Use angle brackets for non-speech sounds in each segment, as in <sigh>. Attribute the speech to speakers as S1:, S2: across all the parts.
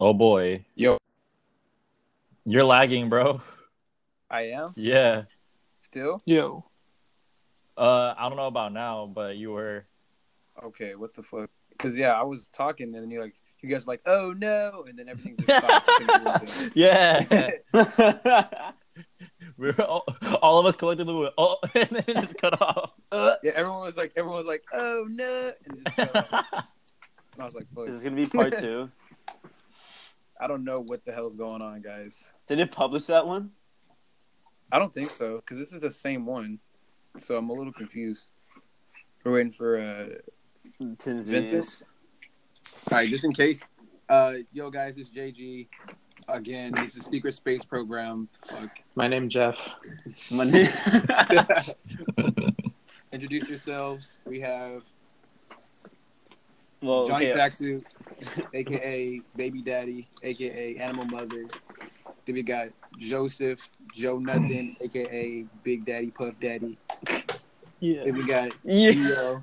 S1: Oh boy,
S2: Yo,
S1: you're lagging, bro. <laughs>
S2: I am
S1: Yeah.
S2: still
S3: Yo,
S1: Uh, I don't know about now, but you were.
S2: okay. What the fuck? Because yeah, I was talking and then you like you guys were like, oh no, and then everything just stopped. I think we
S1: <laughs> Yeah.
S2: were
S1: we were all, all of us collectively went, oh, <laughs> and then it just cut off.
S2: good. yeah, everyone was like, everyone was like, oh no, and, it just cut off. and I was like,
S4: This is
S2: fuck.
S4: gonna be
S5: <laughs>
S4: part two.
S2: I don't know what the hell's going on, guys.
S4: Did it publish that one?
S2: I don't think so because this is the same one, so I'm a little confused. We're waiting for uh,
S4: Tinsies.
S2: Vincent.
S5: All right, just in case. Uh, yo, guys, it's JG. Again, this is Secret Space Program. Fuck.
S3: my name Jeff.
S4: My name-
S5: Introduce yourselves. We have
S4: <laughs> well,
S5: Johnny
S4: Oh,
S5: <laughs>
S4: okay.
S5: Saxu, aka Baby Daddy, aka Animal Mother. Then we got Joseph, Joe Nothing,
S4: <clears throat>
S5: aka Big Daddy Puff Daddy.
S3: Yeah.
S5: Then we got
S4: <laughs> Yeah.
S5: Dio.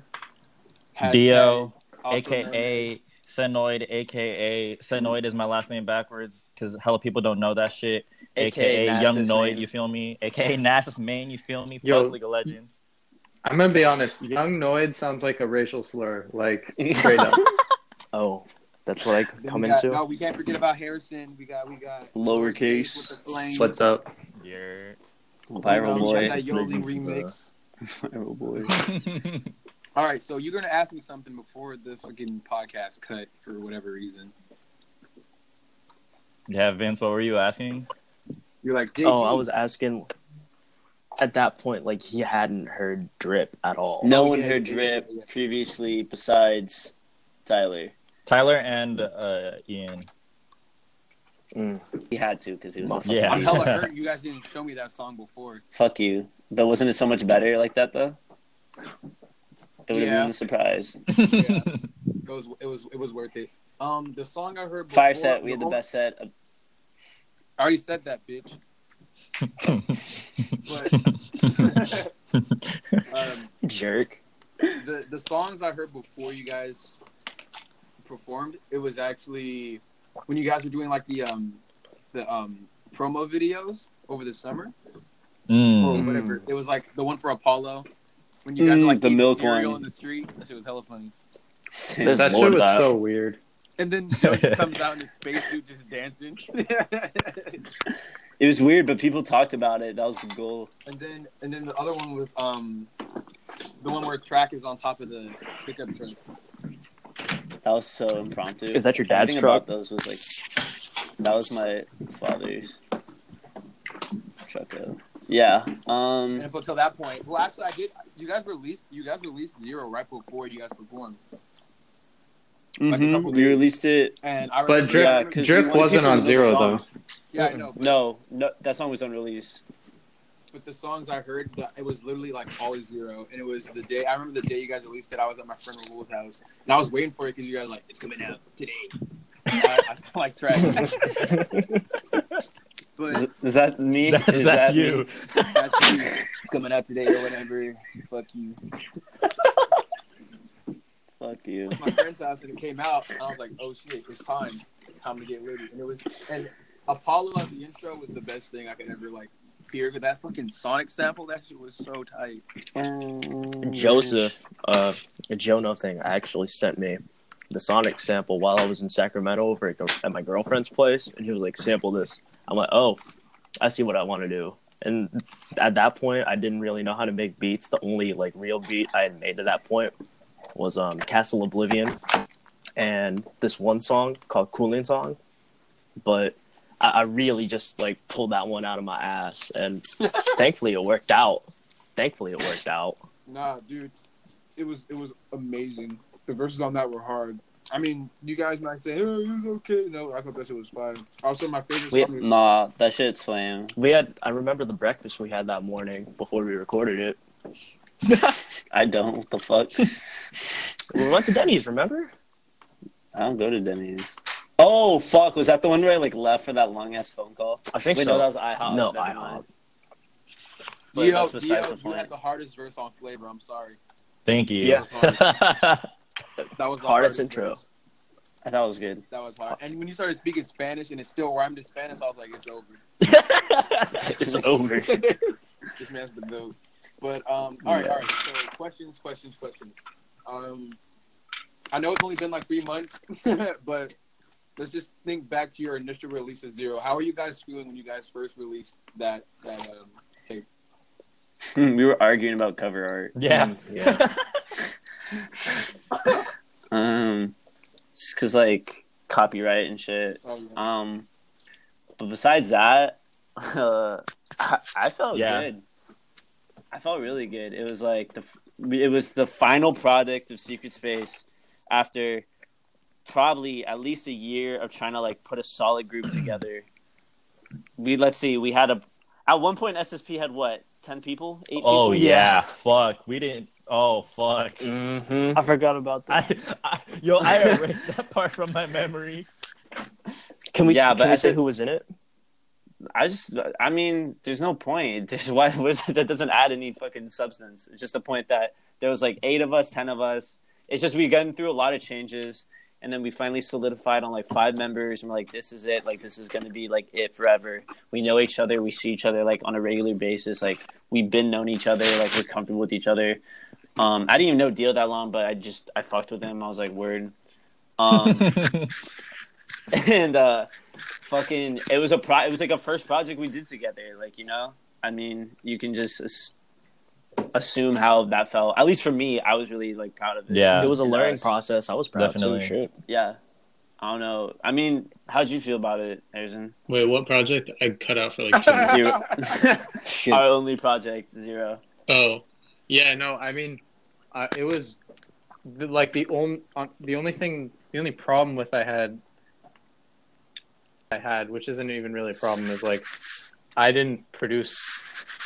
S1: <laughs>
S5: Hashtag
S1: Dio,
S5: also known
S1: aka Senoid, aka Senoid is my last name backwards because hella people don't know that shit. AKA,
S4: AKA
S1: Young
S4: Nasus,
S1: Noid,
S4: man.
S1: you feel me? AKA Nasus Man, you feel me?
S3: Yo.
S1: Fuck League of Legends.
S3: I'm gonna be honest. Young Noid sounds like a racial slur.
S4: <laughs>
S3: Like straight up.
S4: Oh, that's what I
S5: as- Then
S4: come
S5: we got-
S4: into.
S5: No, we can't forget about Harrison. We got we got
S4: Lowercase.
S5: with the flames.
S3: What's up?
S1: Yeah.
S4: Viral
S5: We
S4: boy.
S5: got that Yodeling remix.
S4: Viral boy.
S5: All right, so you're gonna ask me something before the fucking podcast cut for whatever reason.
S1: yeah, Vince, what were you asking?
S5: You're like, JG,
S4: Oh, I was asking. At that point, like he hadn't heard drip at all.
S5: No one heard Drip
S4: previously besides Tyler.
S1: Tyler and uh, Ian.
S4: He had to because he was
S1: fucking Yeah.
S5: I'm
S4: <laughs>
S5: hella hurt. You guys didn't show me that song before.
S4: Fuck you. But wasn't it so much better like that though? It would have
S5: Yeah.
S4: been a surprise.
S5: Yeah, it was it was it was worth it. Um, the song I heard. Before, oh,
S4: Fire set. We had the best set. of-
S5: I already said that, bitch.
S1: <laughs>
S5: But um,
S4: Jerk.
S5: the the songs I heard before you guys performed, it was actually when you guys were doing like the um the um promo videos over the summer.
S1: <laughs>
S5: or
S1: Mm.
S5: whatever. It was like the one for Apollo when you guys
S4: Mm,
S5: were like
S4: the
S5: eating
S4: milk
S5: cereal
S4: one.
S5: in the street. That shit was hella funny.
S4: There's
S3: That
S4: more
S3: shit
S4: to
S3: was
S4: that.
S3: so weird.
S5: And <laughs> then Joseph comes out in his spacesuit just <laughs> dancing. and
S4: It was weird, but people talked about it. That was the goal.
S5: then and then the other one with um the one where track is on top of the pickup truck.
S4: Mm-hmm. That was so impromptu.
S6: Is that your dad's
S4: Everything
S6: truck?
S4: about Those was like that was my father's truck. uh, Yeah.
S5: And
S4: Um.
S5: up until that point, well actually I did you guys released you guys released zero right before you guys performed. Like a couple
S4: mhm, We
S5: days.
S4: released it.
S5: And I remember
S3: But Drip-
S4: yeah, 'cause we
S3: Drip
S4: wanted
S3: wasn't
S4: people
S3: on
S4: to know the
S3: zero though.
S4: songs.
S5: yeah, I know, but,
S4: No, no, that song was unreleased.
S5: but the songs I heard the- it was literally like all zero and it was the day I remember the day you guys released it, I was at my friend Raul's house and I was waiting for it because you guys were like, it's coming out today. And I, I sound like
S4: <laughs>
S5: trash. but
S4: Is, is that me?
S1: That's,
S4: Is <laughs>
S1: that's
S4: that me?
S1: you.
S5: That's you. It's coming out today or whatever. Fuck you.
S4: Fuck you.
S5: My friend's house and it came out, and I was like, oh shit, it's time. It's time to get with it. And it was, and Apollo as the intro was the best thing I could ever like hear. But that fucking Sonic sample, that shit was so tight.
S6: Joseph, uh, Joe Nothing actually sent me the Sonic sample while I was in Sacramento over at, at my girlfriend's place, and he was like, "Sample this." I'm like, "Oh, I see what I want to do." And at that point, I didn't really know how to make beats. The only like real beat I had made at that point was um, Castle Oblivion and this one song called Cooling Song, but I, I really just like pulled that one out of my ass,
S7: <laughs>
S6: and thankfully it worked out. Thankfully it worked out.
S5: Nah, dude, it was it was amazing. The verses on that were hard. I mean, you guys might say, "Oh, it was okay." No, I thought that shit was fine. Also, my favorite
S6: We-
S5: song is
S4: Nah, that shit's slam.
S6: We had. I remember the breakfast we had that morning before we recorded it.
S4: I don't. What the fuck?
S6: We went to Denny's. Remember?
S4: I don't go to Denny's. Oh fuck! Was that the one where I like left for that long ass phone call?
S6: I think
S4: Wait,
S6: so.
S4: no, that was IHOP.
S6: No,
S4: Never
S6: IHOP.
S4: mind. But
S5: Dio,
S4: that's
S5: Dio,
S4: besides the
S5: you had
S4: point.
S5: the hardest verse on Flavor. I'm sorry.
S1: Thank you.
S6: Yeah. <laughs>
S5: That was the
S6: Hardest
S5: hardest
S6: intro.
S5: verse.
S4: That was good.
S5: That was hard. And when you started speaking Spanish and it still rhymed to Spanish, I was like, it's over.
S6: <laughs> it's over.
S4: <laughs>
S5: this man's the goat. But um, all right, all right. So questions, questions, questions. Um, I know it's only been like three months, <laughs> but let's just think back to your initial release of Zero. How are you guys feeling when you guys first released that that um, tape?
S4: Hmm, we were arguing about cover art.
S1: Yeah.
S6: Yeah.
S4: Um, just cause like copyright and shit.
S5: Oh, yeah.
S4: Um, but besides that, <laughs> uh, I, I felt
S1: Yeah.
S4: good. I felt really good. It was like the f- it was the final product of Secret Space after probably at least a year of trying to like put a
S1: <clears throat>
S4: solid group together. We let's see, we had a at one point SSP had what ten people, eight
S1: Oh
S4: people.
S1: yeah. Fuck. We didn't. Oh fuck.
S6: mm-hmm.
S7: I forgot about that.
S1: <laughs> I, I yo, I erased that part from my memory.
S7: Can we,
S4: Yeah,
S7: can
S4: but
S7: we
S4: I
S7: say
S4: think-
S7: who was in it?
S4: I just, I mean, there's no point. <laughs> There's why what is it, that doesn't add any fucking substance. It's just the point that there was like eight of us, ten of us. It's just we've gotten through a lot of changes, and then we finally solidified on like five members. And we're like, this is it. Like this is gonna be like it forever. We know each other. We see each other like on a regular basis. Like we've been known each other. Like we're comfortable with each other. Um, I didn't even know Deal that long, but I just I fucked with him. I was like, word. Um, <laughs> and uh fucking it was a pro it was like a first project we did together like you know i mean you can just as- assume how that felt at least for me i was really like proud of it
S1: Yeah.
S6: It was a
S4: And I
S6: learning
S4: was-
S6: process. I was proud
S1: Definitely.
S6: too. Shit.
S4: yeah i don't know i mean how'd you feel about it Harrison?
S3: Wait, what project? I cut out for like <laughs> two minutes.
S4: zero
S6: Shit.
S4: our only project zero
S3: Oh, yeah, no, I mean, uh, it was the, like the only on, the only thing the only problem with I had I had, which isn't even really a problem, is like I didn't produce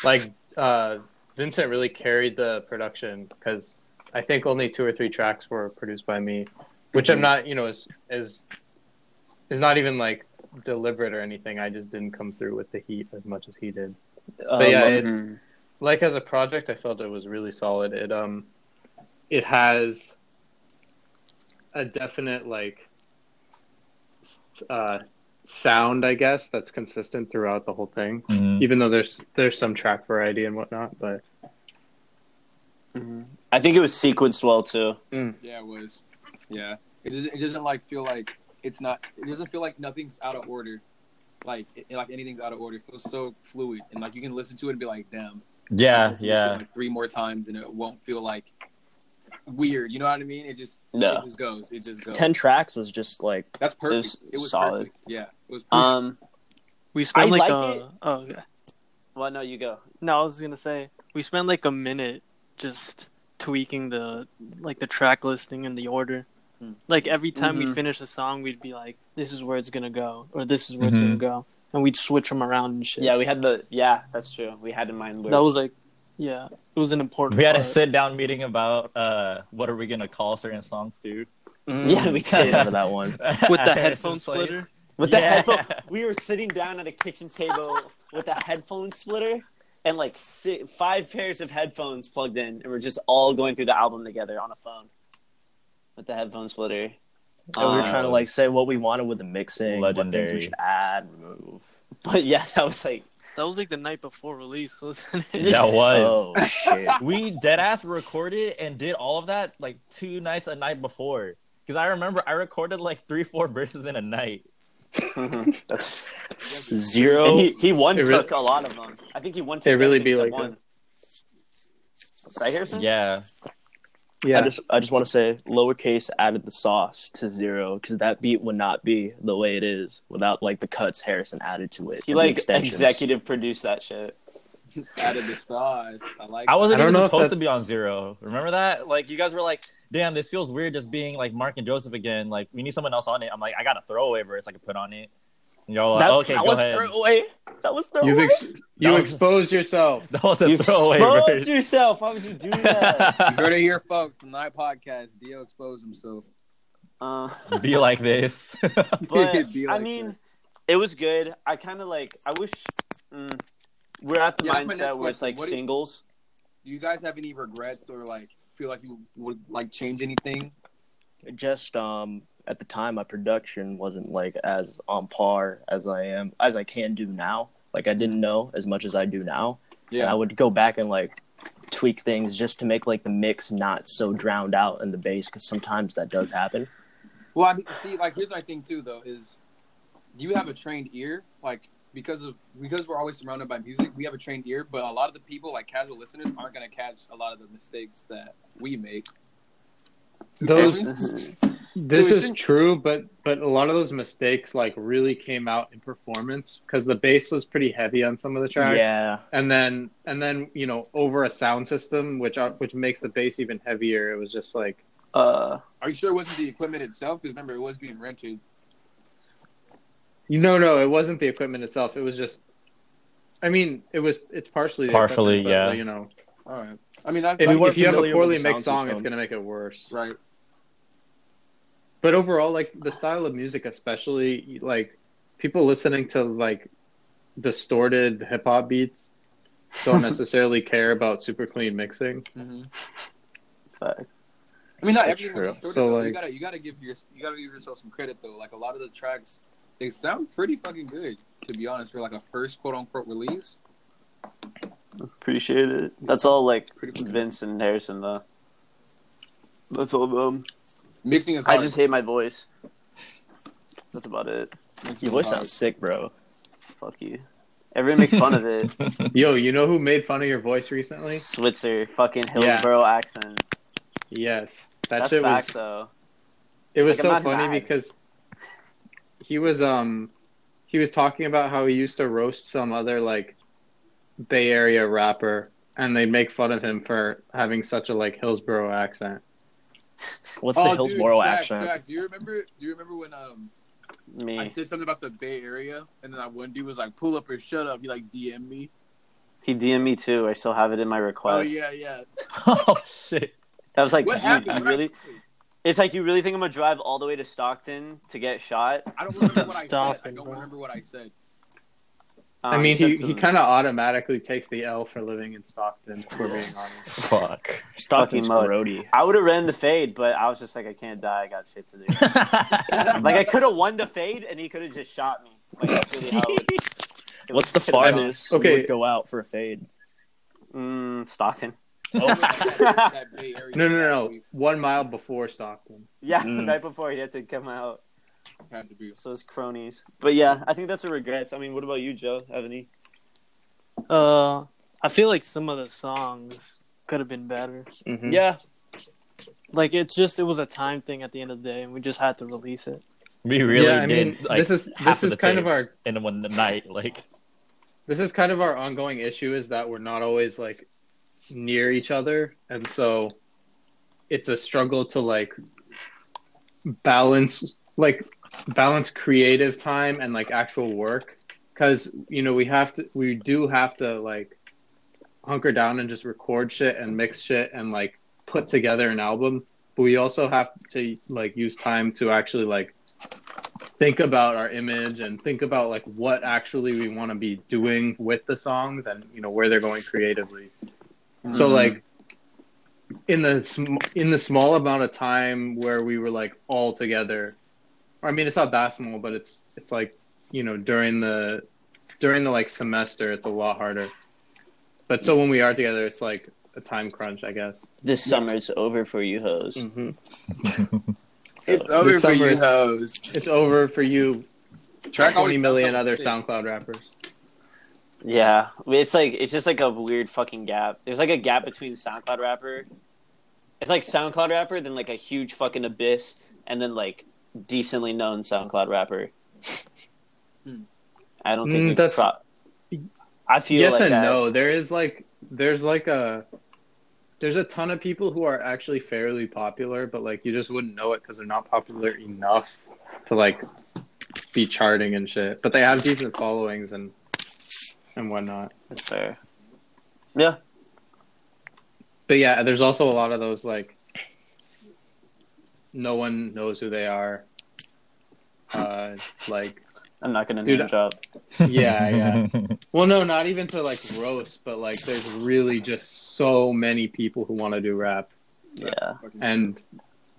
S3: like uh, Vincent really carried the production because I think only two or three tracks were produced by me, which I'm not, you know, is is is not even like deliberate or anything. I just didn't come through with the heat as much as he did
S4: Um,
S3: yeah, it's-
S4: mhm.
S3: like as a project i felt it was really solid it um it has a definite like s- uh sound i guess that's consistent throughout the whole thing
S1: Mhm.
S3: even though there's there's some track variety and whatnot but
S4: i think it was sequenced well too
S5: <laughs> Yeah, it was. Yeah, it doesn't. It doesn't like feel like it's not. It doesn't feel like nothing's out of order. Like it, like anything's out of order. It feels so fluid, and like you can listen to it and be like, "Damn."
S1: <laughs> Yeah.
S5: Listen to this shit,
S1: Yeah.
S5: Like three more times, and it won't feel like weird. You know what I mean? It just.
S4: No.
S5: It just goes. It just goes.
S6: Ten tracks was just like
S5: That's perfect. It
S4: It
S5: was,
S4: was solid.
S5: perfect. Yeah, it was. Perfect.
S4: um
S7: We spent
S4: I
S7: like,
S4: like
S7: a.
S4: it.
S7: Oh, okay.
S4: well no you go
S7: No, I was gonna say we spent like a minute just tweaking the like the track listing and the order.
S5: Hmm.
S7: Like every time we
S1: Mm-hmm.
S4: Mhm.
S7: finish a song, we'd be like, "This is where it's gonna go," or "This is where it's gonna
S1: Mhm.
S7: go," and we'd switch them around and shit.
S4: yeah we had the yeah that's true we had in mind where
S7: that was like, yeah, it was an important.
S1: We had a
S7: part.
S1: sit down meeting about uh, what are we gonna call certain songs to.
S6: Mm.
S4: yeah we
S6: I
S7: <laughs>
S4: did
S6: remember that one.
S1: <laughs>
S7: with the headphone splitter.
S4: With the
S1: Yeah.
S4: headphone, we were sitting down at a kitchen table with a headphone splitter and like si five pairs of headphones plugged in, and we're just all going through the album together on a phone with the headphone splitter.
S6: And we were
S4: Um,
S6: trying to like say what we wanted with the mixing, what things
S1: Legendary.
S6: we should add, remove.
S4: but yeah, that was like,
S7: That was like the night before release, wasn't it?
S1: Yeah, it was.
S7: <laughs>
S6: Oh shit!
S1: <laughs> We deadass recorded and did all of that like two nights a night before. Because I remember I recorded like three, four verses in a night.
S6: Mm-hmm. That's
S4: <laughs> and
S6: zero.
S4: he, he one
S3: It
S4: took
S3: really-
S4: a lot of them. I think he one took
S3: It really be
S4: everything
S3: like
S4: except one. Right, Harrison?
S1: Yeah.
S6: I just I just want to say lowercase added the sauce to zero because that beat would not be the way it is without like the cuts Harrison added to it.
S4: He
S6: and the
S4: like
S6: extensions.
S4: executive produced that shit.
S5: out of the stars. I like.
S1: I wasn't
S3: I don't
S1: even
S3: know if
S1: supposed
S3: that-
S1: to be on zero. Remember that? Like you guys were like, "Damn, this feels weird just being like Mark and Joseph again. Like we need someone else on it." I'm like, "I got a throwaway verse I could put on it." And y'all were like,
S6: That,
S1: "Okay,
S6: that
S1: go
S6: was
S1: ahead."
S6: throwaway. That was throwaway.
S3: you've ex- you
S1: was-
S3: exposed yourself
S1: <laughs> That was a
S3: <laughs>
S4: You
S1: throwaway
S4: exposed
S1: verse.
S4: yourself. Why would you do that?
S5: You heard it here, folks. The night podcast. Dio exposed himself.
S4: uh,
S1: <laughs> be like this. <laughs>
S5: <laughs>
S4: but
S5: Be
S4: I
S5: like
S4: mean,
S5: that.
S4: it was good. I kind of like. I wish mm, we're at the
S5: Yeah, that's my next
S4: mindset where it's
S5: question.
S4: like
S5: What do you-
S4: singles.
S5: Do you guys have any regrets or like feel like you would like change anything?
S6: just um at the time my production wasn't like as on par as I am as I can do now. Like I didn't know as much as I do now.
S5: Yeah.
S6: And I would go back and like tweak things just to make like the mix not so drowned out in the bass because sometimes that does happen.
S5: Well, I mean, see, like here's my thing too, though, is do you have a trained ear? Like because of because we're always surrounded by music, we have a trained ear, but a lot of the people, like casual listeners, aren't gonna catch a lot of the mistakes that we make.
S6: Mm-hmm.
S3: Those this
S5: Dude,
S3: is
S5: isn't-
S3: true, but but a lot of those mistakes like really came out in performance because the bass was pretty heavy on some of the tracks.
S6: Yeah.
S3: and then and then you know over a sound system which are- which makes the bass even heavier it was just like
S4: Uh,
S5: Are you sure it wasn't the equipment itself? Because remember, it was being rented.
S3: you no no it wasn't the equipment itself it was just i mean it was it's partially the
S1: Partially,
S3: equipment, but,
S1: yeah.
S3: you know
S5: All right. I mean, that,
S3: if,
S6: we
S5: like,
S6: weren't
S3: if you have a
S6: familiar
S3: poorly
S6: with the
S3: mixed
S6: sound
S3: song it's
S6: system.
S3: going to make it worse
S5: right.
S3: but overall like the style of music especially like people listening to like distorted hip hop beats
S6: <laughs>
S3: don't necessarily care about super clean mixing
S5: hmm
S4: facts.
S5: I mean, not
S6: That's
S5: everything was
S6: true.
S5: distorted.
S3: So,
S5: though. you
S3: like-
S5: gotta, you gotta give your, you gotta give yourself some credit though. Like a lot of the tracks, they sound pretty fucking good. To be honest, for like a first quote unquote release,
S4: Appreciate it. That's all like
S5: Pretty much.
S4: Vince and Harrison though. That's all them.
S5: mixing is.
S4: I
S5: Hard.
S4: just hate my voice. That's about it.
S5: Mixing
S6: Your
S5: is
S6: voice
S5: hard.
S6: sounds sick, bro.
S4: Fuck you. Everyone makes fun of
S5: <laughs>
S4: it.
S3: yo you know who made fun of your voice recently
S4: Switzer, fucking Hillsborough accent.
S3: yes that
S4: That's
S3: shit was
S4: fact though.
S3: It was
S4: Like,
S3: so
S4: I'm not
S3: funny
S4: mad.
S3: because he was um he was talking about how he used to roast some other like Bay Area rapper and they make fun of him for having such a like Hillsborough accent.
S6: What's
S5: Oh,
S6: the
S5: dude,
S6: Hillsboro
S5: Jack,
S6: accent?
S5: Jack, do you remember? Do you remember when um I
S4: Me.
S5: said something about the Bay Area, and then that one dude was like, "Pull up or shut up." He like DM me.
S4: He DM'd me too. I still have it in my request.
S5: Oh yeah, yeah.
S1: oh shit.
S4: That was like,
S5: what
S4: dude,
S5: happened?
S4: you really? It's like you really think I'm gonna drive all the way to Stockton to get shot?
S5: I don't remember what I
S7: Stop
S5: said. I
S7: it,
S5: don't
S7: bro.
S5: remember what I said.
S4: Um,
S3: I mean
S4: said
S3: he,
S4: some-
S3: he kinda automatically takes the L for living in Stockton, if we're
S1: <laughs>
S3: being honest.
S1: Fuck.
S6: Stockton's
S4: fucking mode.
S6: grody.
S4: I would have ran the fade, but I was just like, I can't die. I got shit
S3: <laughs>
S4: to do. like I could have won the fade, and he could have just shot me. Like that's really how.
S3: <laughs>
S4: It, it <laughs>
S6: What's the
S4: could've gone.
S6: farthest
S3: Okay.
S6: you would go out for a fade?
S4: Mm, Stockton.
S1: Oh.
S5: that, that Bay Area.
S3: No no no no. One mile before Stockton.
S4: Yeah,
S6: Mm.
S4: right before he had to come out.
S5: Had to be.
S4: So his cronies. But yeah, I think that's a regrets. I mean, what about you, Joe? Ebony?
S7: Uh, I feel like some of the songs could have been better.
S6: Mhm.
S4: Yeah,
S7: Like it's just it was a time thing at the end of the day, and we just had to release it.
S1: We really
S3: yeah, I
S1: did.
S3: mean
S1: like,
S3: this is
S1: half
S3: this
S1: of
S3: is
S1: the
S3: kind of
S1: tape.
S3: our
S1: in one night. Like
S3: this is kind of our ongoing issue is that we're not always like near each other and so it's a struggle to like balance like balance creative time and like actual work cuz you know we have to we do have to like hunker down and just record shit and mix shit and like put together an album but we also have to like use time to actually like think about our image and think about like what actually we want to be doing with the songs and you know where they're going creatively so like in the sm- in the small amount of time where we were like all together i mean it's not that small but it's it's like you know during the during the like semester it's a lot harder but so when we are together it's like a time crunch i guess
S4: this summer it's over for you hoes.
S6: Mhm.
S5: It's over
S3: Good
S5: for you,
S3: summer.
S5: hoes.
S3: it's over for you
S5: Track
S3: 20
S5: always
S3: million
S5: sounds
S3: other
S5: sick.
S3: soundcloud rappers
S4: Yeah, it's like it's just like a weird fucking gap. There's like a gap between SoundCloud rapper. It's like SoundCloud rapper, then like a huge fucking abyss, and then like decently known SoundCloud rapper.
S5: Hmm.
S4: I don't
S3: Mm,
S4: think that's.
S3: that's-
S4: Pro- I feel
S3: yes
S4: like
S3: and
S4: that.
S3: no there is like there's like a there's a ton of people who are actually fairly popular but like you just wouldn't know it because they're not popular enough to like be charting and shit but they have decent followings and and whatnot
S4: That's fair. Yeah,
S3: but yeah there's also a lot of those like no one knows who they are uh like
S4: I'm not gonna
S3: Dude,
S4: name drop.
S3: yeah yeah Well, no, not even to like roast, but like there's really just so many people who want to do rap
S4: Yeah,
S5: Fucking-
S3: and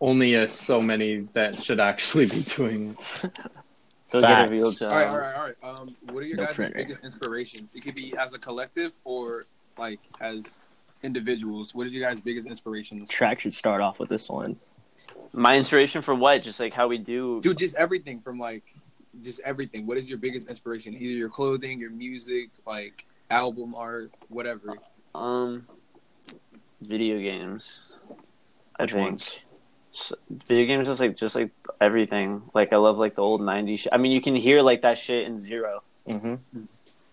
S3: only uh, so many that should actually be doing it.
S4: Go get a
S6: Facts.
S4: real
S5: All
S4: job.
S5: right, all right, all right. Um, what are your
S6: No
S5: guys'
S6: printer.
S5: biggest inspirations? It could be as a collective or like as individuals. What is your guys' biggest inspirations?
S6: Track should start off with this one.
S4: My inspiration for what? Just like how we do.
S5: Dude, just everything from like, just everything. What is your biggest inspiration? Either your clothing, your music, like album art, whatever.
S4: Um, video games. I
S6: Which
S4: think.
S6: ones?
S4: S- Video games is like just like everything. Like I love like the old '90s. Sh- I mean, you can hear like that shit in zero.
S6: Mm-hmm.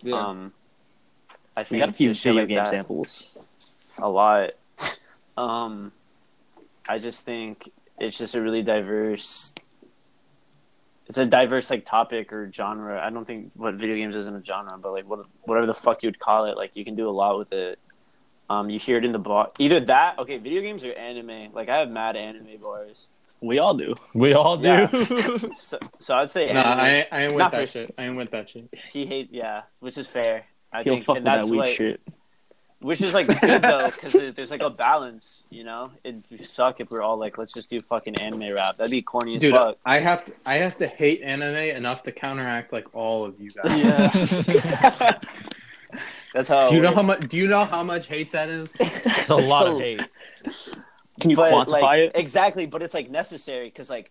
S5: Yeah. <laughs>
S4: Um, I
S6: We
S4: think
S6: got a few
S4: just shit
S6: video
S4: like
S6: game
S4: that.
S6: samples.
S4: a lot. Um, I just think it's just a really diverse. It's a diverse like topic or genre. I don't think what video games isn't a genre, but like what whatever the fuck you'd call it, like you can do a lot with it. Um, you hear it in the bar. Either that, okay, video games or anime. Like I have mad anime bars.
S6: We all do.
S1: <laughs> We all do. <laughs>
S4: Yeah. So, so I'd say
S3: Nah,
S4: anime.
S3: I, I ain't with
S4: Not
S3: that
S4: for-
S3: shit. I ain't with that shit.
S4: he hates yeah, which is fair. I
S6: He'll
S4: think
S6: fuck
S4: and
S6: with
S4: that's
S6: that weak
S4: what,
S6: shit.
S4: which is like good though because there's like a balance you know it'd suck if we're all like let's just do fucking anime rap that'd be corny as
S3: Dude, <laughs>
S4: fuck
S3: I have to I have to hate anime enough to counteract like all of you guys.
S4: that's how it
S3: Do you know
S4: works.
S3: how much? Do you know how much hate
S4: <laughs>
S3: that is?
S1: it's a lot of hate.
S6: Can you
S4: But,
S6: quantify
S4: like,
S6: it?
S4: exactly but it's like necessary because like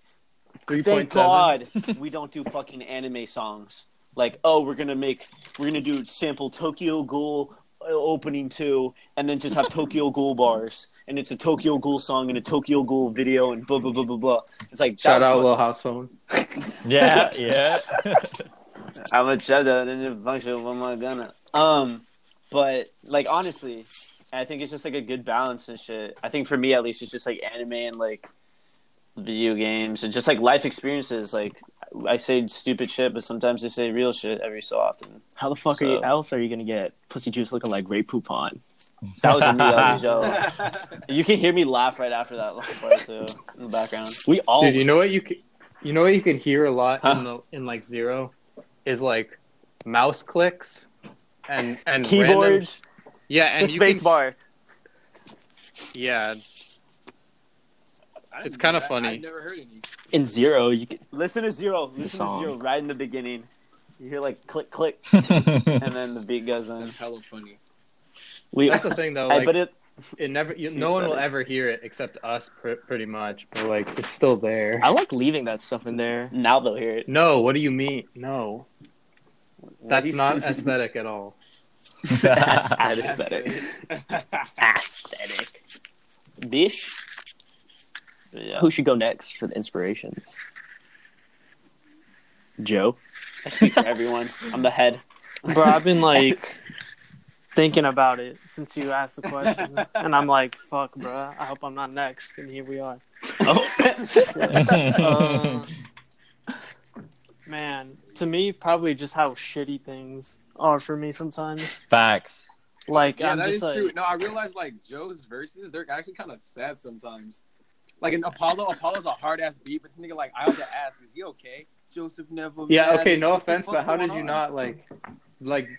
S3: Three
S4: thank
S3: point seven.
S4: god we don't do fucking anime songs like oh we're gonna make we're gonna do sample Tokyo Ghoul uh, opening two and then just have Tokyo Ghoul bars and it's a Tokyo Ghoul song and a Tokyo Ghoul video and blah blah blah blah blah it's like
S3: Shout
S4: that
S3: out
S4: fu-
S3: Lil House Phone.
S1: Yeah, yeah.
S4: I'm a cheddar and a bunch of what am I gonna? Um, but like honestly, I think it's just like a good balance and shit. I think for me at least, it's just like anime and like video games and just like life experiences. Like I say stupid shit, but sometimes I say real shit every so often.
S6: How the fuck are
S4: So-
S6: you, else are you gonna get pussy juice looking like Ray Poupon?
S4: That was a me <laughs> that was a joke. You can hear me laugh right after that last part too in the background.
S6: We all
S3: Dude, you know what you can, you know what you can hear a lot in the in like zero, is like mouse clicks, and and random-
S4: Keyboards,
S3: yeah, and
S4: the
S3: you can-
S4: space bar.
S3: Yeah,
S5: I didn't
S3: it's
S5: know
S3: kinda
S5: that.
S3: funny.
S5: I've never heard any.
S6: in zero. You can,
S4: Listen to zero. Listen to
S6: song.
S4: zero right in the beginning. You hear like click click,
S1: <laughs>
S4: and then the beat goes in.
S5: That's hella funny.
S4: <laughs>
S6: we
S3: that's the thing though.
S4: Hey,
S3: Like,
S4: but
S3: it,
S4: it
S3: never, you,
S4: it's
S3: no one will
S4: aesthetic.
S3: ever hear it except us, pr- pretty much. But like, it's still there.
S6: I like leaving that stuff in there.
S4: now they'll hear it.
S3: No, what do you mean? No, that's
S4: He's-
S3: not aesthetic at
S6: <laughs>
S3: all.
S1: <laughs>
S6: aesthetic.
S5: <laughs>
S4: aesthetic. Bish. Yeah.
S6: Who should go next for the inspiration? Joe. <laughs>
S4: I speak for everyone. I'm the head.
S7: Bro, I've been like thinking about it since you asked the question, and I'm like, fuck, bro. I hope I'm not next, and here we are. Uh, man, to me, probably just how shitty things are for me sometimes. <laughs>
S1: Facts.
S5: <laughs>
S7: Like
S5: Yeah,
S7: I'm
S5: that
S7: just
S5: is
S7: like,
S5: true. No, I realize like Joe's verses, they're actually kind of sad sometimes. Like in Apollo, Apollo's a hard ass beat, but this nigga like I have to ask, is he okay? Joseph Neville.
S3: Yeah,
S5: Madden,
S3: okay, no
S5: what the
S3: offense, but
S5: fuck's
S3: how did
S5: going
S3: you
S5: on?
S3: not like, like,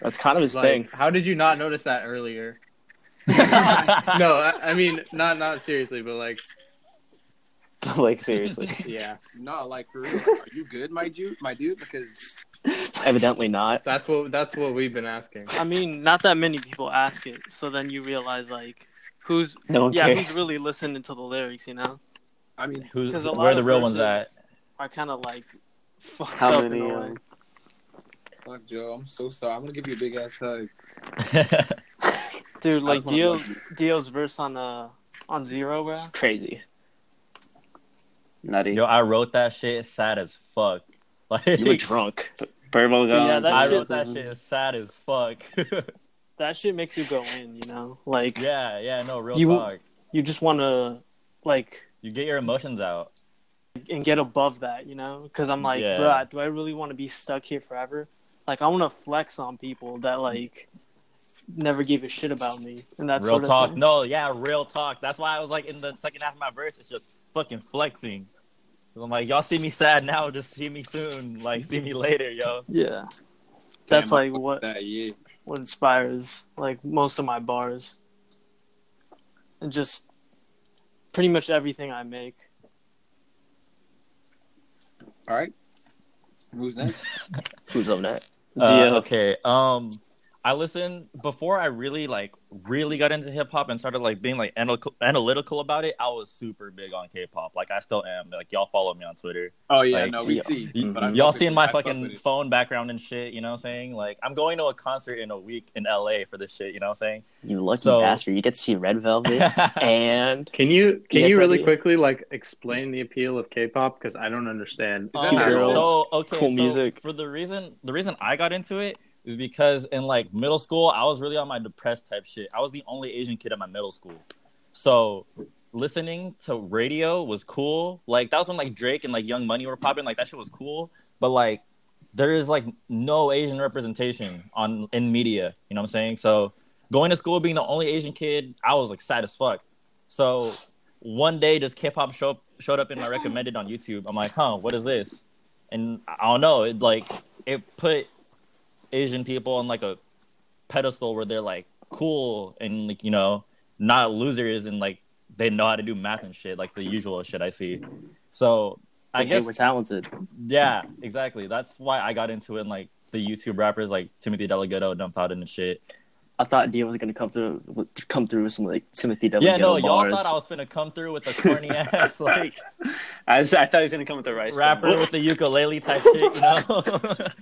S6: That's kind of his
S3: like
S6: thing.
S3: how did you not notice that earlier? No, I, I mean not not seriously, but like,
S4: <laughs> like seriously.
S3: yeah,
S5: No, like for real. Like, are you good, my dude? My dude, because
S6: Evidently not.
S3: that's what that's what we've been asking.
S7: I mean, not that many people ask it, so then you realize like, who's
S4: No one
S7: yeah,
S4: cares.
S7: who's really listening to the lyrics, you know?
S5: I mean,
S1: Who's
S7: Because a lot
S1: where are the
S7: of
S1: real ones at?
S7: verses Are kind of like fucked
S4: How
S7: up
S4: many?
S7: in a way.
S4: um,
S5: fuck Joe, I'm so sorry. I'm gonna give you a big ass hug.
S7: dude.
S5: I
S7: Like
S5: just wanna
S7: Dio,
S5: love you.
S7: Dio's verse on uh on zero, bro.
S6: Crazy.
S1: <laughs>
S4: Nutty.
S1: Yo, I wrote that shit sad as fuck. <laughs> Like
S6: You were drunk.
S4: <laughs> Purple gums.
S7: Yeah, that
S1: I
S7: shit-
S1: wrote that shit sad as fuck. <laughs>
S7: That shit makes you go in, you know. Like
S1: yeah, yeah, no, real
S7: You-
S1: talk.
S7: you just want to like
S1: You get your emotions out.
S7: and get above that, you know? Because I'm like,
S1: Yeah.
S7: bruh, do I really want to be stuck here forever? Like, I want to flex on people that like never gave a shit about me, and that's
S1: real
S7: sort of
S1: talk.
S7: thing.
S1: No, yeah, real talk. That's why I was like in the second half of my verse, it's just fucking flexing. 'Cause I'm like, y'all see me sad now, just see me soon. Like, see me later, yo.
S7: Yeah, that's
S5: Damn, I
S7: like
S5: fuck
S7: what
S5: That yeah.
S7: what inspires like most of my bars, and just pretty much everything I make.
S5: All right.
S1: <laughs>
S5: Who's next?
S6: Who's up next?
S1: Uh,
S6: Yeah.
S1: Okay. Um, I listened before I really like really got into hip hop and started like being like analytical, analytical about it. I was super big on K-pop. Like I still am. Like y'all follow me on Twitter.
S5: Oh yeah,
S1: Like,
S5: no, we
S6: yeah.
S5: see.
S1: Y-
S6: Mhm.
S5: But I'm
S1: y'all
S5: fucking-
S1: seeing my
S5: Mm-hmm. I fuck with
S1: fucking
S5: it.
S1: phone background and shit. You know what I'm saying? Like I'm going to a concert in a week in LA for this shit. You know what I'm
S6: You lucky
S1: So-
S6: bastard. You get to see Red
S1: <laughs>
S4: <laughs>
S6: Velvet
S1: saying?
S6: and
S3: Can you can
S6: Yes,
S3: you
S6: I
S3: really
S6: do.
S3: quickly like explain the appeal of K-pop because I don't understand.
S5: Is that
S1: Um,
S5: not
S6: girls?
S1: so okay,
S6: Cool
S1: so
S6: music.
S1: For the reason, the reason I got into it is because in like middle school, I was really on my depressed type shit. I was the only Asian kid at my middle school, so listening to radio was cool. Like that was when like Drake and like Young Money were popping. Like that shit was cool, but like there is like no Asian representation on in media. You know what I'm saying? So going to school being the only Asian kid, I was like sad as fuck. So one day just K-pop show, showed up in my recommended on YouTube. I'm like, huh, what is this? And I don't know. It like it put Asian people on like a pedestal where they're like cool and like you know not losers and like they know how to do math and shit like the usual shit I see. So I
S6: Like, hey,
S1: guess
S6: we're talented.
S1: yeah, exactly. That's why I got into it. And, like the YouTube rappers like Timothy Delgado, Dump Out and shit.
S6: I thought Dio was gonna come through with- come through with some like Timothy W.
S1: yeah, no, y'all
S6: bars.
S1: thought I was gonna come through with a corny ass like
S4: I, was- I thought he was gonna come with the rice.
S1: rapper
S4: thing.
S1: with the ukulele type shit, you know.
S5: Oh, fuck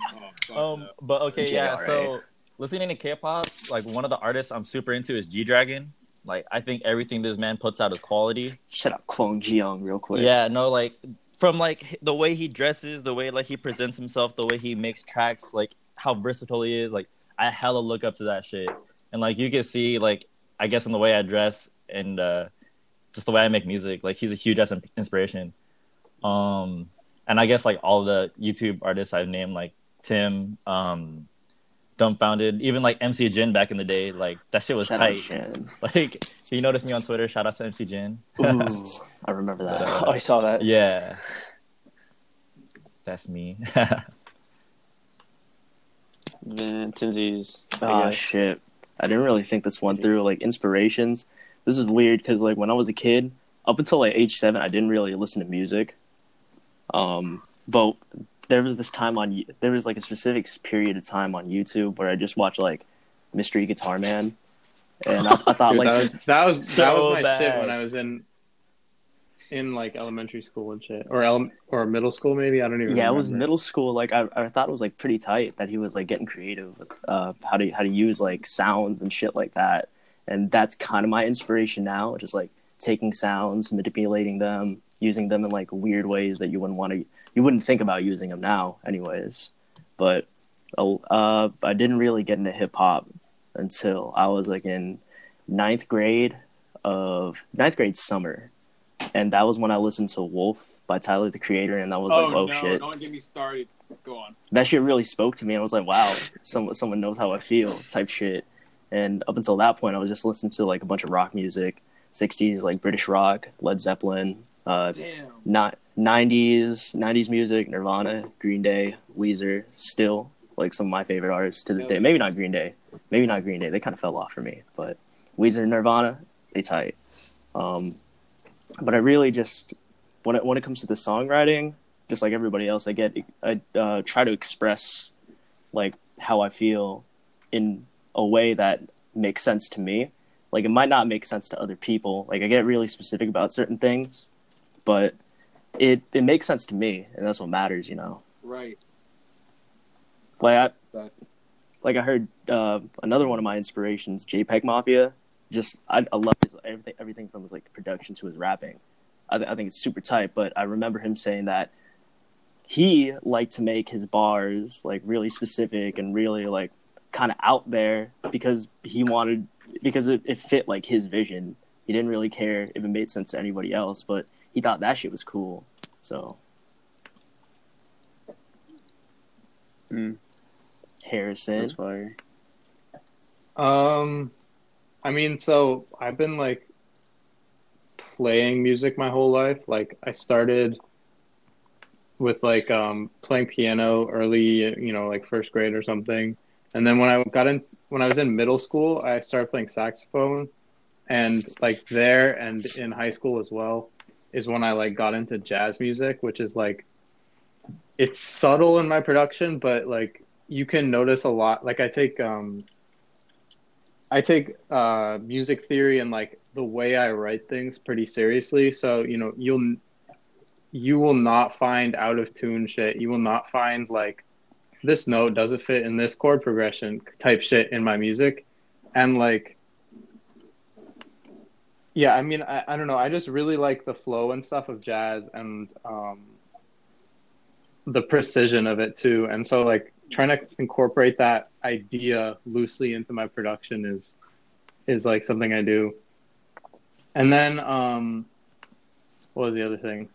S1: um,
S5: no.
S1: but okay, yeah.
S6: JRA.
S1: So listening to K-pop, like one of the artists I'm super into is G Dragon. Like I think everything this man puts out is quality.
S6: Shut up, Kwon Jiyoung, real quick.
S1: Yeah, no, like from like h- the way he dresses, the way like he presents himself, the way he makes tracks, like how versatile he is. Like I hella look up to that shit, and like you can see, like I guess in the way I dress and uh, just the way I make music, like he's a huge ass in- inspiration. Um, and I guess like all the YouTube artists I've named, like Tim, um, dumbfounded, even like MC Jin back in the day, like that shit was
S6: Shout out
S1: tight.
S6: Jen.
S1: <laughs> Like he noticed me on Twitter. Shout out to MC Jin.
S6: Ooh, I remember that.
S1: Uh,
S6: oh, I saw that.
S1: Yeah. That's me. <laughs>
S4: Then Tinsy's. I
S6: Oh
S4: guess.
S6: shit! I didn't really think this one through. Like inspirations. This is weird because like when I was a kid, up until like age seven, I didn't really listen to music. Um, but there was this time on Y- there was like a specific period of time on YouTube where I just watched like Mystery Guitar Man, and I, I thought
S3: Dude,
S6: like
S3: that was that was that
S1: So
S3: was my shit
S1: bad.
S3: when I was in in like elementary school and shit or ele- or middle school maybe I don't even
S6: yeah, it was
S3: remember.
S6: middle school. Like I, I thought it was like pretty tight that he was like getting creative with uh, how to how to use like sounds and shit like that. And that's kind of my inspiration now, just like taking sounds, manipulating them, using them in like weird ways that you wouldn't want to, you wouldn't think about using them now, anyways. But uh, I didn't really get into hip hop until I was like in ninth grade of ninth grade summer. And that was when I listened to Wolf by Tyler the Creator, and that was like, oh
S5: no,
S6: shit,
S5: Don't get me started. Go on.
S6: that shit really spoke to me. I was like, wow, someone someone knows how I feel type shit. And up until that point, I was just listening to like a bunch of rock music, '60s like British rock, Led Zeppelin, uh,
S5: Damn.
S6: not '90s '90s music, Nirvana, Green Day, Weezer, still like some of my favorite artists to this day. Maybe not Green Day, maybe not Green Day. They kind of fell off for me, but Weezer, Nirvana, they tight. Um, but I really just when it when it comes to the songwriting, just like everybody else, I get I uh, try to express like how I feel in a way that makes sense to me. Like it might not make sense to other people. Like I get really specific about certain things, but it it makes sense to me, and that's what matters, you know.
S5: Right.
S6: Like I,
S5: Right.
S6: like I heard uh, another one of my inspirations, JPEG Mafia. Just I, I love his, everything, everything from his like production to his rapping. I, th- I think it's super tight. But I remember him saying that he liked to make his bars like really specific and really like kind of out there because he wanted because it, it fit like his vision. He didn't really care if it made sense to anybody else, but he thought that shit was cool. So
S4: Mm,
S6: Harrison,
S4: that's fire.
S3: Um, I mean, so I've been like playing music my whole life. Like I started with like um playing piano early, you know, like first grade or something. And then when I got in, when I was in middle school, I started playing saxophone, and like there and in high school as well is when I like got into jazz music, which is like it's subtle in my production, but like you can notice a lot. Like I take um I take uh music theory and like the way I write things pretty seriously. So, you know, you'll you will not find out of tune shit. You will not find like this note doesn't fit in this chord progression type shit in my music. And like yeah, I mean I, I don't know, I just really like the flow and stuff of jazz and um the precision of it too. And so like trying to incorporate that idea loosely into my production is is like something I do. And then um what was the other thing?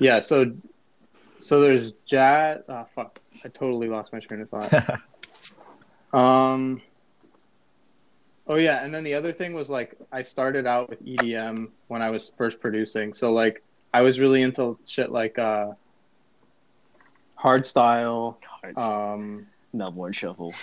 S3: Yeah, so so there's jazz oh, fuck. I totally lost my train of thought. um Oh yeah, and then the other thing was like I started out with EDM when I was first producing. So like I was really into shit like uh hard style.
S6: Cards.
S3: Um
S6: Melbourne Shuffle.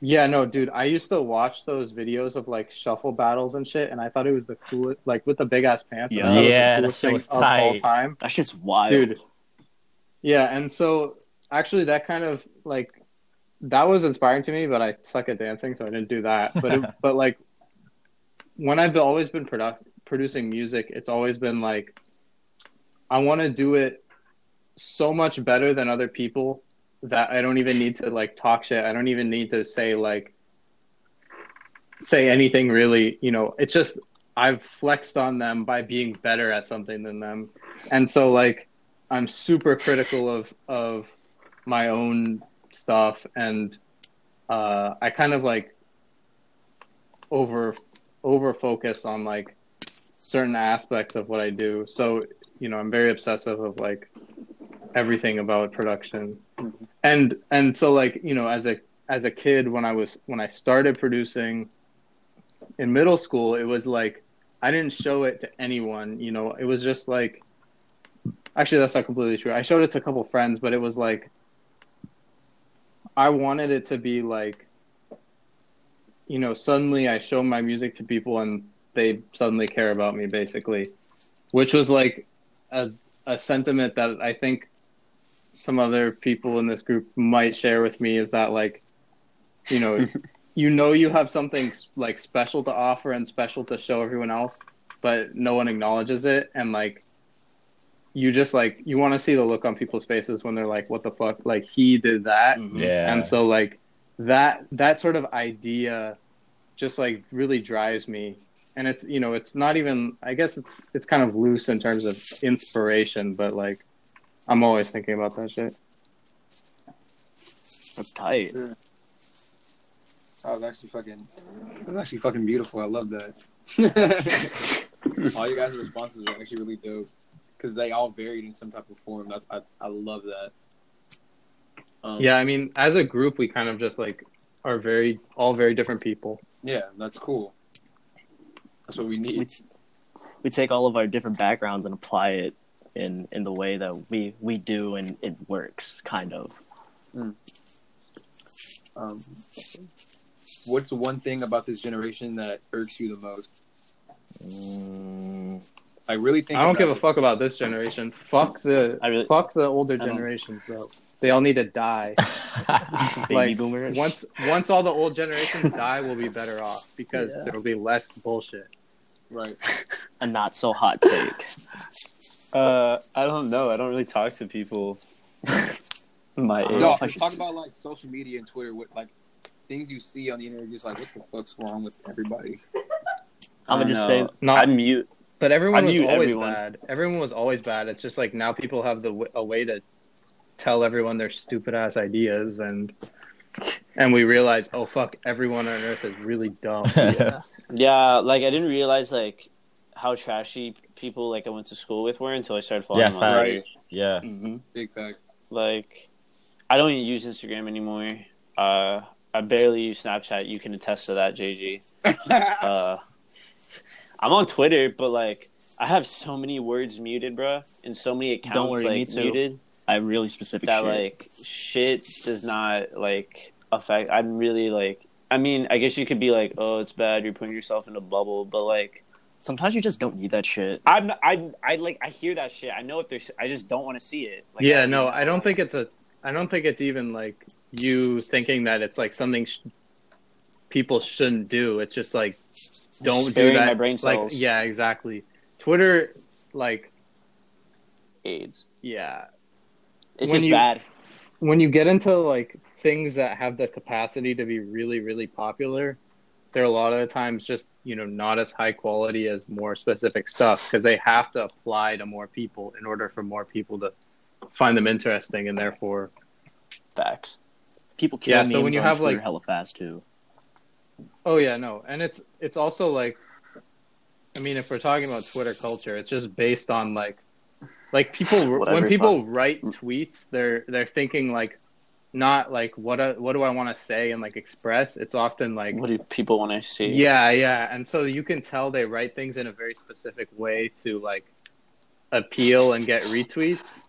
S3: yeah, no, dude, I used to watch those videos of like shuffle battles and shit and I thought it was the coolest like with the big ass pants. I
S6: Yeah.
S3: thought it was the
S1: Yeah, that
S3: coolest
S1: shit
S3: thing
S1: was
S3: of all
S1: tight.
S3: time.
S6: That's just wild.
S3: Dude. Yeah, and so actually that kind of like that was inspiring to me, but I suck at dancing, so I didn't do that. But it, but like when I've always been produc- producing music, it's always been like I want to do it so much better than other people that I don't even need to like talk shit. I don't even need to say like say anything really, you know. It's just I've flexed on them by being better at something than them. And so like I'm super critical of of my own stuff and uh I kind of like over over focus on like certain aspects of what I do. So, you know, I'm very obsessive of like everything about production. And and so like, you know, as a as a kid when I was when I started producing in middle school, it was like I didn't show it to anyone, you know. It was just like actually that's not completely true. I showed it to a couple friends, but it was like I wanted it to be like you know, suddenly I show my music to people and they suddenly care about me basically, which was like a a sentiment that I think some other people in this group might share with me is that like you know, you know you have something like special to offer and special to show everyone else, but no one acknowledges it and like you just like you want to see the look on people's faces when they're like what the fuck like he did that
S1: Yeah. <laughs>
S3: and so like that that sort of idea just like really drives me and it's you know it's not even i guess it's it's kind of loose in terms of inspiration but like i'm always thinking about that shit
S6: That's tight.
S5: That
S2: Oh,
S5: was actually fucking.
S2: That's actually fucking beautiful. I love that.
S5: <laughs> All you guys' responses were actually really dope because they all varied in some type of form. That's I, I love that. Um,
S3: yeah i mean as a group we kind of just like are very all very different people
S5: yeah, that's cool. That's what we
S6: We,
S5: need.
S6: t- we take all of our different backgrounds and apply it in in the way that we we do, and it works
S3: <laughs>
S6: kind of.
S5: Um, what's one thing about this generation that irks you the most?
S6: Mm,
S5: I really think
S3: i don't
S5: about
S3: give a
S5: it.
S3: fuck about this generation fuck the
S6: I really
S3: fuck the older
S6: don't-
S3: generations though they all need to die
S6: baby
S3: like
S6: boomers.
S3: once once all the old generations die we'll be better off because
S6: Yeah.
S3: there'll be less bullshit
S5: Right.
S6: a not so hot take.
S4: Uh, I don't know. I don't really talk to people my age.
S5: No,
S6: Yeah.
S5: just talk about like social media and Twitter. What like things you see on the internet? Just like what the fuck's wrong with everybody?
S6: I'm gonna just say
S3: not
S4: I mute.
S3: But everyone
S4: I
S3: was
S4: knew
S3: always
S4: everyone.
S3: bad. Everyone was always bad. It's just like now people have the w- a way to tell everyone their stupid ass ideas, and and we realize, oh fuck, everyone on Earth is really
S1: <laughs>
S3: dumb.
S4: Yeah, like I didn't realize like how trashy people like I went to school with were until I started following
S1: Yeah,
S4: them.
S1: facts.
S4: on-
S1: Right. yeah.
S6: Mm-hmm.
S4: Mhm.
S5: Big fact. <laughs>
S4: Like, I don't even use Instagram anymore. Uh, I barely use Snapchat. You can attest to that, JG. uh, I'm on Twitter, but like I have so many words muted, bro, and so many accounts
S6: worry, me
S4: like
S6: too.
S4: muted
S6: I have really specific
S4: that
S6: shit.
S4: like shit does not like affect. I'm really like. I mean, I guess you could be like, "Oh, it's bad. You're putting yourself in a bubble," but like,
S6: Sometimes you just don't need that shit.
S4: I'm I I like I hear that shit. I know if there's. I just don't want to see it. Like,
S3: yeah,
S4: I-
S3: no, I don't think it's a. I don't think it's even like you thinking that it's like something sh- people shouldn't do. It's just like don't do
S4: Sparing
S3: that.
S4: my brain
S3: like
S4: cells.
S3: yeah, exactly. Twitter, like
S4: AIDS.
S3: yeah,
S4: It's
S3: When
S4: just
S3: you-
S4: bad.
S3: when you get into like things that have the capacity to be really really popular they're a lot of the times just you know not as high quality as more specific stuff because they have to apply to more people in order for more people to find them interesting and therefore
S4: Facts.
S6: People kill
S3: Yeah,
S6: yeah,
S3: so
S6: memes
S3: when you
S6: on
S3: have,
S6: Twitter
S3: like-
S6: hella fast too.
S3: oh yeah no and it's it's also like i mean if we're talking about twitter culture it's just based on like like people when
S4: Whatever's
S3: people write tweets they're they're thinking like not like what a, what do i want to say and like express it's often like
S4: What do people want to see?
S3: Yeah, yeah. And so you can tell they write things in a very specific way to like appeal and get retweets.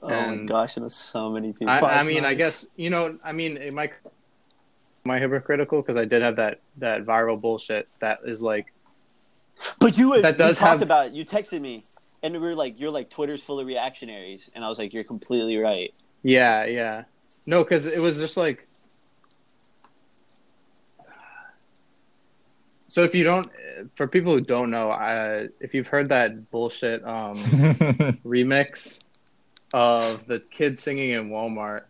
S4: Oh
S3: And-
S4: my gosh, there's so many people.
S3: I, I mean, I guess you know. I mean, am I am I hypocritical because I did have that that viral bullshit that is like
S4: But you
S3: That
S4: you
S3: does
S4: talked
S3: have-
S4: about it. you texted me and we were like you're like Twitter's full of reactionaries and I was like you're completely right.
S3: yeah, yeah. No, because it was just like. So if you don't, for people who don't know, uh, if you've heard that bullshit, um, remix of the kid singing in Walmart.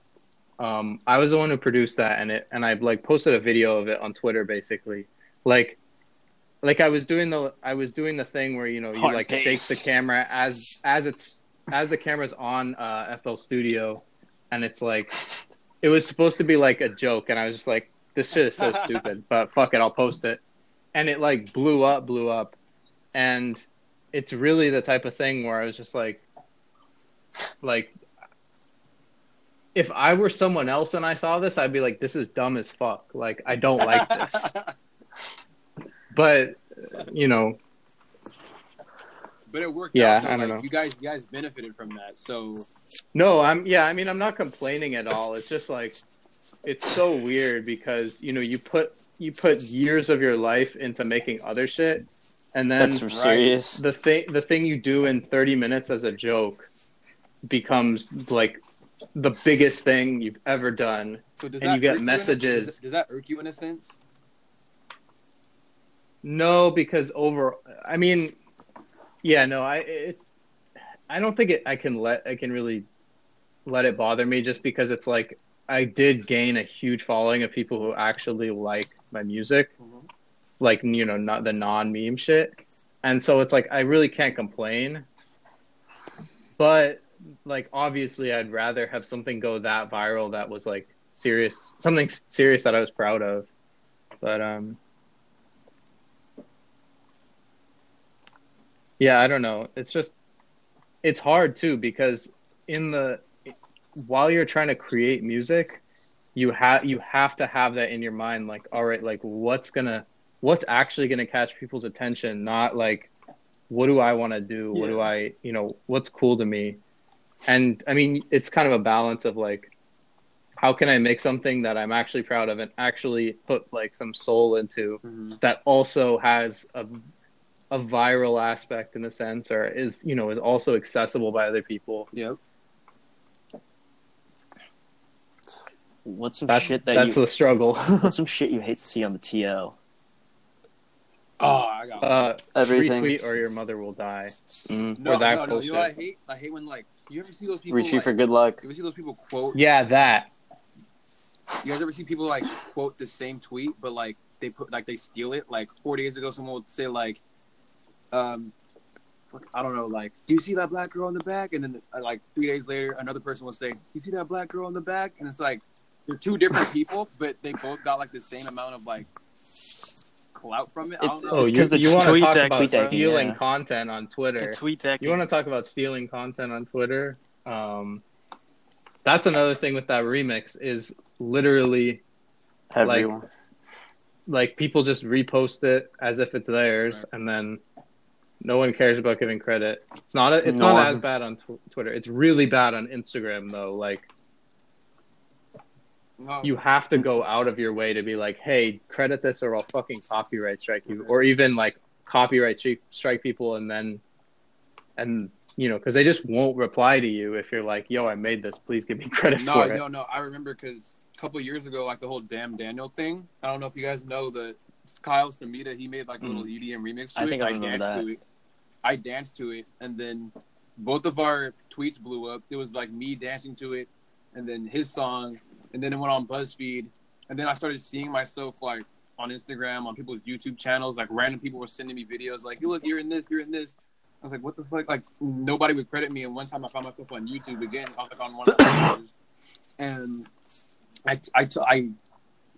S3: Um, I was the one who produced that, and it and I like posted a video of it on Twitter, basically. Like, like I was doing the I was doing the thing where you know you
S6: Hard
S3: like
S6: bass.
S3: shake the camera as as it's as the camera's on uh, FL Studio, and it's like it was supposed to be like a joke, and I was just like, this shit is so stupid, but fuck it, I'll post it, and it like blew up, blew up, and it's really the type of thing where I was just like, like, if I were someone else and I saw this, I'd be like, this is dumb as fuck. Like, I don't like this. but, you know,
S5: But it worked.
S3: Yeah,
S5: out, so,
S3: I don't
S5: like,
S3: know.
S5: You guys, you guys benefited from that. So
S3: no, I'm, yeah, I mean, I'm not complaining at all. It's just like, it's so weird because, you know, you put, you put years of your life into making other shit. And then
S4: That's serious.
S3: the thing the thing you do in 30 minutes as a joke becomes like the biggest thing you've ever done
S5: So does
S3: And
S5: that
S3: you get
S5: irk in a-
S3: messages.
S5: does, does that irk you in a sense?
S3: no because over i mean yeah no i it, i don't think it i can let i can really let it bother me just because it's like i did gain a huge following of people who actually like my music like you know not the non meme shit and so it's like i really can't complain but like obviously i'd rather have something go that viral that was like serious something s- serious that i was proud of but um yeah i don't know it's just it's hard too because in the while you're trying to create music you have you have to have that in your mind like all right like what's gonna what's actually gonna catch people's attention not like what do i want to do what do i you know what's cool to me and i mean it's kind of a balance of like how can i make something that i'm actually proud of and actually put like some soul into that also has a a viral aspect in a sense or is you know is also accessible by other people
S5: Yep.
S6: What's some
S3: that's
S6: shit that
S3: that's <laughs>
S6: you
S3: the struggle
S6: what's some shit you hate to see on the TL?
S5: Oh, I got.
S3: uh
S4: Everything.
S3: retweet or your mother will die
S6: Mm.
S5: no,
S3: that
S5: no, no. You know what I
S3: bullshit.
S5: hate? I hate when like you ever see those people.
S4: Reaching
S5: like,
S4: for good luck.
S5: you ever see those people quote?
S3: yeah that
S5: You guys ever see people like quote the same tweet, but like they put like they steal it? Like four days ago, someone would say like, um, fuck, I don't know, like, do you see that black girl in the back? And then uh, like three days later, another person will say, you see that black girl in the back? And it's like they're two different people, but they both got like the same amount of like clout from it. I don't
S4: It's-
S5: know.
S3: oh
S6: It's
S3: you,
S6: 'cause the
S3: you want to
S7: tweet
S3: talk
S7: deck-
S3: about
S6: tweet deck,
S3: stealing
S6: yeah.
S3: content on twitter
S7: The tweet deck.
S3: you want to talk about stealing content on twitter um that's another thing with that remix is literally
S4: Everyone.
S3: like people just repost it as if it's theirs and then no one cares about giving credit it's not a, it's
S4: No.
S3: not as bad on tw- twitter it's really bad on instagram though like
S5: No.
S3: you have to go out of your way to be like, hey, credit this or I'll fucking copyright strike you, or even like copyright stri- strike people and then, and you know, because they just won't reply to you if you're like, yo, I made this, please give me credit
S5: no,
S3: for
S5: no,
S3: it.
S5: no. I remember because a couple years ago, like the whole damn Daniel thing. I don't know if you guys know the Kyle Samita. He made like a little EDM remix to
S6: Mm. I
S5: it.
S6: think I remember
S5: danced
S6: that.
S5: to it. I danced to it, and then both of our tweets blew up. It was like me dancing to it, and then his song, and then it went on BuzzFeed, and then I started seeing myself like on Instagram, on people's YouTube channels. Like random people were sending me videos, like, "You look, you're in this, you're in this." I was like, "What the fuck?" Like nobody would credit me. And one time, I found myself on YouTube again, I was, like on one of the videos, and I, I, t- I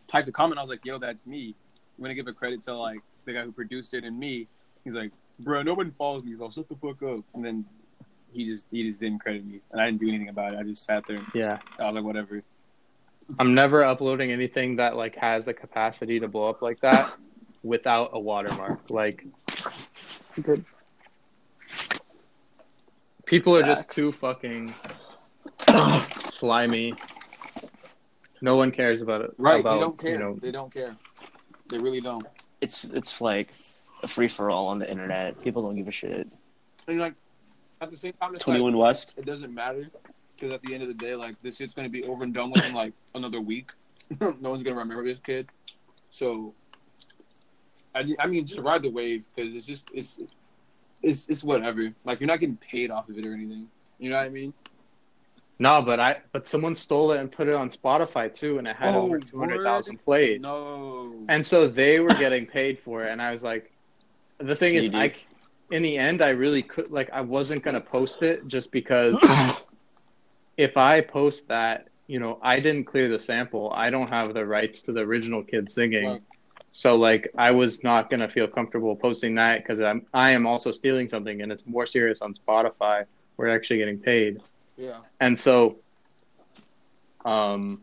S5: typed a comment. I was like, "Yo, that's me." I'm gonna give a credit to like the guy who produced it and me. He's like, "Bro, no one follows me." He's like, "Shut the fuck up." And then he just he just didn't credit me, and I didn't do anything about it. I just sat there. And
S3: Yeah.
S5: I was like, "Whatever."
S3: I'm never uploading anything that like has the capacity to blow up like that without a watermark. Like people are just too fucking slimy. No one cares about it.
S5: Right?
S3: about,
S5: they don't care.
S3: You know,
S5: They don't care. They really don't.
S6: It's it's like a free for all on the internet. People don't give a shit.
S5: And like at the same time, it's like,
S4: Twenty One West.
S5: it doesn't matter because at the end of the day, like this shit's gonna be over and done with in like another week. <clears throat> no one's gonna remember this kid. So, I, I mean, just ride the wave because it's just it's it's it's whatever. Like you're not getting paid off of it or anything. You know what I mean?
S3: no, but I but someone stole it and put it on Spotify too, and it had
S5: Oh,
S3: over two hundred thousand plays.
S5: No.
S3: And so they were getting paid for it, and I was like, the thing is,
S4: GG.
S3: I, c- in the end, I really could like I wasn't gonna post it just because if I post that, you know, I didn't clear the sample. I don't have the rights to the original kid singing,
S5: Right.
S3: so like I was not gonna feel comfortable posting that because I'm I am also stealing something, and it's more serious on Spotify. We're actually getting paid
S5: yeah.
S3: and so um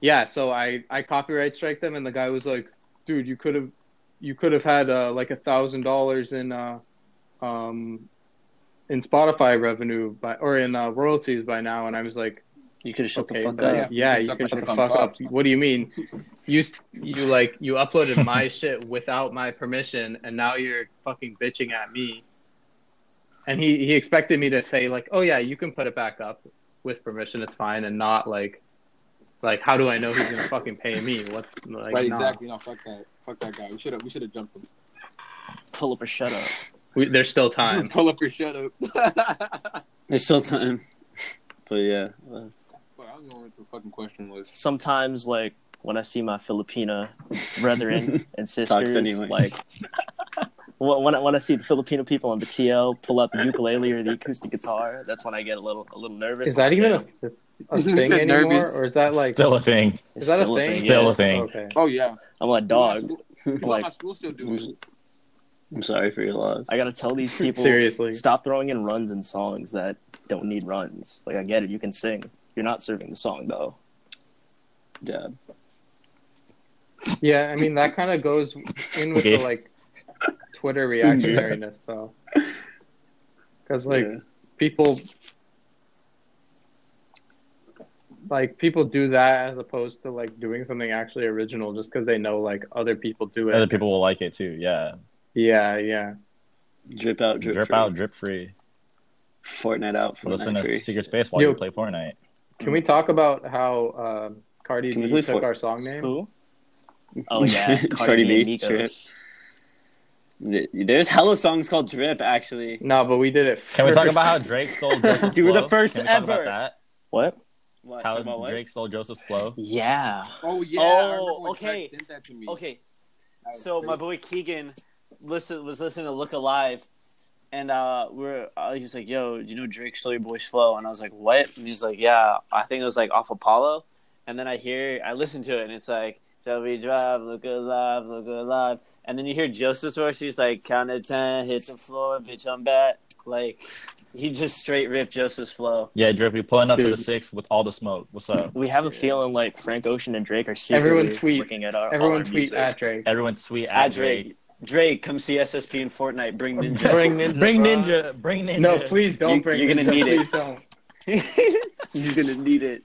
S3: yeah so i i copyright strike them and the guy was like dude you could have you could have had uh, like a thousand dollars in uh um in spotify revenue by or in uh, royalties by now and i was like
S6: You could have shut
S3: Okay,
S6: the fuck
S3: but-
S6: up.
S3: yeah
S5: it's
S3: you
S5: up
S3: can
S5: my
S3: shut the
S5: fucking
S3: fuck up
S5: socks.
S3: what do you mean you s- you like you uploaded <laughs> my shit without my permission and now you're fucking bitching at me and he, he expected me to say like, oh yeah, you can put it back up with permission, it's fine, and not like, like how do I know he's gonna fucking pay me? What like
S5: right.
S3: no.
S5: Exactly. No. Fuck that. Fuck that guy. We should have. We should have jumped him.
S6: Pull up or shut up.
S3: We, there's still <laughs>
S5: <laughs>
S3: time.
S5: Pull up your shut up. Fuck,
S4: There's still time. But yeah, uh,
S5: I don't know what the fucking question was.
S6: Sometimes like when I see my Filipina <laughs> brethren and sisters,
S4: anyway.
S6: like <laughs> when when I, when I see the Filipino people on the TL pull out the ukulele or the acoustic guitar, that's when I get a little a little nervous.
S3: Is that even a, a
S5: You
S3: thing
S5: said
S3: anymore,
S5: nervous.
S3: or is that like
S1: <laughs> Still a thing.
S3: is
S6: It's
S3: that a
S6: still
S3: thing?
S1: Still
S6: yeah.
S1: a thing.
S3: Okay.
S5: Oh yeah.
S6: I'm
S3: <laughs>
S6: like dog.
S5: People at my
S6: Like
S5: school still do it.
S4: I'm, I'm sorry for your loss.
S6: I gotta tell these people
S3: Seriously,
S6: stop throwing in runs in songs that don't need runs. Like I get it, you can sing. You're not serving the song though.
S4: Yeah.
S3: yeah. I mean that kind of goes in with
S1: Okay.
S3: the like Twitter reactionariness though, because like
S4: yeah.
S3: people like people do that as opposed to like doing something actually original just because they know like other people do it
S1: Other people will like it too. Yeah.
S3: yeah yeah
S4: drip out, drip,
S1: Drip,
S4: free.
S1: out, drip free.
S4: Fortnite out, Fortnite
S1: Listen to
S4: free.
S1: Secret Space while
S3: Yo.
S1: you play Fortnite.
S3: can we talk about how um cardi
S4: Can we
S3: b
S4: play
S3: took
S4: Fort-
S3: our song name
S6: Who? Oh yeah, <laughs> Cardi,
S4: Cardi
S6: B,
S4: B,
S6: and Migos.
S4: Th- There's hella songs called drip. Actually,
S3: no but we did it
S1: Can we talk
S3: first.
S1: about how Drake
S4: <laughs>
S1: stole Joseph's
S4: You were the
S1: flow?
S4: first
S1: Can we talk
S4: ever.
S1: About that?
S6: What?
S4: what?
S1: How
S4: talk about what?
S1: Drake stole Joseph's flow?
S6: Yeah.
S5: Oh yeah.
S4: Oh,
S5: I remember when Trey
S4: okay.
S5: Sent that to me.
S4: Okay,
S5: That was
S4: so my
S5: crazy.
S4: boy Keegan listen was listening to Look Alive, and uh, we're uh, he was like, "Yo, do you know Drake stole your boy's flow?" And I was like, "What?" And he's like, "Yeah, I think it was like off Apollo." And then I hear, I listen to it, and it's like, "Shall we drive? Look alive, look alive." And then you hear Joseph's voice. He's like, "Count to ten, hit the floor, bitch, I'm back." Like, he just straight ripped Joseph's flow.
S1: Yeah, Drip, we pulling up to
S3: Dude.
S1: the six with all the smoke. What's up?
S6: We have a feeling like Frank Ocean and Drake are secretly
S3: Everyone tweet.
S6: looking at our all
S4: Oh,
S3: everyone
S6: our
S3: tweet
S6: music.
S3: at drake
S1: Everyone tweet at,
S4: At Ah, Drake, Drake, come see SSP in Fortnite. Bring Ninja.
S7: Bring ninja.
S1: Bring
S7: bro.
S1: Ninja. Bring Ninja.
S3: no please don't
S4: You-
S3: bring
S4: you're gonna <laughs>
S3: Ninja,
S4: need it.
S3: please don't
S4: He's gonna need it.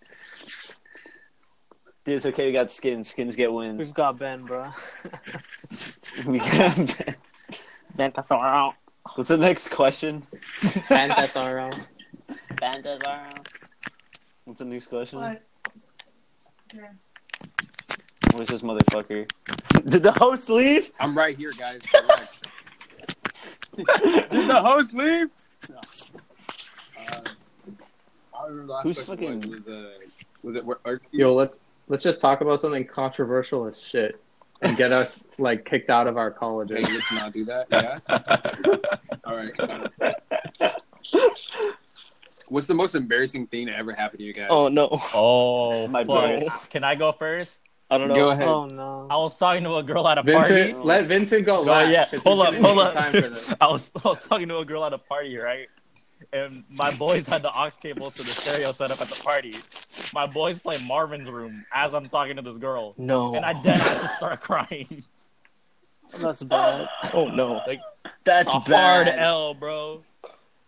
S4: Dude's okay. We got skins. Skins get wins. <laughs>
S7: We've got Ben, bro.
S4: We got.
S7: Bantathoro.
S4: What's the next question?
S7: <laughs> Bantathoro.
S4: <laughs> What's the next question?
S8: What? Yeah.
S4: Where's this motherfucker? <laughs> Did the host leave?
S5: I'm right here, guys.
S2: Did the host leave?
S5: Um,
S4: Who's
S5: Who's
S4: fucking-
S5: Was, uh, was it? Where, are,
S3: Yo, let's let's just talk about something controversial as shit and get us like kicked out of our
S5: hey,
S1: <laughs>
S3: colleges.
S5: let's not do that. Yeah. All right. What's the most embarrassing thing that ever happened to you guys?
S6: Oh no,
S1: Oh,
S4: My
S1: fuck.
S4: boy.
S1: Can I go first?
S6: I don't know.
S5: Go ahead.
S7: Oh no.
S1: I was talking to a girl at a party.
S3: Vincent, let Vincent go
S1: Oh,
S3: last.
S1: yeah.
S3: 'cause
S1: Hold
S3: he's
S1: up,
S3: gonna
S1: hold
S3: need
S1: up. <laughs>
S3: Time for this.
S1: I was I was talking to a girl at a party, right? And my boys had the aux cables to the stereo set up at the party. My boys play Marvin's Room as I'm talking to this girl,
S6: No.
S1: and I dead ass just start
S3: <laughs>
S1: crying.
S7: That's bad.
S6: Oh no.
S4: <laughs> That's
S1: a hard L, bro.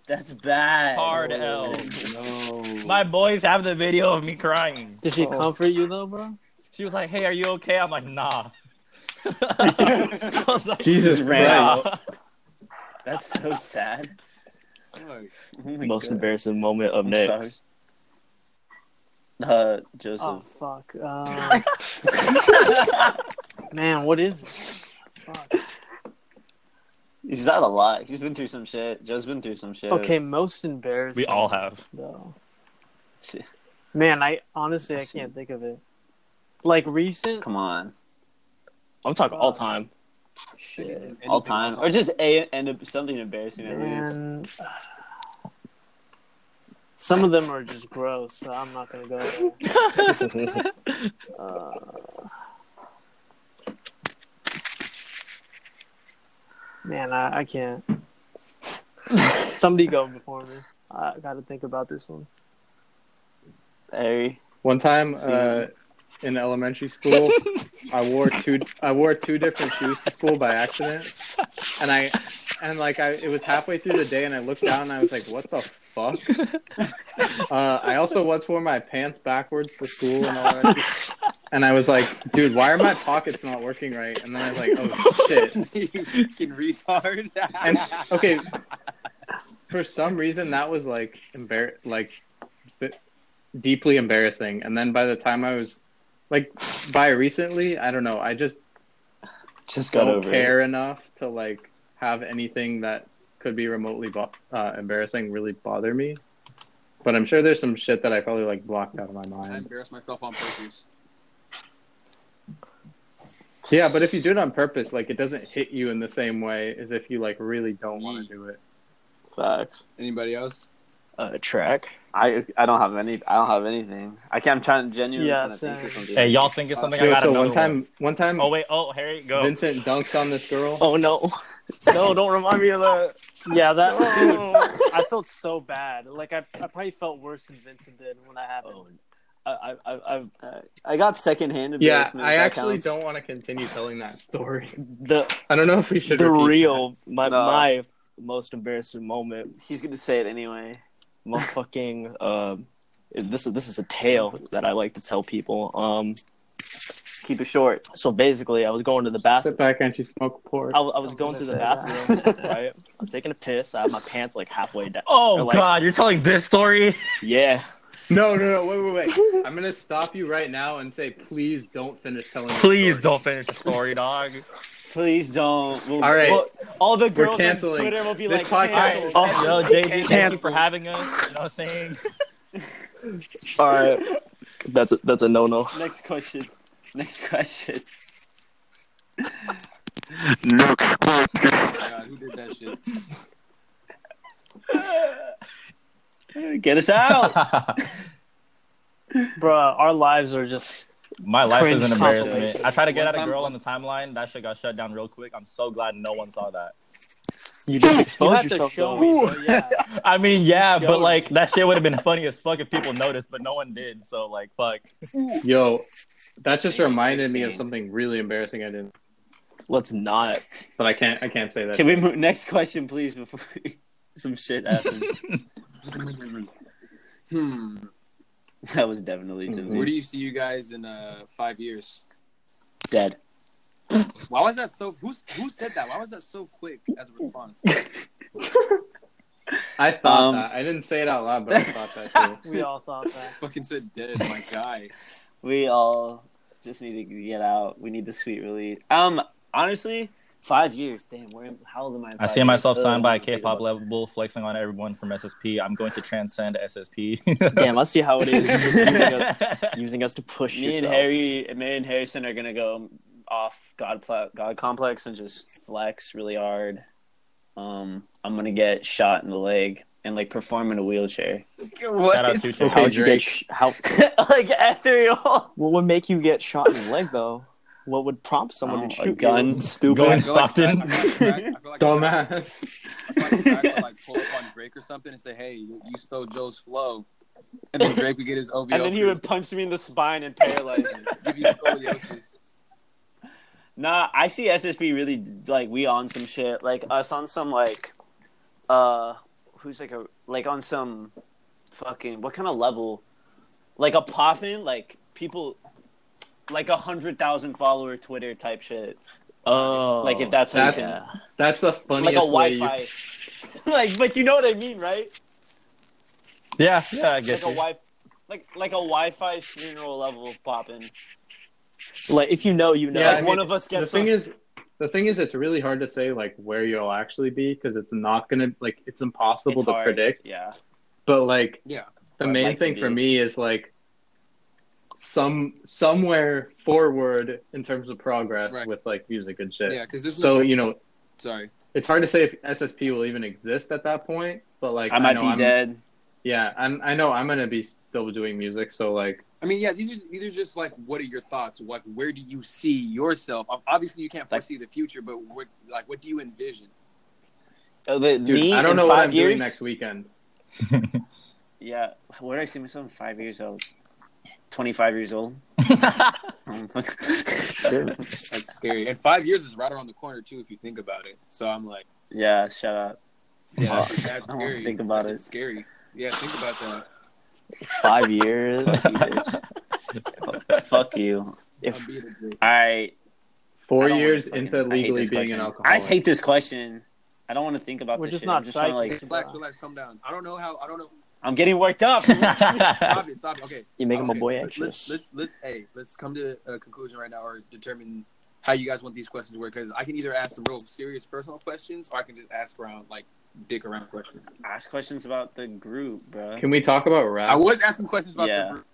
S4: That's bad.
S1: Hard L.
S5: No.
S1: My boys have the video of me crying.
S7: Did she comfort you though, bro?
S1: She was like, "Hey, are you okay?" I'm like, "Nah." <laughs> I was like,
S3: Jesus
S1: "Nah."
S3: Christ.
S4: That's so sad. Oh my
S6: <laughs> Most
S4: God.
S6: embarrassing moment of
S4: I'm
S6: Nick's.
S4: Uh,
S7: Oh
S4: Joseph.
S7: fuck. Um,
S3: Oh. <laughs>
S7: man, what is? it? Fuck.
S4: <laughs> He's not a lot. He's been through some shit. Joe's been through some shit.
S7: Okay, most embarrassing.
S1: We all have.
S7: Though. Man, I honestly I can't think of it. Like
S4: <laughs>
S7: recent.
S4: Come on.
S6: I'm talking all time.
S7: Shit.
S4: All time. Or just a and something embarrassing at least.
S7: Man. Some of them are just gross, so I'm not gonna go there.
S1: <laughs>
S7: Uh, man, I, I can't. Somebody go before me. I got to think about this one.
S4: Hey.
S3: One time uh, in elementary school, I wore two I wore two different shoes to school by accident, and I and like I it was halfway through the day, and I looked down and I was like, "What the fuck?" Uh, I also once wore my pants backwards to school in elementary, and I was like, "Dude, why are my pockets not working right?" And then I was like, "Oh shit."
S5: <laughs> fucking retard.
S3: and okay, for some reason that was like embar- like b- deeply embarrassing. And then by the time I was like by recently, I don't know, I just
S4: Just got
S3: don't
S4: over
S3: care enough to like have anything that could be remotely bo- uh, embarrassing really bother me. But I'm sure there's some shit that I probably like blocked out of my
S5: I
S3: mind.
S5: embarrassed myself on purpose.
S3: Yeah, but if you do it on purpose, like it doesn't hit you in the same way as if you like really don't want to do it.
S4: it. Facts.
S5: Anybody else?
S6: Uh, track.
S4: I I don't have any. I don't have anything. I can't. I'm trying genuinely
S7: Yeah,
S4: trying to think
S7: same.
S4: of something.
S1: Hey, y'all think of something? I
S3: Yo,
S1: got
S3: so
S1: another
S3: one time, one time,
S1: Oh wait. Oh, Harry, go.
S3: Vincent dunked on this girl.
S6: Oh <laughs> no. No, don't remind me of that.
S7: Yeah, that <laughs> dude. I <laughs> felt so bad. Like I, I probably felt worse than Vincent did when that happened.
S4: Oh, I I I I've- I got secondhand
S3: yeah,
S4: embarrassment.
S3: I
S4: if that
S3: actually
S4: counts.
S3: don't want to continue telling that story.
S6: The
S3: I don't know if we should.
S6: the
S3: repeat
S6: real my
S4: No.
S6: my most embarrassing moment.
S4: He's gonna say it anyway.
S6: Motherfucking um this is this is a tale that I like to tell people. Um
S4: Keep it short.
S6: so basically I was going to the
S3: that.
S6: bathroom
S3: Sit back and she smoked pork.
S6: I, was- I was going to
S7: gonna
S6: the
S7: say
S6: bathroom,
S7: that.
S6: right? I'm taking a piss. I have my pants like halfway down.
S1: Oh
S6: Like-
S1: God, you're telling this story?
S6: Yeah.
S3: No, no, no. Wait, wait, wait. I'm gonna stop you right now and say, please don't finish telling. the
S1: Please
S3: story.
S1: don't finish the story, <laughs> dog.
S4: Please don't. We'll-
S3: All right.
S4: we'll-
S6: All the
S3: We're
S6: girls on
S3: canceling.
S6: Twitter will be
S3: This
S6: like,
S3: podcast-
S6: "Cancel."
S1: Yo, JD, thank you for
S7: Cancel.
S1: having us. You know what I'm saying?
S6: All right. That's a, that's a no no.
S4: Next question. Next question.
S5: God, who did that shit?
S4: Get us out.
S3: <laughs>
S7: Bruh, our lives are just.
S1: My life is
S7: Cringe
S1: an embarrassment.
S7: compilation.
S1: I tried to get
S5: One
S1: at a
S5: time-
S1: girl on the timeline. That shit got shut down real quick. I'm so glad no one saw that.
S6: You just
S7: You
S6: expose
S7: have
S6: yourself.
S7: to show
S6: though.
S7: me, bro, <laughs> yeah.
S1: I mean, yeah,
S7: Showed
S1: but
S7: me.
S1: like that shit would have been funny as fuck if people noticed, but no one did. So like, fuck.
S3: Yo, that just
S4: Damn,
S3: reminded me of
S4: 16.
S3: something really embarrassing I didn't,
S6: Let's not.
S3: but I can't. I can't say that.
S4: Can we move? Next question, please, before <laughs>
S6: <laughs>
S4: some shit happens.
S5: Hmm.
S4: That was definitely Tim's
S5: Where do you see you guys in uh, five years?
S4: dead.
S5: Why was that so? Who who said that? Why was that so quick as a response?
S3: I thought
S4: Um,
S3: that. I didn't say it out loud, but I thought
S4: <laughs>
S3: that too.
S7: We all thought that.
S5: Fucking said dead, my guy.
S4: We all just need to get out. We need the sweet relief. Um, honestly, five years. Damn, where am, how old am I? in
S1: I
S4: five
S1: see
S4: years?
S1: myself
S4: Ugh,
S1: signed by a
S4: I'm
S3: uh,
S4: thinking
S1: K-pop
S4: about
S1: level, flexing on everyone from SSP. I'm going to transcend <laughs> SSP.
S6: Damn, let's see how it is <laughs> using, us,
S1: Damn.
S6: using us to push
S4: it. Me and
S6: yourself.
S4: Harry, me and Harrison are gonna go off God pla- God complex and just flex really hard. Um, I'm gonna get shot in the leg and like perform in a wheelchair, <laughs>
S1: Shout out to Tim.
S6: How would you get? Sh- how?
S4: like ethereal.
S6: What would make you get shot in the leg though? What would prompt someone
S4: Oh,
S6: to
S4: a
S6: shoot
S4: gun,
S6: You?
S4: stupid.
S1: Go in
S5: I feel like
S1: Stockton.
S5: Drake- I feel like Drake- I feel like Drake-
S3: Dumbass.
S5: I feel like Drake would, like pull up on Drake or something and say, "Hey, you, you stole Joe's flow," and then Drake would get his OVO.
S4: <laughs> And then he
S5: crew,
S4: would punch me in the spine and paralyze me.
S5: give you
S4: <laughs>
S5: scoliosis.
S4: Nah, I see SSP really like we on some shit. Like us on some like uh who's like a like on some fucking what kind of level? Like a poppin', like people like a hundred thousand follower Twitter type shit.
S6: Oh,
S4: Like if that's how you
S3: That's-
S4: can-
S3: That's the
S4: like
S3: funniest
S4: a
S3: way
S4: Wi
S3: you
S4: Fi. <laughs> like but you know what I mean, right?
S1: yeah, yeah, I
S4: Like a
S1: guess.
S4: Wi like like a Wi Fi funeral level poppin'.
S6: like if you know, you know.
S3: Yeah,
S4: like
S3: I mean,
S4: one of us gets
S3: the thing
S4: a-
S3: is the thing is it's really hard to say like where you'll actually be because it's not gonna like it's impossible
S4: it's
S3: to
S4: hard.
S3: predict
S4: Yeah.
S3: but like
S5: Yeah.
S3: the
S4: I'd
S3: main
S4: like to
S3: thing for
S4: be.
S3: me is like some somewhere forward in terms of progress
S5: Right.
S3: with like music and shit
S5: Yeah, because there's
S3: so
S5: no.
S3: you know
S5: Sorry.
S3: it's hard to say if ssp will even exist at that point but like
S4: I might
S3: know
S4: be
S3: I'm,
S4: dead.
S3: yeah I'm, i know i'm gonna be still doing music so like
S5: I mean, yeah, these are these are just like what are your thoughts? Like, where do you see yourself? Ob- Obviously, you can't
S4: Like-
S5: foresee the future, but what like what do you envision?
S4: Oh, the-
S3: dude
S4: me
S3: i don't
S4: in
S3: know
S4: five
S3: what i'm
S4: years?
S3: doing next weekend
S4: Yeah, where do I see myself in five years old? Twenty-five years
S6: <laughs>
S4: old. Um, fuck.
S5: That's scary. And five years is right around the corner too, if you think about it. So I'm like,
S4: yeah, shut up.
S5: yeah,
S4: Fuck.
S5: that's, that's
S4: I don't wanna
S5: scary.
S4: think about
S5: That's
S4: it.
S5: Scary. Yeah, think about that.
S6: Five years. <laughs>
S4: Fuck you.
S5: I'm
S4: If
S5: being a dick.
S4: I I
S3: four
S4: don't
S3: years
S4: wanna
S3: into
S4: fucking- I hate
S3: legally
S4: this
S3: being
S4: question.
S3: an alcoholic
S4: I hate this question. I don't want to think about
S7: We're
S4: this.
S7: just
S4: shit.
S7: not
S4: I'm just trying to, like.
S7: psychics.
S5: Relax, relax, calm down. I don't know how. I don't know.
S4: I'm getting worked up. <laughs>
S5: Stop it. Stop it. Okay.
S6: <laughs> You making my
S5: Okay,
S6: boy
S5: let- Let's,
S6: anxious.
S5: let's let's hey, let's come to a conclusion right now, or determine how you guys want these questions to work. Because I can either ask some real serious personal questions, or I can just ask around like dick around questions.
S4: Ask questions about the group, bro.
S3: Can we talk about rap?
S5: I was asking questions about
S4: Yeah.
S5: the group.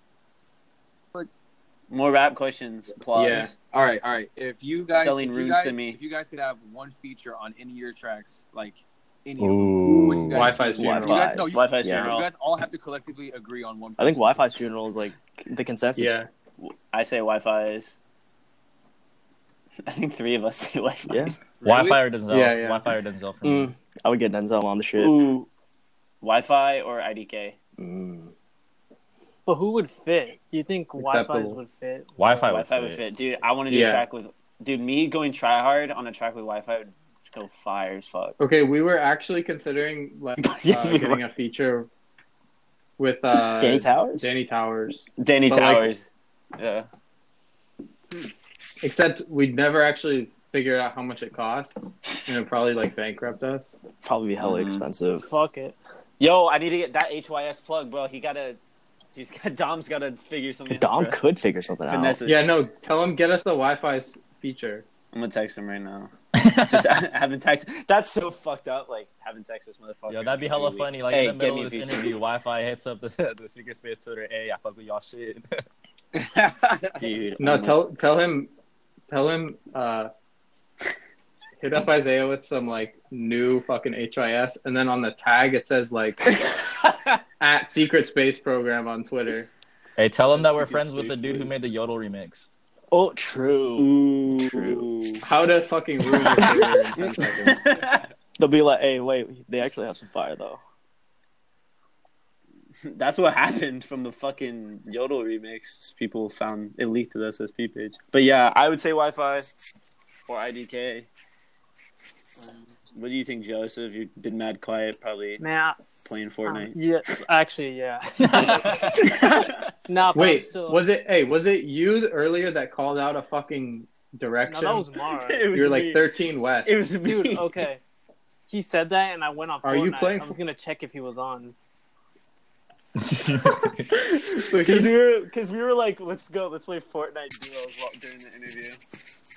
S4: More rap questions. Applause.
S3: Yeah.
S5: All right, all right. If you guys,
S4: Selling
S5: if
S4: runes
S5: you guys,
S4: to me.
S5: if you guys could have one feature on any of your tracks, like any, of them, who would you
S1: Ooh.
S5: guys?
S3: Wi-Fi's
S5: you guys-
S3: funeral.
S5: no, you,
S4: Wi-Fi's
S6: Yeah.
S5: you
S4: funeral.
S5: guys all have to collectively agree on one.
S6: I think Wi-Fi's funeral is like the consensus.
S3: Yeah.
S4: I say Wi-Fi's. <laughs> I think three of us say Wi-Fi's.
S6: Yeah.
S1: Wi-Fi or Denzel?
S3: Yeah, yeah.
S1: Wi-Fi or Denzel for me.
S6: Mm, I would get Denzel on the shit.
S4: Ooh, Wi-Fi or IDK?
S6: Mm.
S7: But who would fit? Do you think Wi-Fi
S3: Acceptable.
S7: would fit?
S1: Wi-Fi would
S4: Wi-Fi
S1: fit.
S4: would fit, dude. I want to do
S3: Yeah.
S4: a track with, dude. Me going try hard on a track with Wi-Fi would go fire as fuck.
S3: Okay, we were actually considering like
S4: <laughs> Yeah,
S3: uh,
S4: we
S3: getting a feature with uh,
S6: Danny Towers.
S3: Danny Towers,
S4: Danny
S3: But, like-
S4: Towers. yeah.
S3: except we'd never actually figured out how much it costs, and it probably like bankrupt us.
S6: Probably hella
S4: Mhm.
S6: expensive.
S7: Fuck it.
S4: Yo, I need to get that HYS plug, bro. He gotta, he's got Dom's gotta figure something.
S6: Dom
S4: out, bro.
S6: could figure something
S4: Finesse. it.
S3: Yeah, no, tell him get us the Wi-Fi s- feature.
S4: I'm gonna text him right now.
S1: Mm. <laughs>
S4: Just <laughs> having text. That's so fucked up. Like having text this motherfucker.
S1: Yo, that'd be
S4: in a few
S1: hella
S4: weeks.
S1: funny. Like
S4: Hey,
S1: in the
S4: get
S1: middle
S4: me
S1: of
S4: a
S1: this
S4: feature.
S1: interview, Wi-Fi hits up the, <laughs> the secret space Twitter. Hey, I fuck with y'all shit.
S4: dude.
S3: No,
S4: oh my-
S3: tell tell him, tell him, uh, hit up Isaiah with some like new fucking HIS, and then on the tag it says like at Secret Space Program on Twitter.
S1: <laughs> hey, tell them that
S5: Let's
S1: we're
S5: see
S1: friends
S5: this
S1: with the
S5: space,
S1: dude who
S5: please.
S1: made the Yodel remix.
S6: Oh, true.
S4: Ooh.
S6: True.
S4: <laughs>
S3: How to fucking ruin
S7: <laughs>
S3: a career in 10 seconds. <laughs>
S6: They'll be like, "Hey, wait, they actually have some fire though."
S4: That's what <laughs> happened from the fucking Yodel remix. People found it leaked to the SSP page. But yeah, I would say Wi Fi or Um, IDK. What do you think, Joseph? You've been mad quiet, probably.
S7: Man,
S4: playing <laughs>
S7: Um,
S4: Fortnite.
S7: yeah, actually, yeah. <laughs> nah, but I'm
S3: Wait,
S7: still,
S3: was it? Hey, was it you earlier that called out a fucking
S7: no,
S3: direction?
S7: that was
S3: <laughs>
S7: Mara.
S4: It was
S3: you were like
S4: me.
S3: 13 West.
S4: It was me.
S7: Dude,
S4: <laughs>
S7: okay. He said that, and I went on.
S3: Are you
S7: Fortnite.
S3: playing-
S7: I was gonna check if he was on.
S4: Because we were, because we were like, let's go, let's play Fortnite duos while, during the interview.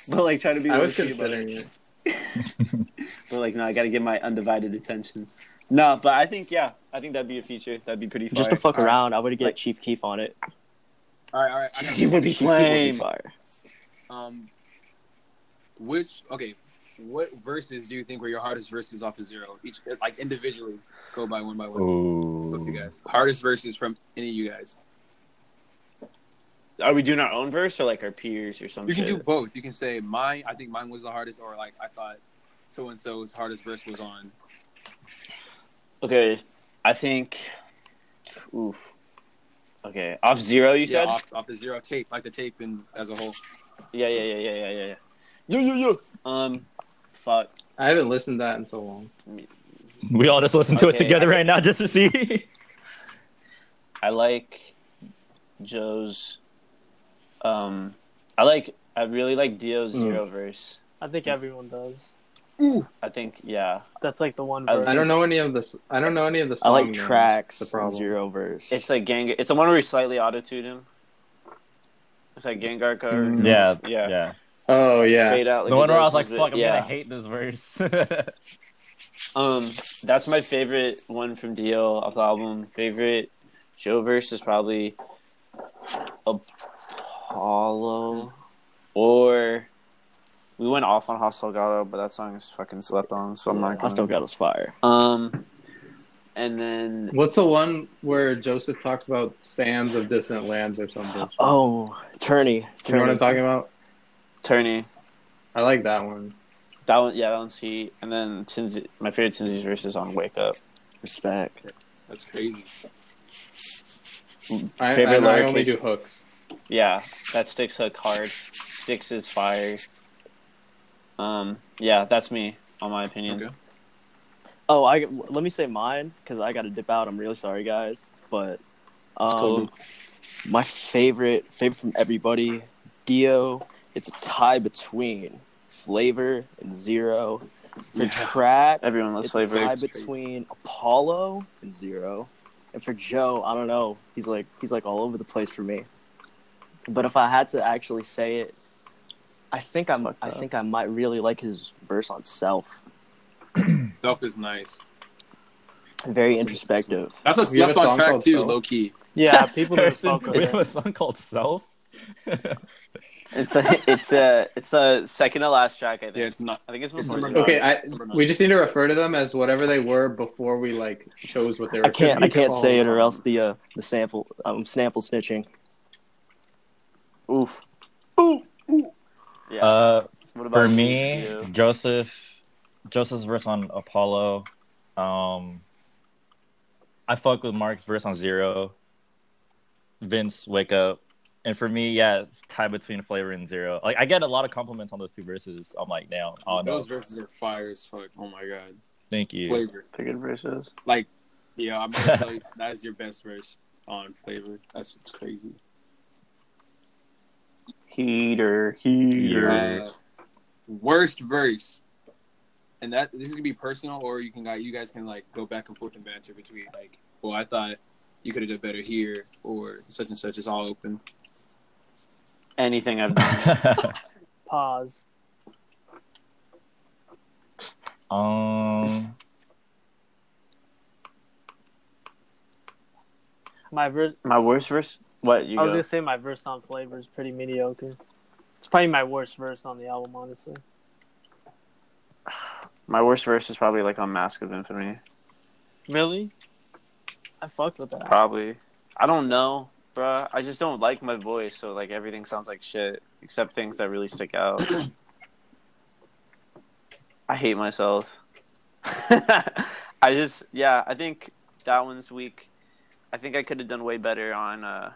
S4: But like, try to be.
S3: I was
S4: low-key about
S3: considering it.
S4: But like, no, I got to give my undivided attention. No, but I think yeah, I think that'd be a feature. That'd be pretty. Fire.
S6: Just to fuck around, I would get Chief Keef on it.
S5: All right, all right. I
S6: <laughs>
S5: got
S4: He would be
S6: Chief Keef would be
S4: flame.
S6: fire.
S5: Um, which okay, what verses do you think were your hardest verses off of zero? Each like individually, go by one by one. Both you
S1: Ooh.
S5: guys, hardest verses from any of you guys.
S4: Are we doing our own verse or like our peers or something?
S5: You can do both. You can say mine. I think mine was the hardest, or like I thought so and so's hardest verse was on.
S4: Okay, I think. Oof. Okay, off zero. You
S5: Yeah,
S4: said.
S5: off, off the zero tape, like the tape and as a whole.
S4: Yeah, yeah, yeah, yeah, yeah, yeah, yeah. Yo, yo, yo. Um, fuck.
S3: I haven't listened to that in so long.
S1: <laughs> We all just listen to it
S4: Okay.
S1: together right now just to see.
S4: I like Joe's. Um, I like. I really like Dio's zero verse.
S7: I think everyone does.
S4: I think. Yeah,
S7: That's like the one.
S4: I-
S7: verse.
S3: I don't know any of this. I don't know any of the.
S6: I
S3: Song
S6: like
S3: names.
S6: tracks.
S3: the problem.
S6: Zero verse.
S4: it's like Gang. It's the one where we slightly auto tuned him. It's like Gengar
S1: <laughs>
S4: code.
S1: Yeah,
S4: Yeah.
S1: yeah.
S3: Oh yeah.
S4: Fade out,
S1: The one where I was like,
S4: verses
S1: "Fuck,
S4: that-
S1: I'm
S4: yeah.
S1: gonna hate this verse."
S4: Um, that's my favorite one from Dio off the album. Favorite Joe verse is probably Apollo, or we went off on Hostel Gallo, but that song is fucking slept on, so I'm not
S6: I still
S4: gonna.
S6: got us fire.
S4: Um, and then
S3: What's the one where Joseph talks about sands of distant lands or something?
S6: Oh, Turney.
S3: you know what
S6: Turney.
S3: I'm talking about?
S4: Turney.
S3: I like that one.
S4: That one, yeah, that one's heat. And then Tinsy, my favorite Tinsy's verse is on Wake Up.
S6: Respect.
S5: That's crazy.
S3: I, I,
S4: Favorite
S3: know I
S4: lowercase-
S3: only do hooks.
S4: Yeah, that sticks hook hard. Sticks is fire. Um, yeah, that's me on my opinion.
S5: Okay.
S6: Oh, I let me say mine because I got to dip out. I'm really sorry, guys, but um,
S4: cool.
S6: my favorite favorite from everybody, Dio. It's a tie between Flavor and Zero for track.
S4: Everyone loves
S6: it's a
S4: flavor.
S6: tie between Apollo and Zero, and for Joe, I don't know. He's like he's like all over the place for me. But if I had to actually say it, I think I'm
S4: Fuck
S6: I
S4: that.
S6: think I might really like his verse on self.
S5: Self is nice.
S6: Very introspective.
S5: That's a
S3: You have a
S5: slept on
S3: song
S5: track
S3: called
S5: too,
S3: Self?
S5: low key.
S7: Yeah, people
S1: <laughs>
S7: don't
S1: Harrison,
S7: fuck
S1: we
S7: with
S1: have
S7: it.
S1: a song called "Self."
S4: <laughs> It's a, it's a, it's the second to last track. I think.
S5: Yeah, it's not.
S4: I think it's
S5: It's
S4: before.
S5: number
S4: Zero.
S5: nine.
S3: Okay, I
S5: Number nine.
S3: we just need to refer to them as whatever they were before we like chose what they were.
S6: I can't I
S3: gonna be
S6: can't say it or
S3: called.
S6: else the uh, the sample um sample snitching.
S4: Oof. Yeah.
S1: <laughs> Uh,
S4: what
S1: for
S4: about
S1: me,
S4: you?
S1: Joseph, Joseph's verse on Apollo. Um, I fuck with Mark's verse on Zero. Vince, wake up. And for me, yeah, it's tie between flavor and zero. Like I get a lot of compliments on those two verses. I'm like, now, oh no,
S5: Those verses are fire as fuck. Oh my god.
S1: thank you.
S5: Flavor.
S4: They're good verses.
S5: Like, yeah, I'm gonna tell you, <laughs> that is your best verse on flavor. That's it's crazy.
S4: Heater, heater.
S5: Uh, worst verse, and that this is gonna be personal, or you can you guys can like go back and forth and banter between like, well, I thought you could have done better here, or such and such. It's all open.
S4: Anything I've done.
S7: Pause.
S1: <laughs> um,
S7: My verse.
S4: My worst verse. What you
S7: I was
S4: go?
S7: gonna say my verse on flavor is pretty mediocre. It's probably my worst verse on the album, honestly.
S4: My worst verse is probably like on Mask of Infamy.
S7: Really? I fucked with that.
S4: Probably. I don't know, bruh. I just don't like my voice, so like everything sounds like shit, except things that really stick out. I hate myself. <laughs> I just, yeah, I think that one's weak. I think I could have done way better on uh,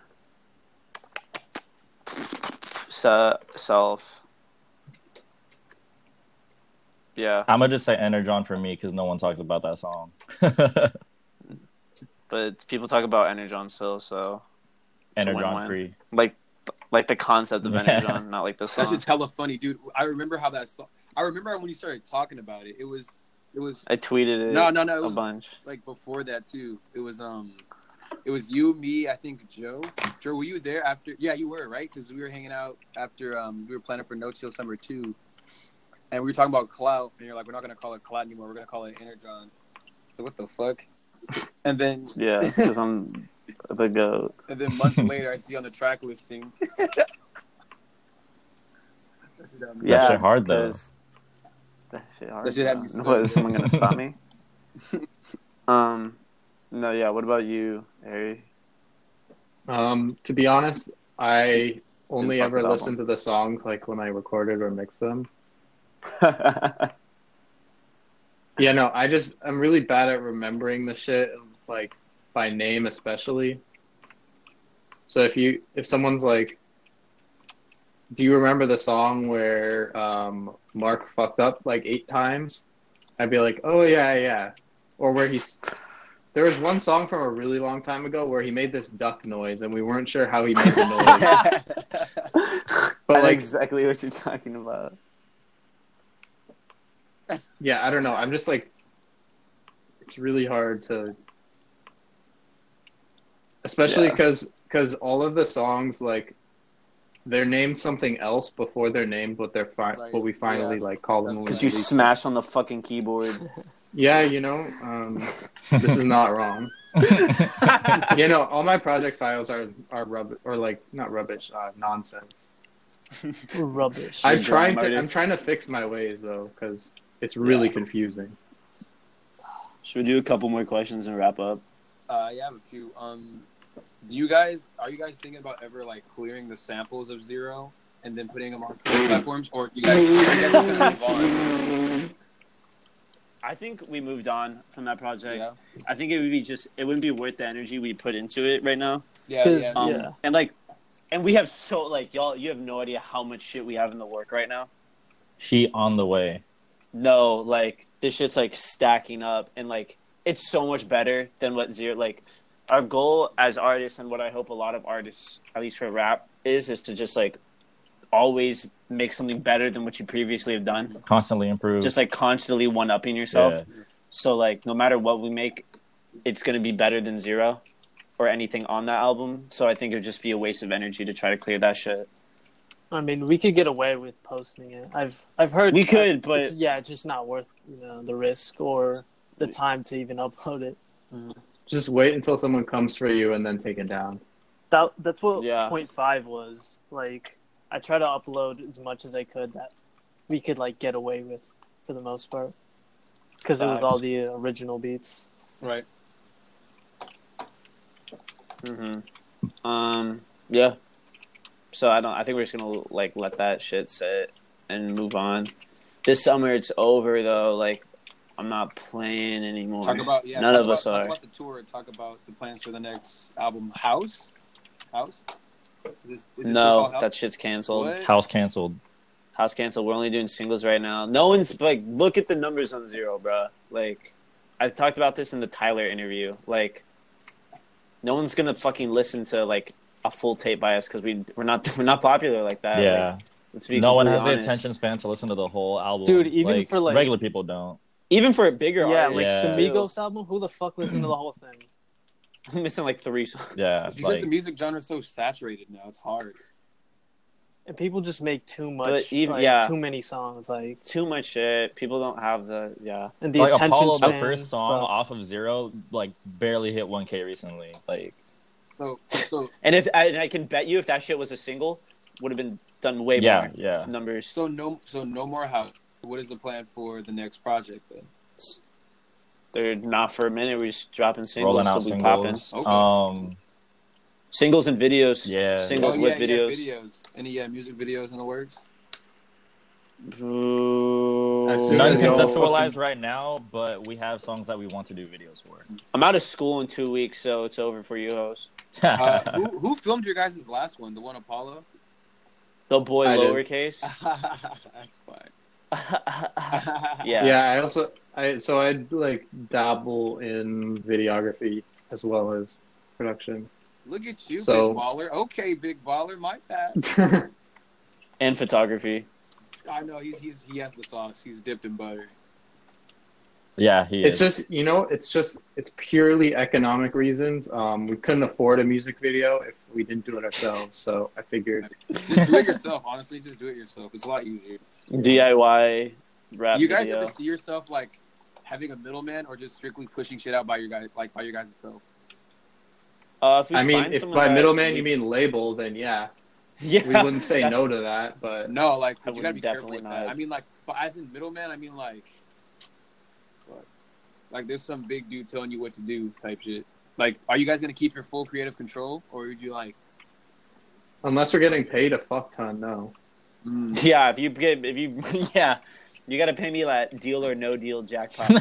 S4: se- self. Yeah,
S1: <laughs> I'm gonna just say Energon for me because no one talks about that song.
S4: but people talk about energon still, so It's a
S1: Energon
S4: win-win.
S1: free.
S4: like like the concept of
S1: Yeah.
S4: energon, not like the
S5: That's
S4: song.
S5: just hella funny, dude. I remember how that song. I remember when you started talking about it. It was, it was.
S4: I tweeted it
S5: No, no, no. It
S4: a
S5: was
S4: bunch.
S5: like before that too. It was um, it was you, me, I think Joe. Joe, were you there after? Yeah, you were right because we were hanging out after um we were planning for No Chill Summer two, and we were talking about clout, and you're like, we're not gonna call it clout anymore. We're gonna call it energon. So what the fuck? And then
S4: Yeah,
S5: <laughs>
S4: because I'm the goat.
S5: and then months <laughs> later, I see on the track listing. That shit had me-
S1: That shit hard, though.
S4: 'cause- That shit hard.
S5: That shit had me
S4: bro.
S5: so
S4: <laughs> What, is someone gonna stop me?
S5: <laughs>
S4: um, no, yeah. What about you,
S5: <laughs>
S4: Harry?
S3: Um, to be honest, I only
S4: fuck
S3: ever
S4: with that
S3: listened to the songs like when I recorded or mixed them. Yeah, no, I just I'm really bad at remembering the shit like by name especially. So if you if someone's like do you remember the song where um, Mark fucked up like eight times? I'd be like, "Oh yeah, yeah." Or where he's there was one song from a really long time ago where he made this duck noise and we weren't sure how he made the noise.
S4: I
S3: But
S4: know
S3: like
S4: exactly what you're talking about.
S3: yeah, I don't know. I'm just like, it's really hard to, especially
S4: Yeah.
S3: because because all of the songs like, they're named something else before they're named what they're fi-
S5: Right,
S3: what we finally
S5: yeah.
S3: like call them.
S5: That's
S3: when
S4: Because
S3: we
S4: you
S3: release-
S4: smash on the
S5: <laughs>
S4: fucking keyboard.
S3: yeah, you know, um,
S1: <laughs>
S3: this is not
S5: <laughs>
S3: wrong. You know, all my project files are are rub or like not rubbish, uh, nonsense.
S7: Rubbish.
S3: I'm trying to I'm
S4: artists.
S3: trying to fix my ways though because it's really confusing.
S4: Should we do a couple more questions and wrap up?
S5: Uh, yeah, I have a few. Um, do you guys are you guys thinking about ever like clearing the samples of zero and then putting them on
S4: Mm.
S5: platforms, or you guys, you guys are gonna move on?
S4: I think we moved on from that project.
S5: Yeah,
S4: I think it would be just it wouldn't be worth the energy we put into it right now.
S5: yeah, yeah.
S4: Um,
S7: Yeah.
S4: And like, and we have so like y'all, you have no idea how much shit we have in the work right now.
S1: Heat on the way.
S4: No, like this shit's like stacking up, and like it's so much better than what zero. Like our goal as artists, and what I hope a lot of artists, at least for rap, is is to just like always make something better than what you previously have done.
S1: Constantly improve.
S4: Just like constantly one upping yourself.
S1: Yeah.
S4: So like no matter what we make, it's gonna be better than zero or anything on that album. So I think it would just be a waste of energy to try to clear that shit.
S7: I mean, we could get away with posting it. I've I've heard
S4: We could,
S7: I- it's-
S4: but-
S7: yeah, it's just not worth you know the risk or the time to even upload it.
S3: Just wait until someone comes for you and then take it down.
S7: That that's what
S4: Yeah.
S7: point five was. Like I try to upload as much as I could that we could like get away with for the most part because it was all
S4: Facts.
S7: the original beats.
S5: Right.
S4: Mm-hmm. Um. Yeah. So I don't. I think we're just gonna like let that shit sit and move on. This summer it's over though. Like I'm not playing anymore.
S5: Talk about yeah.
S4: Oh, None
S5: talk
S4: of
S5: about,
S4: us
S5: talk
S4: are.
S5: about the tour. Talk about the plans for the next album, House. House. Is this, is this still
S4: no,
S5: called House?
S4: that shit's canceled.
S5: What?
S1: House canceled.
S4: House canceled. We're only doing singles right now. No one's like, look at the numbers on zero, bruh. Like, I talked about this in the Tyler interview. Like, no one's gonna fucking listen to like a full tape by us because we we're not <laughs> we're not popular like that. Like,
S1: yeah.
S4: let's be
S1: No one has
S4: completely
S1: the
S4: honest.
S1: attention span to listen to the whole album.
S7: Dude, even for, like-
S1: regular people don't.
S4: Even for a bigger
S7: <laughs> yeah,
S4: audience,
S7: like
S1: Yeah.
S7: the Migos album. Who the fuck listened to the whole thing?
S4: <laughs> I'm missing like three songs. <laughs>
S1: Yeah.
S5: It's because
S1: Like,
S5: the music genre is so saturated now. It's hard.
S7: And people just make too
S4: But
S7: much,
S4: even-
S7: like,
S4: yeah.
S7: too many songs, like
S4: Too much shit. People don't have the yeah.
S7: and the
S1: like
S7: attention
S1: Apollo,
S7: span.
S1: the first song
S7: sucks.
S1: off of Zero, like barely hit 1K recently. Like,
S5: So, so,
S4: And if I, and I can bet you, if that shit was a single, would have been done way
S1: yeah,
S4: more
S1: yeah.
S4: numbers.
S5: so no, so no more House. What is the plan for the next project then?
S4: They're not for a minute. We're just dropping singles,
S1: Rolling out
S4: so we popping
S1: singles.
S5: Okay.
S1: Um,
S4: singles and videos.
S1: yeah.
S4: Singles
S5: oh,
S4: with
S5: yeah,
S4: videos.
S5: Yeah, videos. Any yeah, music videos in the works?
S3: As soon
S1: None
S3: as y'all
S1: conceptualized right now, but we have songs that we want to do videos for.
S4: I'm out of school in two weeks, so it's over for you, hoes.
S5: Uh,
S4: <laughs>
S5: who, who filmed your guys' last one? The one Apollo? <laughs>
S4: The boy
S3: I did.
S4: lowercase.
S5: That's fine.
S4: <laughs> yeah.
S3: yeah i also i so i like dabble in videography as well as production. <laughs>
S5: Look at you,
S3: So-
S5: big baller. Okay, big baller. My bad.
S4: and photography.
S5: I know he's he's he has the sauce. He's dipped in butter.
S1: <laughs> Yeah, he
S3: It's
S1: is.
S3: just you know, it's just it's purely economic reasons. Um, we couldn't afford a music video if we didn't do it ourselves, so I figured
S5: Just
S4: <laughs>
S5: do it yourself. Honestly, just do it yourself. It's a lot easier.
S4: DIY rap
S5: do you guys
S4: video.
S5: ever see yourself like having a middleman or just strictly pushing shit out by your guys like by your guys itself?
S4: uh, if we
S3: I mean,
S4: find
S3: if
S4: someone
S3: by
S4: that
S3: middleman you
S4: we've-
S3: mean label, then yeah,
S4: <laughs>
S3: we
S4: yeah,
S3: wouldn't say no to that. But
S5: No, like
S4: I
S5: you gotta
S4: would
S5: be careful
S4: definitely
S5: with
S4: not.
S5: that. I mean, like, but as in middleman, I mean like, fuck. like there's some big dude telling you what to do type shit. Like, are you guys gonna keep your full creative control, or would you like?
S3: unless we're getting paid a fuck ton, no.
S4: yeah. If you get, if you, <laughs> yeah, you gotta pay me that deal or no deal jackpot.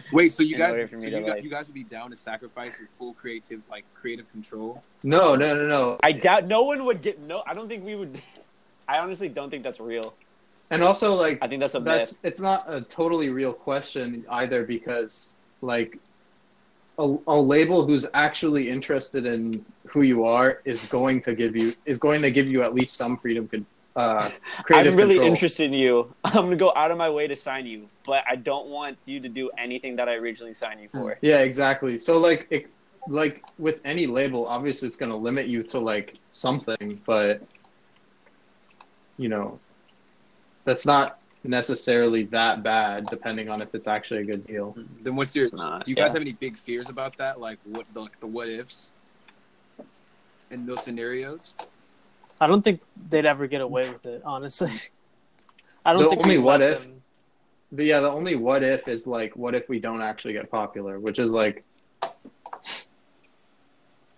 S1: <laughs>
S5: Wait, so you
S4: In
S5: guys,
S4: order
S5: so
S4: for
S5: you,
S4: me to,
S5: guys
S4: like-
S5: you guys would be down to sacrifice your full creative, like creative control?
S3: No, no, no, no.
S4: I doubt no one would get. No, I don't think we would. <laughs> I honestly don't think that's real.
S3: And also, like,
S4: I think that's a
S3: that's
S4: myth.
S3: it's not a totally real question either because like a, a label who's actually interested in who you are is going to give you is going to give you at least some freedom con- uh
S4: <laughs>
S3: creative
S4: I'm really
S3: control.
S4: interested in you. <laughs> I'm gonna go out of my way to sign you, but I don't want you to do anything that I originally signed
S1: Mm.
S4: you for.
S3: yeah exactly so like it, like with any label obviously it's going to limit you to like something but you know that's not necessarily that bad depending on if it's actually a good deal
S5: Then what's your?
S4: It's
S5: Do
S4: not.
S5: you
S4: yeah.
S5: guys have any big fears about that? Like what, like the what ifs, in those scenarios?
S1: uh,
S7: I don't think they'd ever get away with it, honestly. <laughs> I don't
S3: The
S7: think
S3: only
S7: we'd
S3: what
S7: let
S3: if-
S7: them-
S3: But yeah, the only what if is like, what if we don't actually get popular? Which is like,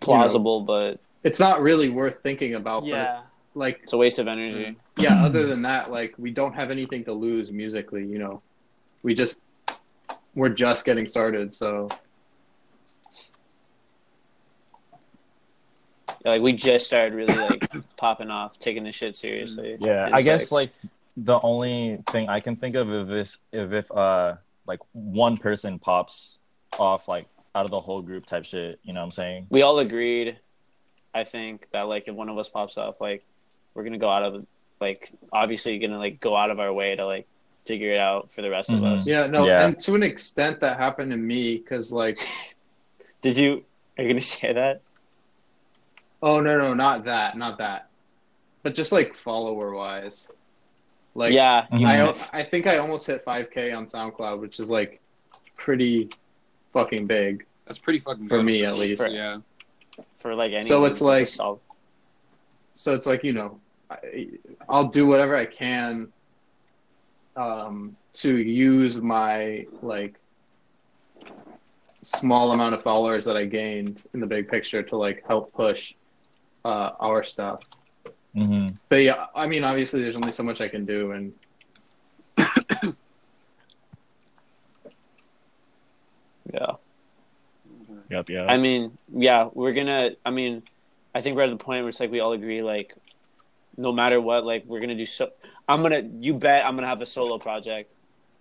S4: plausible, but
S3: it's not really worth thinking about.
S7: Yeah.
S3: But like,
S4: it's a waste of
S1: Mm.
S4: energy.
S3: yeah, other than that, like, we don't have anything to lose musically, you know? We just, we're just getting started. So,
S4: Like we just started really like <coughs> popping off, taking this shit seriously.
S1: Yeah,
S4: And
S1: I
S4: it's
S1: guess like the only thing I can think of if this if if uh like one person pops off like out of the whole group type shit, you know what I'm saying?
S4: we all agreed i think that like if one of us pops off like we're gonna go out of like obviously gonna like go out of our way to like figure it out for the rest
S1: Mhm.
S4: of us
S3: Mm-hmm. yeah, no,
S1: Yeah.
S3: and to an extent that happened to me because, like,
S4: did you are you gonna <laughs> say that
S3: oh, no, no, not that, not that. But just like follower wise. Like,
S4: yeah
S1: Mm-hmm.
S4: you
S3: I
S4: might-
S3: I think I almost hit 5K on SoundCloud, which is like pretty fucking big.
S5: That's pretty fucking
S3: For
S5: good.
S3: me, at least.
S5: Yeah.
S4: for like any
S3: So it's
S4: group,
S3: like-
S4: just all-
S3: So it's like you know, I, I'll do whatever I can um, to use my like small amount of followers that I gained in the big picture to like help push uh, our stuff.
S1: Mm-hmm.
S3: But yeah, I mean, obviously, there's only so much I can do, and
S4: yeah
S1: Yep, yeah.
S4: I mean, yeah, we're gonna. I mean, I think we're at the point where it's like we all agree, like, no matter what, like we're gonna do so. I'm gonna. You bet. I'm gonna have a solo project,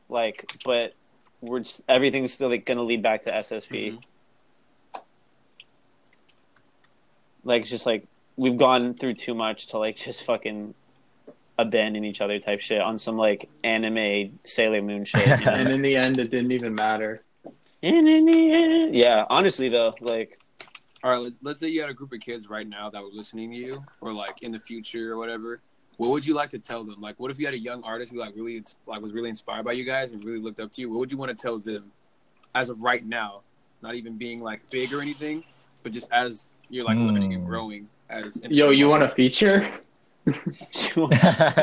S4: like, but we're just, everything's still like gonna lead back to SSP. Like it's just like we've gone through too much to like just fucking abandon each other type shit on some like anime Sailor Moon shit. You know?
S3: <laughs> and in the end, it didn't even matter.
S4: In the end- yeah, honestly though, like <laughs>
S5: All right. Let's let's say you had a group of kids right now that were listening to you, or like in the future or whatever. What would you like to tell them? Like, what if you had a young artist who like really ins- like was really inspired by you guys and really looked up to you? What would you want to tell them, as of right now, not even being like big or anything, but just as you're like learning and
S1: Hmm.
S5: growing as.
S3: Yo, you want
S4: <laughs>
S3: a feature?
S1: <laughs>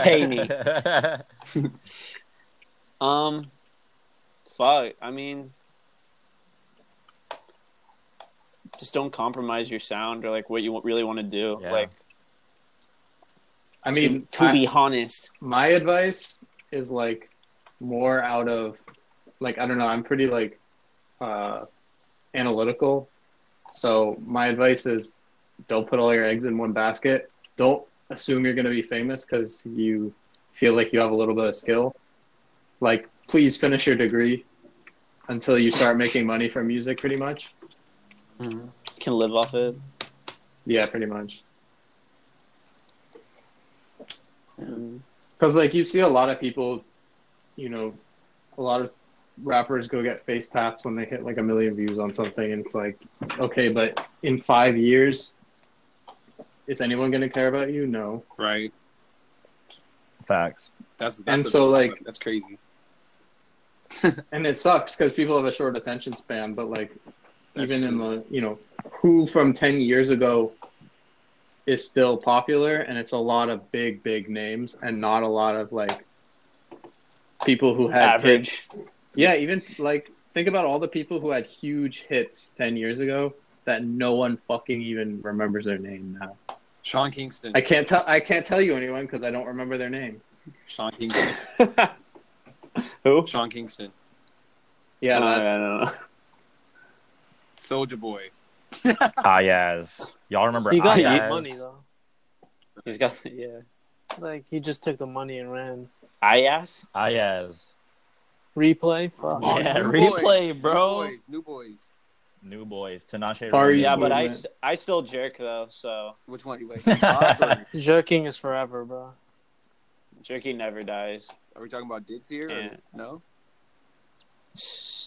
S4: pay me. Um, fuck. I mean, just don't compromise your sound or like what you really want to do.
S1: Yeah.
S4: Like,
S3: I mean,
S4: to, to
S3: I-
S4: be honest,
S3: my advice is like more out of like I don't know, I'm pretty like uh analytical. So my advice is don't put all your eggs in one basket. Don't assume you're going to be famous cuz you feel like you have a little bit of skill. Like please finish your degree until you start making money from music pretty much.
S4: can live off it.
S3: Yeah, pretty much.
S4: Um,
S3: Because like you see a lot of people, you know, a lot of rappers go get face taps when they hit like a million views on something, and it's like, okay, but in five years, is anyone going to care about you? No.
S5: Right.
S1: Facts.
S5: That's, that's
S3: And
S5: a-
S3: so, like-
S5: that's crazy.
S3: and it sucks because people have a short attention span but like even in the you know who from 10 years ago is still popular and it's a lot of big big names and not a lot of like people who had
S4: Average.
S3: hits. yeah even like think about all the people who had huge hits 10 years ago that no one fucking even remembers their name now
S5: Sean Kingston.
S3: i can't tell i can't tell you anyone because i don't remember their name
S5: Sean
S3: <laughs>
S5: Kingston.
S4: Who?
S5: Sean Kingston.
S3: yeah
S4: Uh,
S3: that-
S4: I don't know. <laughs>
S5: Soldier Boy.
S1: Ayaz. Ah, Y'all remember Ah,
S7: He got
S4: I-
S7: that
S4: I-
S1: Ayaz?
S7: money though.
S4: He's got yeah.
S7: Like he just took the money and ran.
S4: Ayas.
S1: Ah, Ayaz.
S7: Replay, fuck.
S5: Oh,
S4: Yeah,
S5: new
S1: replay,
S5: boys,
S1: bro.
S5: New boys, new boys.
S1: New boys. Tinashe.
S3: Far
S1: Raymond.
S3: East
S4: Yeah, but I,
S3: movement.
S4: s- I still jerk though, so
S5: Which
S3: <laughs>
S5: one? Wait, Bob or-
S7: Jerking is forever, bro.
S4: jerky never dies.
S5: are we talking about dicks here? or
S4: Yeah.
S5: No.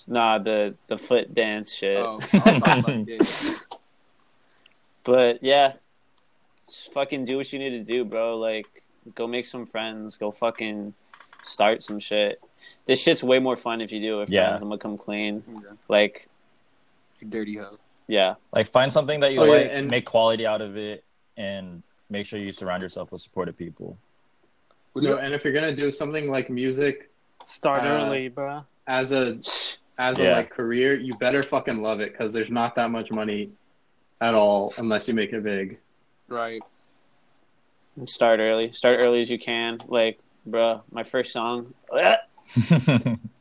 S4: Nah, the the foot dance shit.
S5: Oh, I was talking about dicks.
S4: But yeah, just fucking do what you need to do, bro. Like, go make some friends. Go fucking start some shit. This shit's way more fun if you do it.
S1: Yeah.
S4: Friends, I'm gonna come clean.
S5: Yeah,
S4: Like,
S5: you dirty hoe.
S4: yeah,
S1: Like find something that you
S3: Oh, yeah,
S1: like,
S3: and-
S1: make quality out of it, and make sure you surround yourself with supportive people. <laughs>
S5: What do
S3: no,
S5: you-
S3: and if you're gonna do something like music
S7: Start
S3: Uh,
S7: early, bro.
S3: as a as a
S1: Yeah.
S3: like career, you better fucking love it because there's not that much money at all unless you make it big.
S5: Right.
S4: start early. Start early as you can. Like, bruh, my first song. <laughs>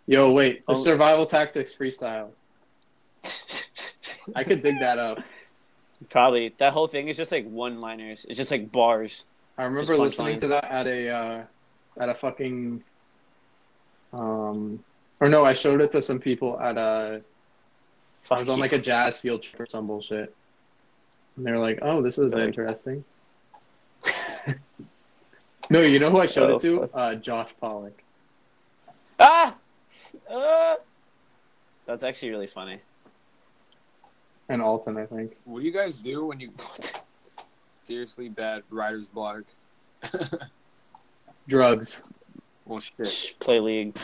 S3: Yo, wait, the
S4: Oh.
S3: survival tactics freestyle. I could dig that up.
S4: Probably that whole thing is just like one liners. It's just like bars.
S3: I remember
S4: Just punch
S3: listening
S4: lines.
S3: to that at a uh, at a fucking um or no, I showed it to some people at a I was on like a jazz field trip or some bullshit. And they're like, "Oh, this is
S4: Like-
S3: interesting." <laughs> no, you know who I showed
S4: Oh,
S3: it to? Uh, Josh Pollock.
S4: ah. Ah! That's actually really funny.
S3: and Alton, I think.
S5: What do you guys do when you seriously bad writer's block?
S3: Drugs.
S5: Well, shit.
S4: Play league.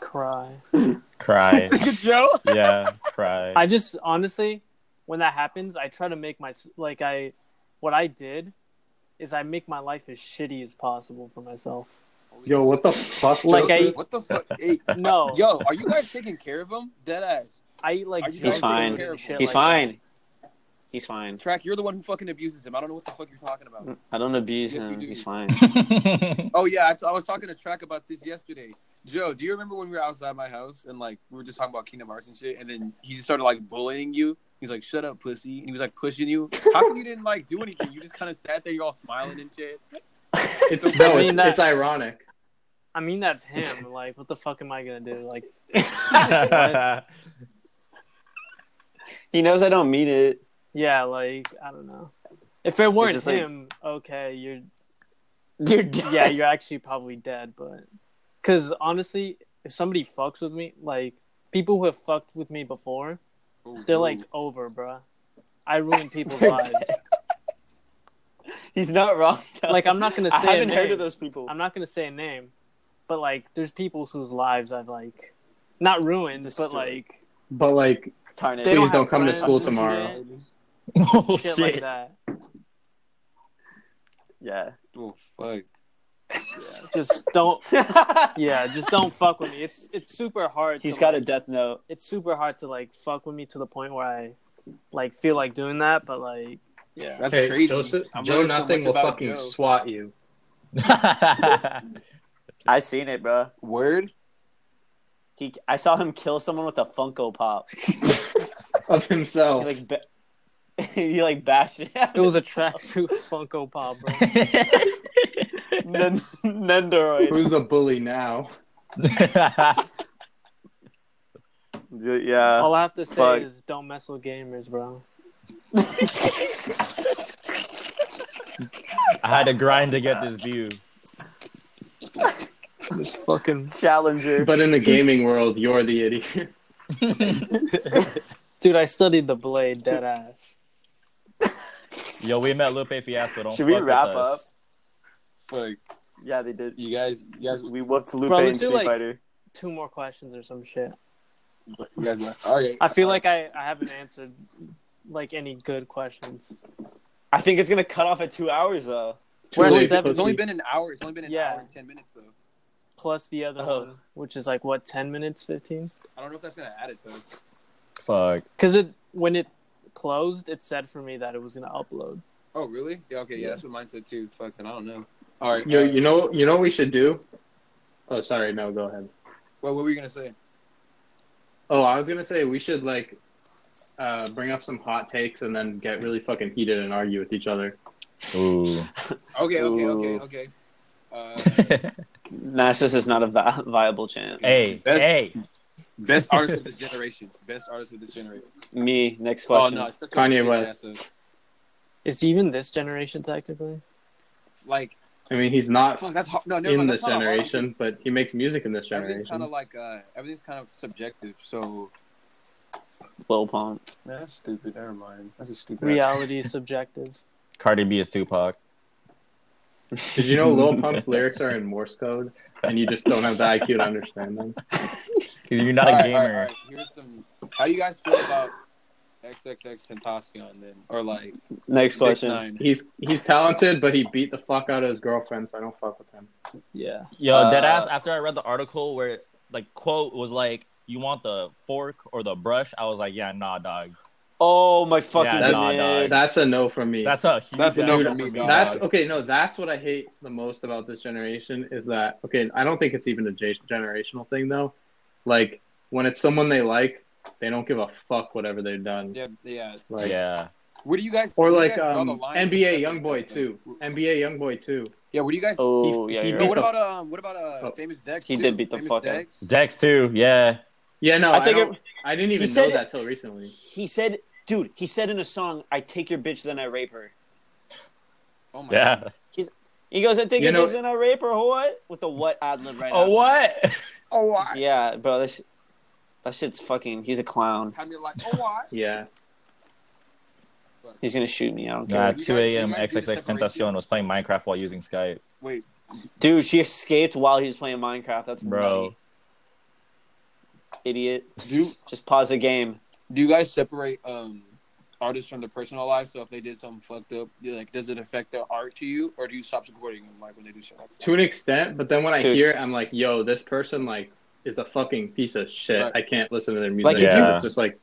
S7: Cry.
S1: Cry.
S4: Good Joe.
S1: yeah, cry.
S7: I just honestly, when that happens, I try to make my like I, what I did, is I make my life as shitty as possible for myself.
S3: Yo, what the fuck?
S7: Like
S3: Joseph?
S7: I-
S5: What the fuck? Hey,
S7: No,
S5: yo, are you guys taking care of him? Dead ass.
S7: I eat like
S5: Are you
S7: junk
S4: guys fine?
S7: food and shit
S4: He's
S7: like
S4: fine. He's fine.
S5: Track, you're the one who fucking abuses him. I don't know what the fuck you're talking about.
S4: I don't abuse
S5: Yes, you
S4: him.
S5: do.
S4: He's fine.
S5: Oh yeah, I, I was talking to Track about this yesterday. Joe, do you remember when we were outside my house and like we were just talking about Kingdom Hearts and shit, and then he just started like bullying you? He's like, "Shut up, pussy," and he was like pushing you. How come you didn't like do anything? You just kind of sat there, you're all smiling and shit.
S3: it's, no,
S7: <laughs> I mean
S3: it's,
S7: that-
S3: it's ironic.
S7: I mean
S4: <laughs>
S7: that's him. Like what the fuck am I gonna do? Like
S4: <laughs> he knows I don't mean it.
S7: yeah, like I don't know. If it weren't
S4: just like-
S7: him, okay, you're
S4: You're dead.
S7: yeah, you're actually probably dead. But because honestly, if somebody fucks with me, like people who have fucked with me before,
S5: Oh,
S7: they're like
S4: Mm.
S7: over, bruh. I ruin people's
S4: <laughs>
S7: lives.
S4: He's not wrong. though.
S7: Like I'm not gonna say.
S4: I haven't
S7: a
S4: heard
S7: name.
S4: of those people.
S7: I'm not gonna say a name, but like, there's people whose lives I've like, not ruined,
S4: Destroyed.
S7: but like,
S3: But like,
S4: Tarnished.
S7: they
S3: Please
S7: don't,
S3: don't
S7: have
S3: come to
S7: friends
S3: school
S7: and
S3: tomorrow.
S1: <laughs> oh
S7: Shit, shit like that.
S4: Yeah. <laughs>
S5: Oh fuck.
S7: Just don't. Yeah, just don't fuck with me. It's it's super hard.
S4: He's
S7: to,
S4: got a
S7: like,
S4: death note.
S7: It's super hard to like fuck with me to the point where I, like, feel like doing that. But like, yeah,
S5: That's
S3: hey,
S5: crazy.
S3: Joseph,
S5: I'm
S3: Joe
S5: learning so
S3: Nothing
S5: much
S3: will
S5: about
S3: fucking
S5: Joe.
S3: swat you. <laughs>
S4: I seen it, bro.
S5: Word.
S4: He, I saw him kill someone with a Funko Pop.
S3: Of
S4: He
S3: himself.
S4: like, ba- <laughs> he like bashed it. out.
S7: it was
S3: <laughs>
S7: a tracksuit Funko Pop, bro.
S4: <laughs> Nen- Nendoroid.
S3: Who's the bully now?
S9: Yeah.
S7: All I have to say
S9: fuck.
S7: is don't mess with gamers, bro.
S1: <laughs> I had to grind to get this view.
S7: It's fucking
S4: Challenger.
S3: But in the gaming world, you're the idiot. <laughs>
S7: dude. I studied the blade, dead ass.
S1: Yo, we met Lupe Fiasco. Don't
S4: Should we
S1: fuck with
S4: wrap
S1: us.
S5: Fuck.
S4: Yeah, they did.
S5: You guys, you guys,
S4: We whooped Lupe
S7: Bro,
S4: in
S7: let's do,
S4: Street
S7: like-
S4: Fighter.
S7: Two more questions or some shit.
S5: you guys. were- All right.
S7: I
S4: Uh,
S7: feel like I, I haven't answered like any good questions.
S4: I think it's gonna cut off at two hours though.
S5: Wait,
S7: Really?
S5: wait,
S7: Seven.
S5: it's only been an hour. It's only been an
S7: Yeah.
S5: hour and ten minutes though.
S7: Plus the other
S4: Oh.
S7: one, which is like what ten minutes, fifteen.
S5: I don't know if that's gonna add it though.
S1: Fuck.
S7: Because it when it closed, it said for me that it was gonna upload.
S5: Oh really? Yeah. Okay. Yeah, that's what mine said too. Fucking, I don't know. All right.
S3: Yo,
S5: uh,
S3: you know, you know what we should do? Oh, sorry, no, go ahead.
S5: What, what were you gonna say?
S3: Oh, I was gonna say we should like uh, bring up some hot takes and then get really fucking heated and argue with each other.
S1: Ooh. <laughs>
S5: Okay. Okay.
S4: Ooh.
S5: Okay. Okay. Uh,
S4: Nassus is not a vi- viable champ.
S1: hey,
S5: That's-
S1: hey.
S5: best artist of this generation. Best artist of this generation.
S4: Me, next
S5: Oh
S4: question.
S5: no, it's such a
S3: Kanye
S5: bitch
S3: West.
S5: ass, though.
S7: It's even this generation technically.
S5: Like,
S3: I mean, he's not
S5: fuck, that's hard. No, never
S3: in
S5: mind,
S3: this
S5: that's not hard.
S3: generation, but he makes music in this
S5: Everything's kind
S3: generation.
S5: of like uh, everything's kind of subjective. So
S4: Lil Pump.
S5: man, that's stupid. Never mind. That's a stupid.
S4: <laughs>
S7: Reality is subjective.
S1: Cardi B is Tupac.
S3: Did you know Lil Pump's lyrics are in Morse code, and you just don't have the IQ to understand them?
S1: You're not a
S5: Alright,
S1: gamer.
S5: alright, alright. Here's some. How do you guys feel about XXX Tentacion then, or like
S4: Next
S5: six
S4: question.
S5: nine?
S3: He's he's talented, but he beat the fuck out of his girlfriend, so I don't fuck with him.
S7: Yeah.
S1: Yo,
S4: Uh,
S1: deadass. After I read the article where like quote was like, "You want the fork or the brush?" I was like, "Yeah, nah, dog.
S4: Oh my fucking
S1: Yeah, nah, dog.
S4: goodness.
S3: That's a no from me.
S1: That's a huge
S5: That's a no
S1: ass
S5: for me, dog.
S3: That's okay. No, that's what I hate the most about this generation is that okay. I don't think it's even a ge- generational thing though. Like when it's someone they like, they don't give a fuck whatever they've done.
S5: Yeah, yeah.
S3: Like,
S1: yeah,
S5: Where do you guys? where
S3: Or
S5: do you
S3: like
S5: guys draw
S3: um,
S5: the line
S3: NBA
S5: with
S3: YoungBoy
S5: XXX?
S3: too. NBA YoungBoy too.
S5: Yeah. What do you guys?
S4: Oh
S3: He-
S4: yeah,
S3: he
S4: you're
S5: Yo,
S4: right.
S5: what about um? What about uh?
S3: Oh.
S5: Famous Dex.
S4: He
S5: too?
S4: did beat the
S5: Famous
S4: fuck out.
S5: Dex?
S1: Dex too. Yeah,
S3: Yeah, no,
S4: I
S3: I,
S4: take
S3: don't- I didn't even
S4: said
S3: know
S4: it-
S3: that till recently.
S4: He said, dude, he said in a song, I take your bitch, then I rape her.
S5: Oh my.
S1: yeah.
S4: He goes, I take
S3: You
S4: your
S3: know-
S4: bitch, then I rape her. What? With the what ad lib right
S1: Oh
S4: after.
S1: what?
S5: Oh why?
S4: Yeah, bro, that, sh- that shit's fucking, he's a clown.
S5: How many like? Oh why?
S3: Yeah,
S4: He's gonna shoot me. I don't
S1: Nah,
S4: care.
S5: You guys-
S1: 2 a.m.
S5: you guys do the
S1: XXX Tentacion
S5: separation.
S1: was playing Minecraft while using Skype.
S5: Wait.
S4: Dude, she escaped while he was playing Minecraft. That's
S1: Bro.
S4: nutty. Idiot.
S5: Do
S4: Just pause the game.
S5: Do you guys separate um artists from their personal life? So if they did something fucked up, you- like does it affect their art to you, or do you stop supporting them like when they do shit like
S3: to an extent, but then when I
S4: To ex-
S3: hear, it, I'm like, yo, this person like is a fucking piece of shit.
S5: Right.
S3: I can't listen to their music.
S4: Like,
S1: if you-
S3: It's just like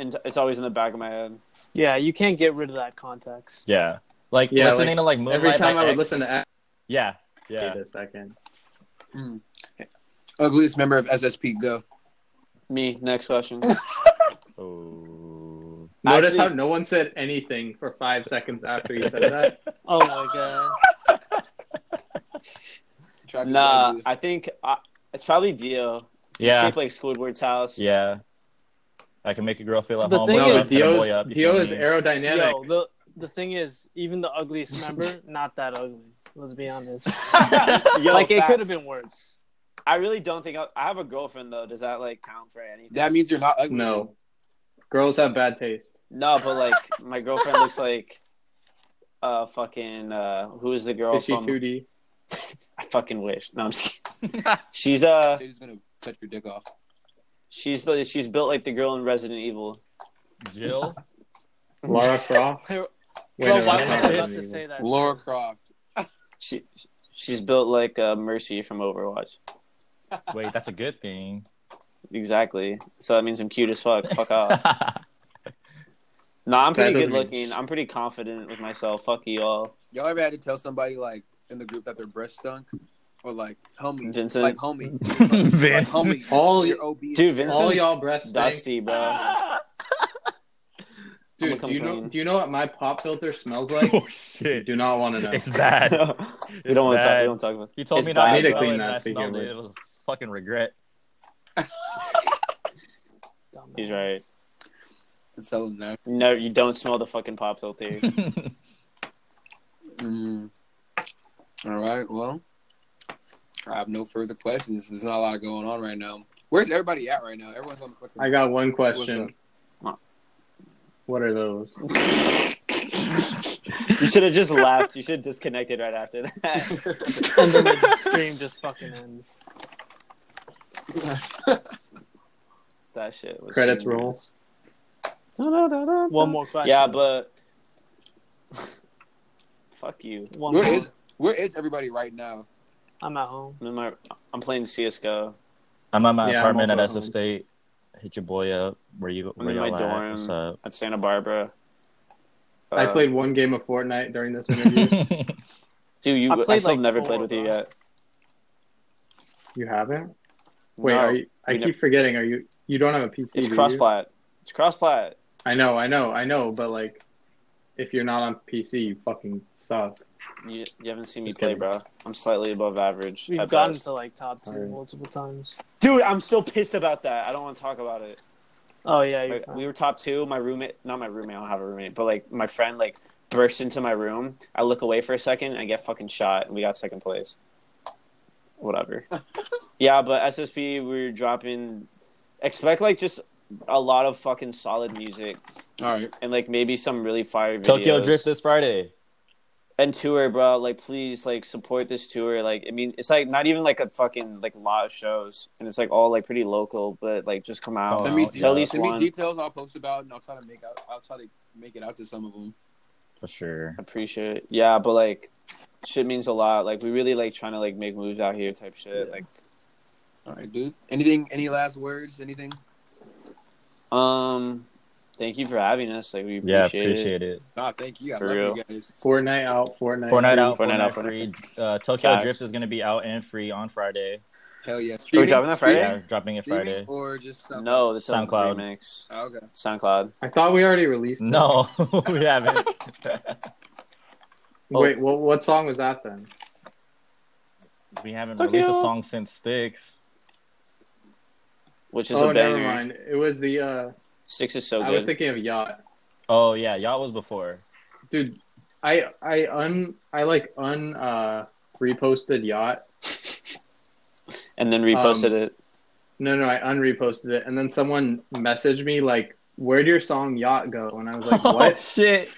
S4: And it's always in the back of my head.
S7: Yeah, you can't get rid of that context.
S1: Yeah, like
S3: Yeah,
S1: listening
S3: like,
S1: to like Moonlight
S3: every time
S1: by
S3: I would
S1: X-
S3: listen to X,
S1: Yeah,
S3: I
S1: yeah.
S3: hate this, I can.
S5: Ugliest member of SSP, go.
S4: Me, next question.
S1: Ooh.
S3: Notice
S4: Actually-
S3: how no one said anything for five seconds after he said that.
S7: Oh my god.
S5: Travis
S4: nah,
S5: Ugliest.
S4: I think uh, it's probably Dio. He's
S1: Yeah,
S4: Shaped like Squidward's house.
S1: yeah. I can make a girl feel at
S7: The
S1: home.
S7: thing
S1: but
S7: is-
S3: No,
S1: shut that
S3: Dio's,
S1: boy up, you
S3: Dio
S1: feel
S3: is
S1: me?
S3: aerodynamic.
S7: Yo, the the thing is, even the ugliest member, <laughs> not that ugly. Let's be
S4: <laughs> <laughs>
S7: honest.
S4: Yo,
S7: like it
S4: fact.
S7: could have been worse.
S4: I really don't think I, I have a girlfriend though. Does that like count for anything?
S5: that means you're not ugly.
S3: No, girls have bad taste.
S4: No, but like my girlfriend looks like uh fucking uh who is the girl
S3: Is she
S4: from
S3: 2D?
S4: I fucking wish. No, I'm just kidding. she's uh
S5: Shady's gonna cut your dick off.
S4: she's the she's built like the girl in Resident Evil.
S1: <laughs> Jill.
S3: Lara
S7: <laughs>
S3: Croft.
S7: Bro,
S3: Wait, no,
S7: why
S3: that's
S7: would
S3: not
S7: I
S3: Resident
S7: love to
S3: Evil.
S7: say that? <laughs>
S5: Laura Croft.
S4: She she's built like uh, Mercy from Overwatch.
S1: Wait, that's a good thing.
S4: Exactly. So that means I'm cute as fuck.
S1: <laughs>
S4: Fuck off. No, I'm
S3: That
S4: pretty
S3: doesn't
S4: good
S3: mean-
S4: looking. I'm pretty confident with myself. Fuck you all.
S5: Y'all ever had to tell somebody like in the group that their breast stunk, or like homie,
S4: Vincent.
S5: like homie, like
S1: <laughs> Vince.
S5: homie,
S3: All-
S5: your OB, is-
S4: Dude, Vincent's
S3: <laughs> All y'all breaths stink.
S4: dusty, bro.
S7: <laughs>
S3: Dude,
S4: I'ma
S3: do you know?
S4: complain.
S3: Do you know what my pop filter smells like?
S1: oh shit!
S3: do not want to know.
S1: It's
S4: <laughs>
S1: bad.
S4: we
S1: It's
S4: don't want to talk.
S1: bad.
S4: We don't talk about.
S1: You told
S4: It's
S1: me not to
S4: bad. I need to
S1: smell
S3: clean
S1: it, and
S3: that,
S1: I
S3: speaking
S1: smelled
S3: of
S1: it.
S3: which.
S1: It was a fucking regret.
S4: He's right.
S5: Could sell them now.
S4: No, you don't smell the fucking pop filter.
S5: Mm. All right. Well, I have no further questions. There's not a lot going on right now. Where's everybody at right now? Everyone's on the fucking.
S3: I got one
S5: What's
S3: question. What are
S4: <laughs>
S3: those?
S4: you should have
S7: <laughs>
S4: just laughed. You should have disconnected right after that. <laughs>
S7: and then the stream just fucking ends.
S4: that shit was
S3: Credits
S4: serious.
S3: roll.
S7: One more question.
S4: Yeah, but <laughs> fuck you.
S7: One
S5: Where
S7: more.
S5: is where is everybody right now?
S7: I'm at home.
S4: I'm, in my, I'm playing CS:GO.
S1: I'm at my
S3: Yeah, I'm
S1: apartment at
S3: also
S1: SF
S3: at home.
S1: State. Hit your boy up. Where you?
S4: I'm
S1: Where
S4: in
S1: y'all
S4: my
S1: at?
S4: dorm.
S1: What's up?
S4: at Santa Barbara.
S3: I
S4: Uh,
S3: played one game of Fortnite during this interview.
S4: <laughs> Dude, you,
S7: I
S4: I,
S7: played,
S4: still
S7: like,
S4: never
S7: four,
S4: played with you
S7: bro.
S4: yet.
S3: you haven't? Wait,
S4: No,
S3: are you, I
S4: we
S3: keep forgetting. Are you? You don't have a PC?
S4: It's
S3: do you?
S4: cross plat. It's cross plat.
S3: I know, I know, I know. But like, if you're not on PC, you fucking suck.
S4: You, you haven't seen me
S3: Just
S4: play,
S3: kidding.
S4: bro. I'm slightly above average.
S7: We've
S4: at
S7: gotten
S4: best.
S7: to like top two
S3: Alright.
S7: multiple times.
S4: Dude, I'm still pissed about that. I don't want to talk about it.
S7: Oh yeah, you're
S4: Like,
S7: fine.
S4: we were top two. My roommate, not my roommate, I don't have a roommate, but like my friend, like burst into my room. I look away for a second, I get fucking shot, and we got second place. Whatever. yeah, but SSP, we're dropping. Expect like just a lot of fucking solid music
S5: All right.
S4: and like maybe some really fire videos.
S1: Tokyo Drift this Friday.
S4: and tour, bro. Like, please, like, support this tour. Like, I mean, it's like not even like a fucking like lot of shows, and it's like all like pretty local, but like just come out.
S1: Oh,
S5: Send me,
S1: yeah.
S5: de-
S4: At least
S5: send me
S4: one.
S5: details. I'll post about and I'll try to make out. I'll try to make it out to some of them.
S1: For sure.
S4: Appreciate it. Yeah, but like, shit means a lot. Like, we really like trying to like make moves out here, type shit. Like,
S5: All right, dude. Anything? Any last words? Anything?
S4: um, thank you for having us. Like, we appreciate,
S1: yeah,
S4: it.
S1: appreciate it.
S5: Nah, thank you. I
S4: For
S5: love
S4: real.
S5: you guys.
S3: Fortnite out,
S1: Fortnite
S3: Fortnite. free.
S1: out,
S4: Fortnite
S1: Fortnite,
S4: out,
S1: free.
S4: Fortnite
S1: Uh, Tokyo
S4: Facts.
S1: Drift is going to be out and free on Friday.
S5: Hell yeah.
S4: Are we dropping that Friday?
S1: Yeah, dropping it
S5: Streaming
S1: Friday.
S5: or just something?
S4: No, that's
S1: SoundCloud.
S4: SoundCloud mix.
S5: Oh, okay.
S4: SoundCloud.
S3: I thought we already released. it.
S1: No, <laughs> we
S4: <laughs>
S1: haven't.
S3: Wait, what? What song was that then?
S1: we haven't
S4: Tokyo.
S1: released a song since Sticks.
S4: Which is
S3: Oh,
S4: a
S3: never
S4: banger.
S3: mind. It was the. uh
S4: Six is so
S3: I
S4: good.
S3: was thinking of yacht,
S1: Oh yeah, y'all was before.
S3: dude. I I un I like un uh reposted yacht.
S4: and then reposted
S3: Um,
S4: it.
S3: No, no, I unreposted it, and then someone messaged me like, "Where'd your song yacht go?" And I was
S4: <laughs>
S3: like,
S1: Oh, <laughs>
S3: "What?"
S1: shit.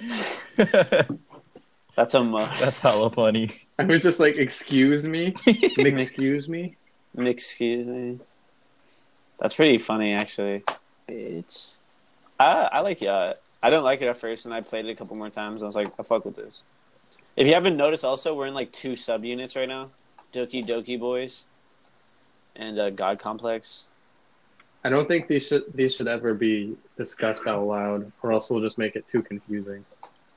S4: That's a must.
S1: That's hella funny.
S3: I was just like,
S4: <laughs>
S3: "Excuse me, excuse me."
S4: Excuse me. eh? That's pretty funny, actually. Bitch. I I like yacht. I didn't like it at first, and I played it a couple more times. And I was like, I fuck with this. If you haven't noticed, also we're in like two subunits right now: Doki Doki Boys and uh, God Complex.
S3: I don't think these should these should ever be discussed out loud, or else we'll just make it too confusing.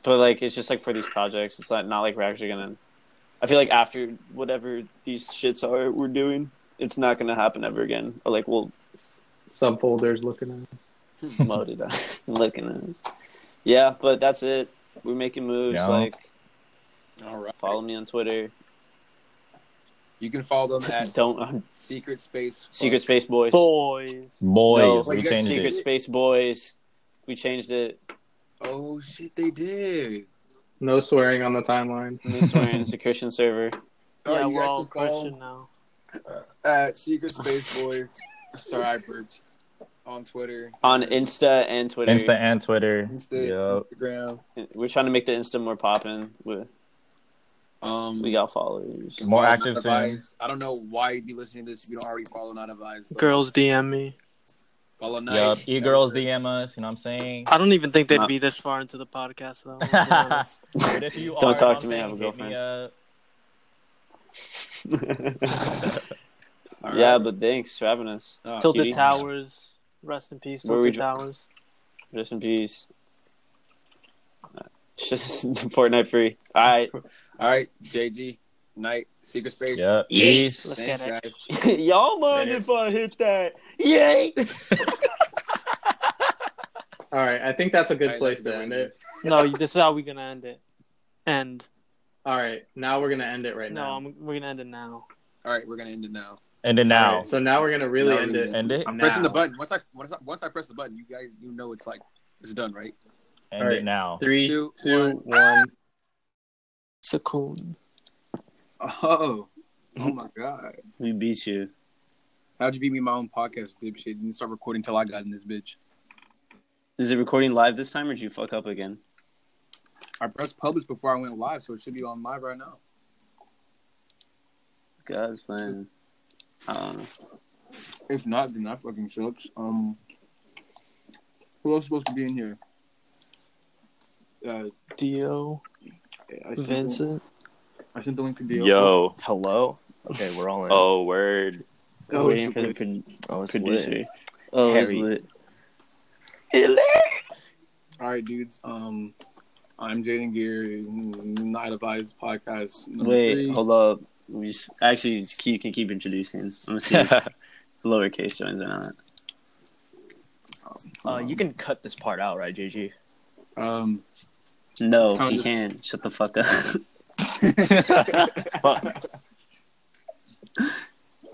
S4: But like, it's just like for these projects. It's not not like we're actually gonna. I feel like after whatever these shits are we're doing, it's not gonna happen ever again. Or like we'll
S3: S- subfolders looking at us.
S4: promoted <laughs> us, looking at us. Yeah, but that's it. We're making moves.
S1: Yeah.
S4: Like
S5: All right.
S4: follow me on Twitter.
S5: You can follow
S4: <laughs>
S5: them at
S4: Don't um,
S5: Secret Space. Fuck.
S4: Secret Space Boys.
S7: Boys.
S1: Boys,
S4: No,
S1: we
S5: you guys
S1: changed
S4: Secret
S1: it.
S4: Space Boys. We changed it.
S5: Oh shit, they did.
S3: No swearing on the timeline.
S4: New swearing. It's a Christian server.
S5: Oh,
S7: yeah,
S5: you
S7: we're
S5: guys
S7: all
S5: can follow
S7: Christian now.
S5: at Secret Space Boys. Sorry, I burped. On Twitter,
S4: On Insta and Twitter.
S1: Insta and Twitter.
S5: Insta, Instagram.
S4: We're trying to make the Insta more poppin'. We,
S5: Um,
S4: we got followers.
S5: can
S1: More
S5: follow
S1: active
S5: Not
S1: soon.
S5: Advised. I don't know why you'd be listening to this if you don't already follow Not Advised. but
S7: Girls DM me.
S5: Follow Nike.
S1: Yup. E girls DM us. You know what I'm saying?
S7: I don't even think they'd
S4: Nah.
S7: be this far into the
S4: <laughs>
S7: podcast though. to be honest.
S1: <laughs> But if you
S4: Don't
S1: are,
S4: talk
S1: you
S4: to me, I
S1: know
S4: have a
S1: what I'm saying,
S4: <laughs>
S5: All
S4: Yeah,
S5: right.
S4: but thanks for having us.
S5: Oh,
S7: Tilted
S4: cutie.
S7: Towers. Rest in peace,
S4: Where we
S7: Tilted
S4: dr-
S7: Towers.
S4: Rest in peace. Just <laughs> Fortnite free. All right.
S5: All right, JG, Night, Secret Space.
S1: Hit me up. Yup.
S4: Yeah.
S1: Peace.
S7: Let's
S5: Thanks,
S7: get it.
S5: guys.
S4: <laughs> Y'all mind
S3: Later.
S4: if I hit that? Yay!
S3: All right, I think that's a good
S5: All right,
S3: place
S5: that's a
S3: to
S5: good way to
S3: end it.
S7: No, this is how we're gonna end it. End.
S3: All right, now we're gonna end it right
S7: No,
S3: now.
S7: I'm, we're gonna end it now.
S5: All right, we're gonna end it now.
S1: And then now,
S3: so now we're gonna really
S5: Now
S3: end
S5: we-
S3: it.
S1: end it,
S5: I'm pressing
S6: Now.
S5: the button. Once I, once I once I press the button, you guys you know it's like it's done, right?
S1: end
S3: Alright.
S1: it now.
S3: Three,
S5: Two,
S3: two, one.
S7: Cocoon.
S5: Oh, oh my god!
S4: We beat you.
S5: How'd you beat me in my own podcast, dipshit? Didn't start recording till I got in this bitch.
S4: Is it recording live this time, or did you fuck up again?
S5: I pressed publish before I went live, so it should be on live right now.
S4: God's plan. I don't know.
S5: If not, then that fucking sucks. Um, who else is supposed to be in here? Uh,
S7: Dio.
S5: I sent the-
S7: Vincent.
S5: I sent the link to Dio.
S1: Yo,
S6: Hello. Okay, we're all in.
S1: oh word.
S5: Oh,
S4: Waiting
S5: it's
S4: for the
S5: okay.
S4: pro-
S6: oh it's
S4: producer.
S6: lit.
S4: Oh, it's
S6: Harry.
S4: lit.
S5: All right, dudes. Um, I'm Jaden Gear, Night of Eyes podcast. number
S4: Wait,
S5: three.
S4: hold up. We s actually just keep, can keep introducing. I'm gonna see if <laughs> lowercase joins or not.
S6: Uh, you can cut this part out, right, JG?
S5: Um,
S4: No,
S5: Tony.
S4: he can't. Shut the fuck up. <laughs>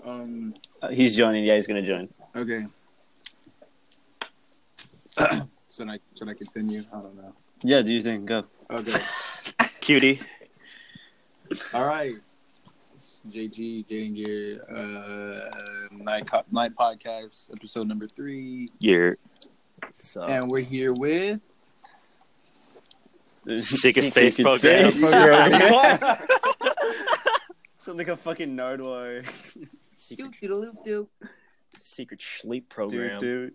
S5: um,
S4: he's joining. Yeah, he's gonna join.
S5: okay. <coughs> should I should I continue? I don't know.
S4: Yeah, do you think? Go,
S5: Okay.
S4: cutie.
S5: All right. It's JG Jaden Gear uh, Night Co- Night podcast episode number three,
S1: You're
S6: So
S5: and we're here with
S1: Sickest face program.
S4: <laughs> Sound like a fucking Nardwar.
S6: secret, secret sleep program.
S4: Dude,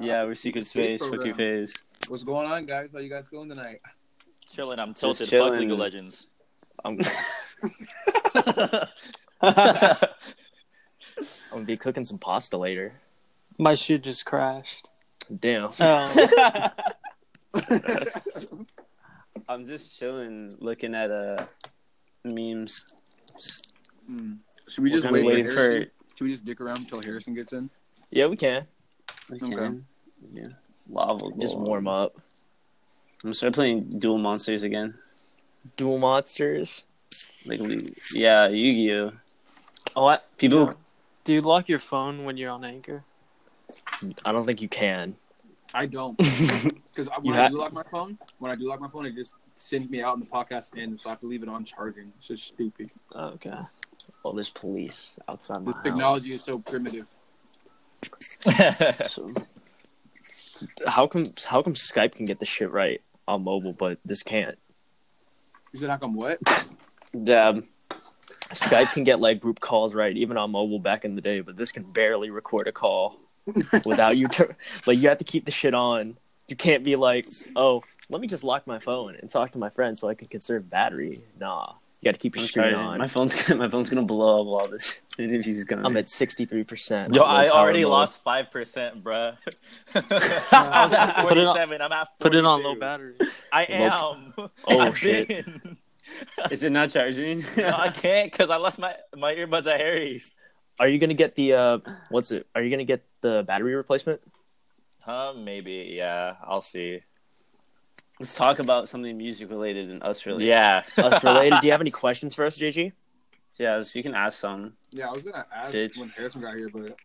S4: dude. Yeah, we're secret
S5: Space
S4: space. Fuck your
S5: program.
S4: face.
S5: what's going on, guys? How you guys going tonight?
S6: <laughs>
S1: chilling. I'm tilted.
S4: chilling.
S1: Fuck League of <laughs> Legends.
S6: I'm, <laughs>
S1: That's
S6: I'm gonna be cooking some pasta later.
S7: My shit just crashed.
S6: Damn.
S7: Oh,
S4: I'm just chilling, looking at uh memes.
S5: Hmm. Should we just
S4: I'm
S5: wait for,
S4: waiting
S5: Harrison?
S4: for.
S5: Should we just dick around until Harrison gets in?
S6: Yeah, we can.
S4: We
S5: Okay.
S4: can. Yeah. Lava.
S6: Just
S4: Lord.
S6: warm up.
S4: I'm gonna start playing Duel Monsters again.
S6: Dual monsters.
S4: Like, we- yeah, Yu-Gi-Oh.
S6: Oh, I,
S4: People,
S7: <laughs> do you lock your phone when you're on anchor?
S6: I don't think you can.
S5: I
S6: <laughs>
S5: don't, because
S6: You
S5: when I
S6: ha-
S5: do lock my phone, when I do lock my phone, it just sends me out in the podcast end, so I have to leave it on charging. It's just stupid.
S7: Okay.
S6: Oh, there's police outside my
S5: This technology is so primitive.
S6: house. So- How come? How come Skype can get the shit right on mobile, but this can't?
S5: You said, "How come what?"
S6: Dab. Skype can get like group calls right, even on mobile back in the day, but this can barely record a call
S4: <laughs>
S6: without you. Ter- like you have to keep the shit on. You can't be like, oh, let me just lock my phone and talk to my friend so I can conserve battery. Nah, you got to keep your
S4: I'm
S6: screen
S4: sorry,
S6: on.
S4: my phone's <laughs> gonna, my phone's gonna blow up while this <laughs> interview's going.
S6: I'm at sixty three percent.
S1: Yo, I already lost five percent, <laughs> bruh. I was at
S7: Put it on-
S1: forty-seven. I'm at 42.
S7: Put it on low battery.
S1: I am.
S6: Oh,
S1: <laughs> I've
S6: shit.
S1: been.
S4: Is it not charging?
S1: <laughs> No, I can't because I left my my earbuds at Harry's.
S6: Are you gonna get the uh, what's it? Are you gonna get the battery replacement?
S1: Huh? Maybe. Yeah. I'll see.
S4: <laughs> Let's talk about something music related and us related.
S1: Yeah.
S6: Us
S1: <laughs>
S6: related. Do you have any questions for us, JG?
S4: yeah. So you can ask some.
S5: Yeah, I was gonna ask
S4: Bitch.
S5: when Harrison got here, but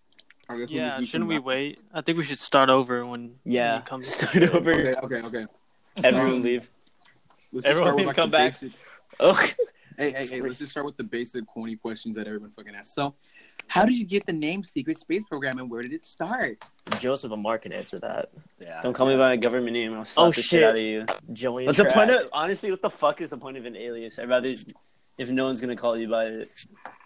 S5: I guess we'll
S7: Yeah,
S5: just do
S7: shouldn't
S5: some-
S7: we wait? I think we should start over when
S6: Yeah.
S7: when he comes.
S4: <laughs> Start over.
S5: Okay, okay, okay.
S4: Everyone
S5: Um,
S4: leave.
S5: Let's just
S1: Everyone
S5: start
S1: can
S5: with,
S1: come
S5: the
S1: back.
S5: basic-
S6: Oh,
S5: Hey, hey, hey! Let's just start with the basic corny questions that everyone fucking asks. So, how did you get the name Secret Space Program, and where did it start?
S6: Joseph and Mark can answer that.
S1: yeah.
S4: Don't call me by my government name. I'll slap
S6: Oh,
S4: the shit.
S6: shit.
S4: out of you.
S6: Joey.
S4: What's the point of? Honestly, what the fuck is the point of an alias? I'd rather if no one's gonna call you by it.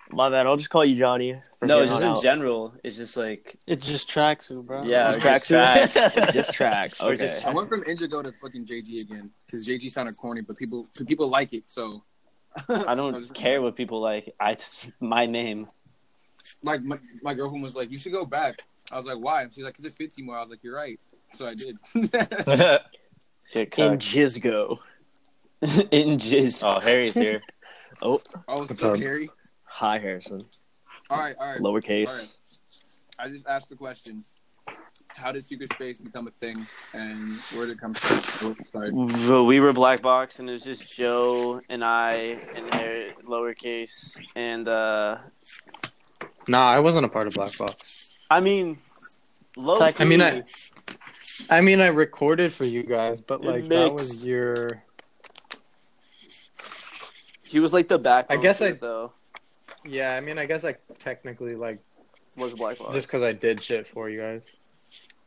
S6: My bad. I'll just call you Johnny. from
S4: No,
S6: here
S4: it's just
S6: on
S4: in
S6: out.
S4: general. It's just like
S7: It's just tracksuit, bro.
S4: yeah,
S6: Just
S4: or
S6: track
S4: just
S6: <laughs>
S4: track.
S6: It's just tracks.
S4: Or
S6: Okay.
S4: just
S5: I went from Indigo to fucking JG again because JG sounded corny, but people people like it. So
S4: I don't care what people like. I my name. <laughs>
S5: like my, my girlfriend was like, "You should go back." I was like, "Why?" She's like, "Cause it fits you more." I was like, "You're right." So I did. <laughs>
S4: Get
S6: in
S4: cocked.
S6: Jizgo.
S4: in jizz.
S1: oh, Harry's here.
S5: oh,
S10: What's
S5: so
S10: up?
S5: Harry.
S6: Hi, Harrison.
S5: All right, all right, all
S6: Lowercase.
S5: right. I just asked the question: How did Secret Space become a thing, and where did it come from? Where did it start?
S4: Well, we were black box, and it was just Joe and I and Harry, lowercase, and uh,
S3: Nah, I wasn't a part of Black Box.
S4: I mean, low
S7: Tech-
S3: I mean,
S4: key,
S3: I, I mean, I recorded for you guys, but
S4: It
S3: like
S4: mixed.
S3: that was your.
S4: he was like the backbone.
S3: I guess
S4: to
S3: I-
S4: it, though
S3: Yeah, I mean, I guess I technically like
S4: was Black Box.
S3: just because I did shit for you guys.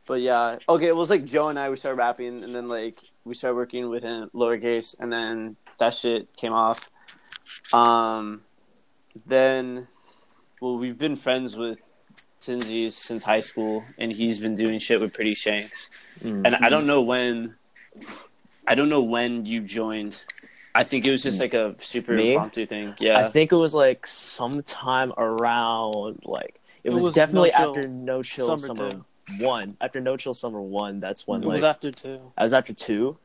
S4: But yeah, okay, it was like Joe and I we started rapping, and then like we started working with him, lowercase, and then that shit came off. Um, then, well, we've been friends with Tinsley since high school, and he's been doing shit with Pretty Shanks,
S6: Mm-hmm.
S4: and I don't know when. I don't know when you joined. I think it was just like a super
S6: Mm. Me?
S4: impromptu thing.
S6: I
S4: Yeah,
S6: think it was like sometime around like it,
S7: It
S6: was,
S7: was
S6: definitely
S7: No Chill
S6: after No Chill
S7: Summer
S6: Summer, One. After No Chill Summer One, that's when
S7: It
S6: like
S7: was after two.
S6: I was after two.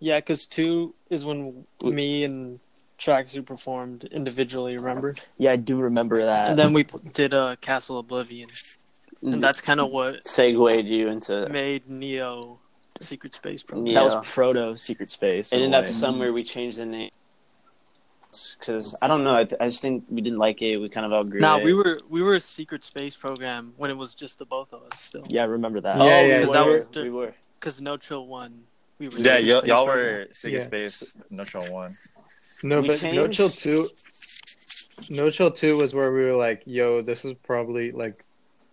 S7: Yeah, because two is when
S6: We-
S7: me and Tracksuit performed individually. Remember?
S6: Yeah, I do remember that.
S7: And then we p- did uh, Castle Oblivion,
S4: Mm.
S7: and that's kind of what
S4: segued you into.
S7: made Neo Secret Space Program.
S4: Yeah.
S6: That was proto Secret Space.
S4: and
S6: in
S4: then
S6: a
S4: that's
S6: way.
S4: somewhere we changed the name because I don't know. I, I just think we didn't like it. We kind of outgrew
S7: Nah,
S4: it.
S7: we were we were a Secret Space Program when it was just the both of us still.
S6: yeah, I remember that.
S3: Yeah,
S4: Oh,
S3: yeah,
S4: we,
S3: yeah.
S4: were,
S7: that was the-
S4: we were.
S7: Because No Chill won. We were
S1: Yeah,
S7: Secret
S1: y'all,
S7: Space
S1: y'all
S7: Program.
S1: were Sega
S3: Yeah.
S1: Space Neutral One.
S3: No,
S4: We
S3: but No
S4: changed-
S3: Chill Two. No Chill Two was where we were like, "Yo, this is probably like,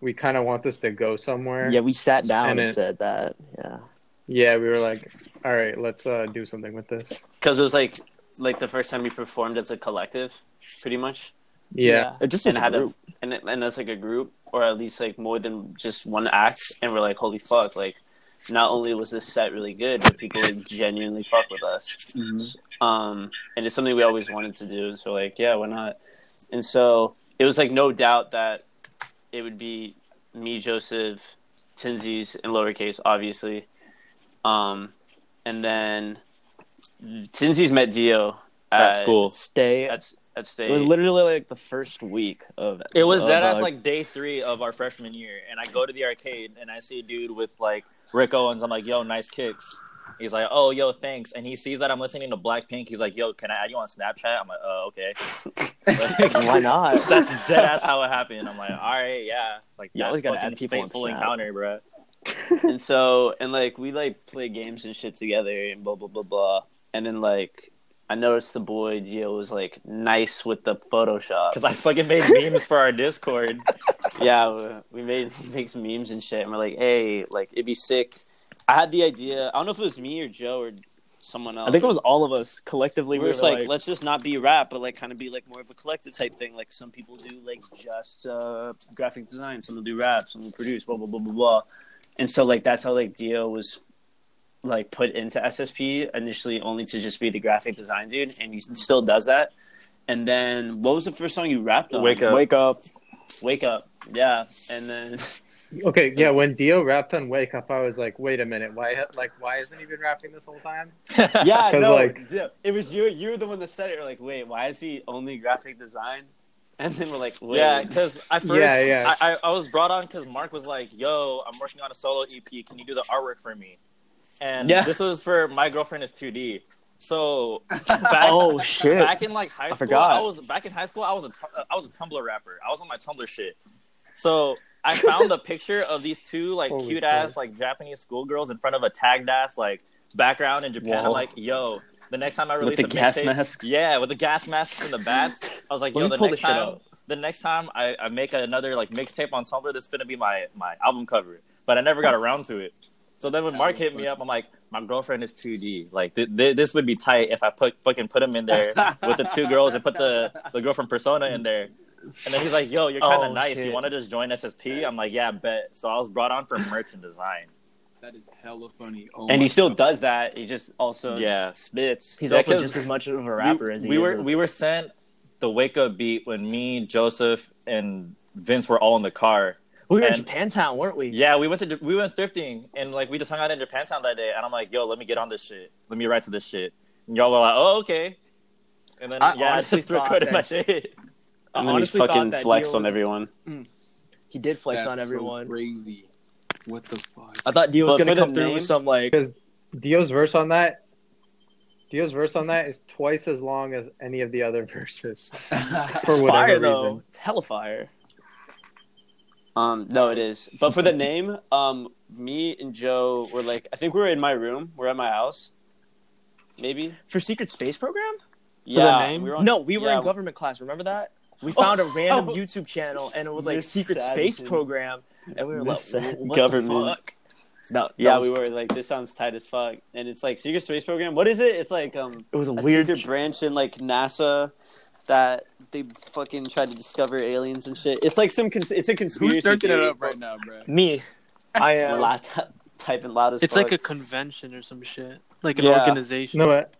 S3: we kind of want this to go somewhere."
S6: Yeah, we sat down
S3: And
S6: and,
S3: it-
S6: said that. Yeah.
S3: Yeah, we were like, "All right, let's uh, do something with this."
S4: Because it was like like the first time we performed as a collective, pretty much,
S3: Yeah,
S6: It just
S4: and
S6: is a
S4: had a,
S6: group.
S4: and it- and that's like a group or at least like more than just one act. And we're like, holy fuck! Like, not only was this set really good, but people like, genuinely fuck with us.
S6: Mm-hmm.
S4: um, and it's something we always wanted to do. So like, yeah, why not? And so it was like no doubt that it would be me, Joseph, Tinsies, and lowercase, obviously. Um, and then Tinsies met Dio
S1: At school.
S6: Stay.
S4: At at state.
S6: It was literally like the first week of.
S1: It was
S6: of,
S1: dead ass
S6: uh,
S1: like day three of our freshman year, and I go to the arcade and I see a dude with like Rick Owens. I'm like, "Yo, nice kicks." He's like, "Oh, yo, thanks." And he sees that I'm listening to Blackpink. He's like, "Yo, can I add you on Snapchat?" I'm like, "Uh, okay." <laughs>
S6: <laughs> <laughs> Why not?
S1: That's dead ass how it happened. I'm like, "All right, yeah." Like,
S6: You
S1: that
S6: always gotta add
S1: fucking
S6: people on
S1: fateful
S6: Snap.
S1: encounter, bro.
S4: and so and like we like play games and shit together and blah blah blah blah. And then like I noticed the boy Dio was like nice with the Photoshop.
S1: Because I fucking made memes for our
S6: <laughs>
S1: Discord.
S4: yeah, we we made <laughs> make some memes and shit, and we're like, hey, like it'd be sick. I had the idea. I don't know if it was me or Joe or someone else.
S6: <laughs> I think it was all of us
S4: We
S6: collectively. We
S4: were
S6: were
S4: just like, let's just not be rap, but like kind of be like more of a collective type thing. Like some people do like just uh, graphic design, some will do rap, some will produce, blah blah blah blah blah. And so like that's how like Dio was like put into SSP initially, only to just be the graphic design dude, and he still does that. And then what was the first song you rapped on?
S1: Wake Up.
S6: wake up.
S4: Wake up. Yeah, and then.
S3: Okay, yeah. When Dio rapped on "Wake Up," I was like, "Wait a minute, why? Like, why isn't he been rapping this whole time?"
S4: <laughs> yeah,
S3: 'Cause,
S4: no,
S3: like-
S4: d- it was you. You were the one that said it. You're like, wait, why is he only graphic design? And then we're like, wait.
S1: Yeah, because I first
S3: <laughs> Yeah, yeah.
S1: I, I, I was brought on because Mark was like, "Yo, I'm working on a solo EP. Can you do the artwork for me?" And
S4: Yeah.
S1: this was for my girlfriend is 2D.
S4: <laughs>
S1: So back,
S6: Oh shit.
S1: back in like high school, I,
S6: forgot.
S1: was back in high school. I was a Tu- I was a Tumblr rapper. I was on my Tumblr shit. So I found
S4: <laughs>
S1: the picture of these two like
S3: Holy
S1: cute ass like Japanese schoolgirls in front of a tagged ass like background in Japan.
S4: Whoa.
S1: I'm like, yo, the next time I
S4: With
S1: release
S4: the
S1: a
S4: gas
S1: mixtape- <laughs>
S4: masks?
S1: yeah, with the gas masks and the bats. I was like,
S6: Let
S1: yo,
S6: me
S1: the
S6: pull
S1: next
S6: this shit
S1: time
S6: up.
S1: the next time I, I make another like mixtape on Tumblr, this is gonna be my my album cover. But I never got around to it. So then when Mark hit me up, I'm like, my girlfriend is 2D. Like th- th- this would be tight if I put fucking put him in there with the
S4: <laughs>
S1: two girls and put the the girlfriend persona in there. And then he's like, yo, you're kind of
S6: Oh,
S1: nice. You
S6: shit.
S1: want to just join SSP? I'm like, yeah, bet. So I was brought on for merch and design.
S5: That is hella funny. Oh
S4: And
S5: my
S4: he still
S5: God.
S4: does that. He just also
S1: Yeah.
S4: spits.
S6: He's
S1: Yeah,
S6: also
S1: 'cause
S6: just as much of a rapper
S1: we,
S6: as he
S1: we
S6: is
S1: were
S6: a-
S1: we were sent the wake up beat when me, Joseph, and Vince were all in the car.
S6: we were in
S1: and-
S6: Japantown, weren't we?
S1: Yeah, we went to we went thrifting and like we just hung out in Japantown that day. And I'm like, yo, let me get on this shit. Let me write to this shit. And y'all were like, oh okay. And then
S6: I
S1: yeah, I
S6: honestly
S1: just <laughs>
S6: thought
S1: recorded my
S6: that-
S1: shit.
S6: I
S4: and then he
S6: honestly thought
S4: fucking
S6: that
S4: flexed
S6: Dio
S4: on
S6: was-
S4: everyone.
S6: He did flex
S5: That's
S6: on
S5: so
S6: everyone.
S5: crazy. What the fuck?
S6: I thought Dio was
S4: But for
S6: gonna
S4: the
S6: come through
S4: name-
S6: with some like.
S3: Because Dio's verse on that, Dio's verse on that is twice as
S2: <laughs>
S6: Uh,
S3: long as any of the other <laughs> verses for whatever
S6: Fire
S3: reason.
S6: though. It's hella fire.
S4: Um, no, it is. But for the name, um, me and Joe were like, I think we were in my room. We're at my house, maybe.
S6: For secret space program?
S7: the
S4: yeah,
S7: name?
S4: we were on.
S6: No, we were
S4: yeah.
S6: in government class. Remember that? We found a random
S4: oh.
S6: YouTube channel and it was like
S4: Miss
S6: secret space
S4: Saddington.
S6: program, and we were
S4: Miss
S6: like,
S4: Sad-
S6: what
S4: government.
S6: The fuck? No,
S4: Yeah, we were like, this sounds tight as fuck, and it's like secret space program. What is it? It's like um,
S6: It was a
S4: a
S6: weird.
S4: secret branch in like NASA that they fucking tried to discover aliens and shit. It's like some cons- it's a conspiracy.
S2: Who's searching it
S4: theory.
S2: up right now, bro?
S6: Me, I uh, am.
S4: Loud, typing loud as
S7: It's
S4: fuck.
S7: like a convention or some shit, like an
S4: Yeah.
S7: organization.
S3: No, but,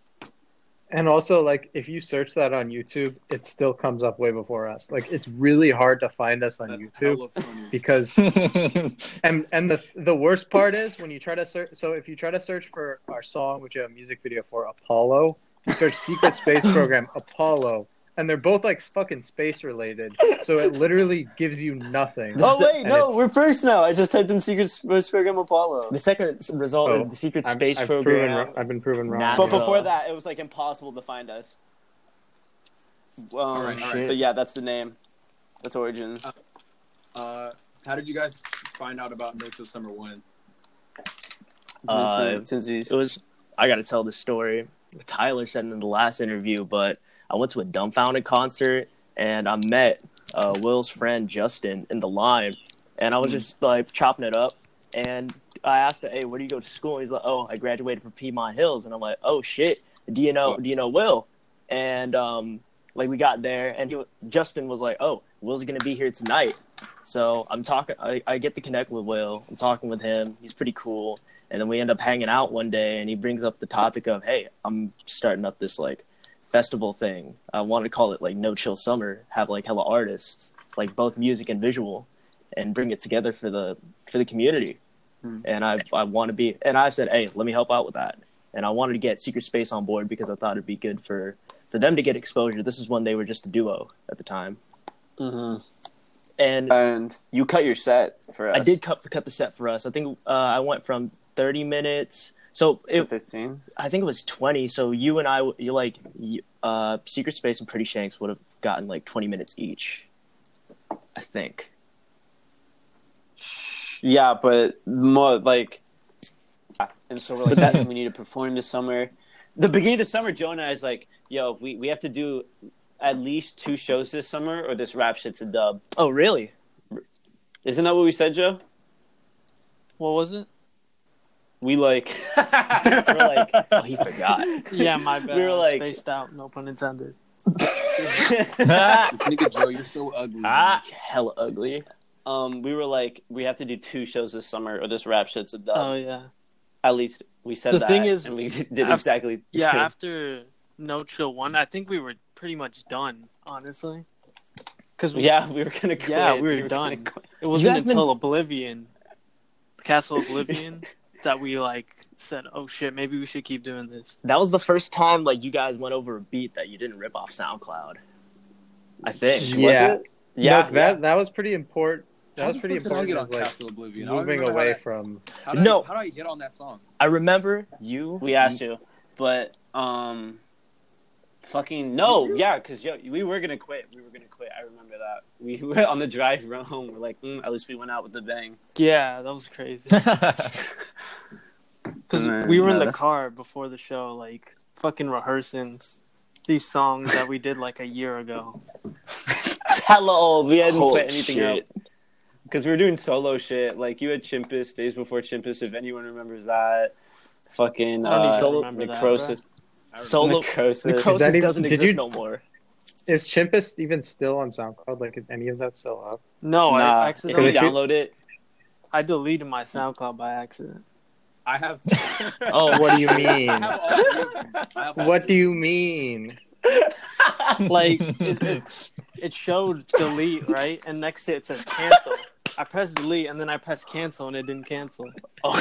S3: and also like if you search that on YouTube, it still comes up way before us. Like it's really hard to find us on YouTube
S2: hella funny.
S3: because
S1: <laughs>
S3: and and the the worst part is when you try to search. So if you try to search for our song, which you have a music video for, Apollo, you search Secret
S2: <laughs>
S3: Space Program Apollo, and they're both like fucking space related. So it literally gives you nothing.
S4: <laughs> Oh wait,
S3: And
S4: no,
S3: it's-
S4: we're first now. I just typed in secret space program Apollo.
S6: The second s- result
S3: Oh,
S6: is the secret
S3: I've-
S6: space
S3: I've Proven,
S6: program.
S3: wrong- I've been proven wrong.
S6: Nah,
S4: But
S6: Yeah.
S4: before that, it was like impossible to find us. Um,
S2: right, all
S6: right.
S4: But yeah, that's the name. That's origins.
S2: Uh, how did you guys find out about No Chill Summer One?
S6: Uh,
S4: Tinsies.
S6: It was. I got to tell this story. Tyler said in the last interview, but I went to a dumbfounded concert and I met uh, Will's friend Justin in the line, and I was just like chopping it up. And I asked him, "Hey, where do you go to school?" And he's like, "Oh, I graduated from Piedmont Hills." And I'm like, "Oh shit, do you know? Do you know Will?" And um, like we got there, and he, wa- Justin was like, "Oh, Will's gonna be here tonight." So I'm talking. I, I get to connect with Will. I'm talking with him. He's pretty cool. And then we end up hanging out one day, and he brings up the topic of, "Hey, I'm starting up this like festival thing. I want to call it like No Chill Summer. Have like hella artists, like both music and visual, and bring it together for the for the community." And I I want to be. And I said, "Hey, let me help out with that." And I wanted to get Secret Space on board because I thought it'd be good for for them to get exposure. This is when they were just a duo at the time,
S4: Mhm.
S6: and
S4: And you cut your set for us.
S6: Mm-hmm. I did cut cut the set for us. I think uh, I went from thirty minutes. So
S4: to
S6: it,
S4: fifteen.
S6: I think it was twenty. So you and I, you like you, uh, Secret Space and Pretty Shanks would have gotten like twenty minutes each. I think.
S4: Yeah, but more like, and so
S6: <laughs>
S4: we're like,
S6: But that's-
S4: we need to perform this summer. The beginning of the summer, Joe and I is like, yo, we we have to do at least two shows this summer, or this rap shit's a dub.
S6: Oh really?
S4: Isn't that what we said, Joe?
S7: What was it?
S4: We like, <laughs> we're like,
S6: Oh,
S1: <laughs>
S6: he <laughs> forgot.
S7: Yeah, <laughs> my bad.
S4: We were
S7: I
S4: like-
S7: spaced out. No pun intended.
S6: <laughs>
S2: This nigga Joe, you're so ugly.
S6: ah, hella ugly.
S4: um, we were like, we have to do two shows this summer, or this rap shit's a dub.
S7: oh yeah,
S4: At least we said
S7: The
S4: that.
S7: thing is,
S4: and we <laughs> did
S7: I've-
S4: exactly. the
S7: yeah.
S4: same.
S7: After No Chill One, I think we were pretty much done, honestly. Because
S4: yeah, we were gonna. Quit.
S7: Yeah, we were
S4: gonna
S7: done.
S4: quit.
S7: It wasn't
S6: guys been-
S7: until Oblivion, Castle <laughs> Oblivion, that we like said, "Oh shit, maybe we should keep doing this."
S6: That was the first time like you guys went over a beat that you didn't rip off SoundCloud. I think.
S3: Yeah.
S4: Was it? Yeah,
S3: No, that that was pretty important. That
S2: How
S3: was
S2: the
S3: pretty
S2: fuck did I
S3: important.
S2: get on
S3: is, like,
S2: Castle Oblivion? I don't
S3: moving
S2: remember how
S3: away
S2: that-
S3: from
S2: How did
S6: No.
S2: I, how did I get on that song?
S6: I remember you.
S4: We
S6: <laughs>
S4: asked you, but um, fucking no, yeah, because yo, we were gonna quit. We were gonna quit. I remember that. We <laughs> were on the drive home. We're like, mm, at least we went out with a bang.
S7: Yeah, that was crazy. <laughs> Because
S4: Mm,
S7: we were in
S4: no,
S7: the
S4: that's-
S7: car before the show, like fucking rehearsing these songs that we did like a year ago.
S4: Hella old. We hadn't
S6: Holy
S4: put anything out
S6: shit.
S4: because we were doing solo shit. Like you had Chimpus, Days Before Chimpus. If anyone remembers that, fucking
S7: I don't
S4: uh,
S7: even remember that,
S4: necrosis.
S7: bruh.
S6: Solo.
S4: necrosis.
S6: Necrosis
S3: even-
S6: doesn't
S3: did
S6: exist
S3: you-
S6: no more.
S3: is Chimpus even still on SoundCloud? Like, is any of that still up?
S7: No,
S4: Nah,
S7: I
S4: if you
S7: accidentally
S3: Really?
S4: download it,
S7: I deleted my SoundCloud by accident.
S2: I have. <laughs>
S6: Oh,
S3: What do you
S2: I
S4: <laughs>
S3: mean?
S2: have all three of them. I have all
S3: what do
S2: three
S3: you mean?
S1: <laughs>
S7: Like it, it, it showed delete right, and next to it says cancel. I pressed delete and then I pressed cancel and it didn't cancel.
S4: <laughs>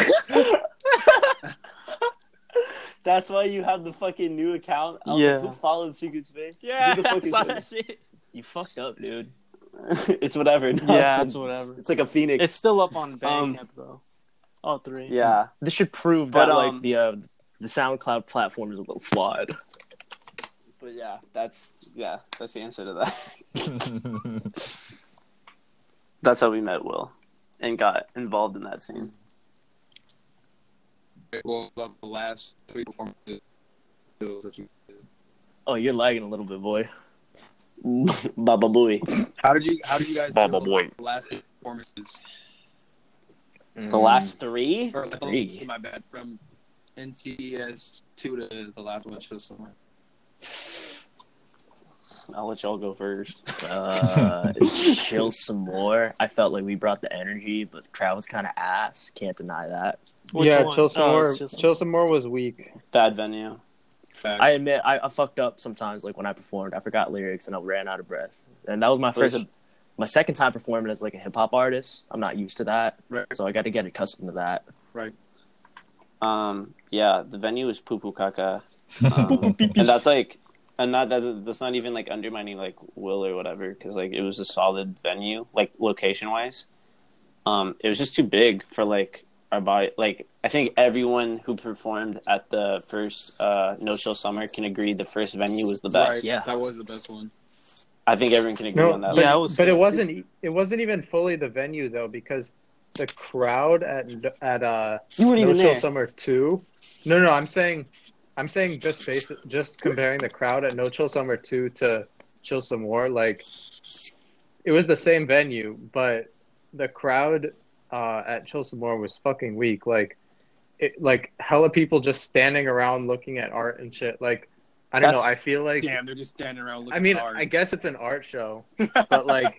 S4: That's why you have the fucking new account. I was
S7: Yeah.
S4: Like, Who followed Secret Space?
S6: Yeah,
S4: Who the
S7: <laughs>
S4: fuck is it?
S6: You fucked up, dude.
S4: <laughs> it's whatever. No,
S7: yeah,
S4: it's,
S7: it's
S4: a-
S7: whatever.
S4: it's like a phoenix.
S7: It's still up on
S4: Um,
S7: Bandcamp though. All three.
S4: yeah.
S6: This should prove
S4: But,
S6: that
S4: um,
S6: like the uh, the SoundCloud platform is a little flawed.
S4: But yeah, that's yeah, that's the answer to that. <laughs> That's how we met Will and got involved in that scene.
S2: Well, about the last three performances that you did.
S6: Oh, you're lagging a little bit, boy.
S4: Baba Booey.
S2: How did you? How did you guys
S1: Baba
S2: feel
S1: boy.
S2: about the last three performances?
S4: The last three?
S2: Or the
S6: Three.
S2: last two, my bad. From NCS two to the last one show somewhere.
S4: I'll let y'all go <laughs> first.
S6: Uh,
S4: <laughs>
S6: chill some more. I felt like we brought the energy, but the crowd was kind of ass. Can't deny that.
S7: Which
S3: yeah,
S7: one?
S3: chill some
S7: Oh,
S3: more.
S7: it's just-
S3: Chill some more was weak.
S4: Bad venue.
S6: I admit I, I fucked up sometimes. Like when I performed, I forgot lyrics and I ran out of breath. And that was my
S4: Where's
S6: first, my second time performing as like a hip hop artist. I'm not used to that,
S2: Right.
S6: so I got to get accustomed to that.
S4: Um, yeah, the venue was poo poo caca.
S1: Uh,
S4: Um, and that's like, and not that that's not even like undermining like Will or whatever, because like it was a solid venue, like location wise. Um, it was just too big for like our body. Like I think everyone who performed at the first uh, No Chill Summer can agree the first venue was the best.
S2: Right,
S6: yeah.
S2: that was the best one.
S4: I think everyone can agree
S3: No,
S4: on that.
S3: but,
S7: Yeah, I was-
S3: but it wasn't. e- It wasn't even fully the venue though, because the crowd at at uh
S4: you weren't
S3: No
S4: even
S3: Chill
S4: there.
S3: Summer two. No, no, I'm saying, I'm saying just base just comparing the crowd at No Chill Summer two to Chill Some More. Like, it was the same venue, but the crowd uh, at Chill Some More was fucking weak. Like, it like hella people just standing around looking at art and shit. Like, I don't know.
S4: That's-
S3: I feel like
S2: Damn, they're just standing around looking.
S3: I mean,
S2: hard.
S3: I guess it's an
S2: <laughs>
S3: art show, but like,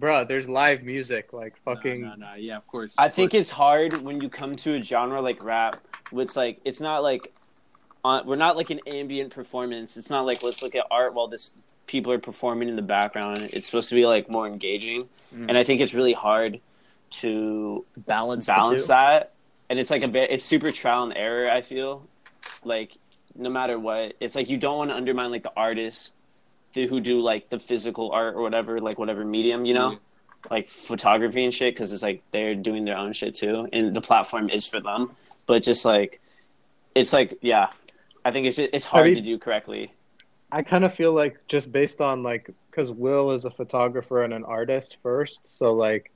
S3: bruh, there's live music. Like, fucking.
S2: Nah, nah, nah, Yeah, of course.
S4: I think it's hard when you come to a genre like rap, which like it's not like on, we're not like an ambient performance. It's not like let's look at art while this people are performing in the background. It's supposed to be like more engaging,
S6: Mm.
S4: and I think it's really hard to
S6: Balance, the
S4: balance
S6: two.
S4: that. And it's like a bit, it's super trial and error. I feel like no matter what, it's like you don't want to undermine like the artists th- who do like the physical art or whatever, like whatever medium, you
S6: Mm.
S4: know,
S2: Yeah.
S4: like photography and shit, because it's like they're doing their own shit too, and the platform is for them. But just like, it's like, yeah, I think it's just, it's hard
S3: mean-
S4: to do correctly.
S3: I kind of feel like just based on like because Will is a photographer and an artist first, so like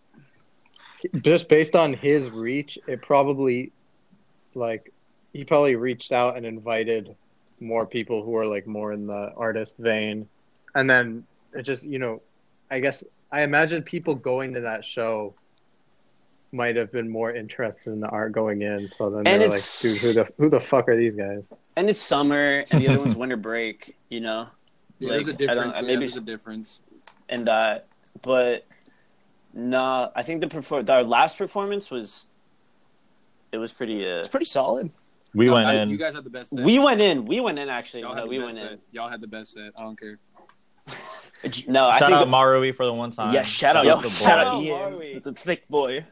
S3: just based on his reach, it probably like he probably reached out and invited more people who are like more in the artist vein, and then it just you know, I guess I imagine people going to that show might have been more interested in the art going in, so then
S4: And
S3: they're like,
S4: it's-
S3: dude, who the who the fuck are these guys?
S4: And it's summer, and the other
S1: <laughs>
S4: one's winter break, you know,
S2: Yeah, there's a
S4: like, I don't-
S2: difference.
S4: I
S2: yeah,
S4: maybe-
S2: there's a difference.
S4: and that, but nah, I think the perform our last performance was, it was pretty. Uh,
S6: It's pretty solid.
S1: we went
S2: I-
S1: in.
S2: You guys had the best set.
S4: we went in, we went in actually.
S2: Y'all
S4: No,
S2: had the
S4: we
S2: best
S4: went
S2: set.
S4: in.
S2: Y'all had the best set. I don't care.
S4: No, I
S1: shout
S4: think
S1: out Marui for the one time.
S6: Yeah, shout out, yo,
S1: to
S6: <laughs> shout
S1: Boy.
S6: out,
S4: Boy.
S6: Ian, the thick boy.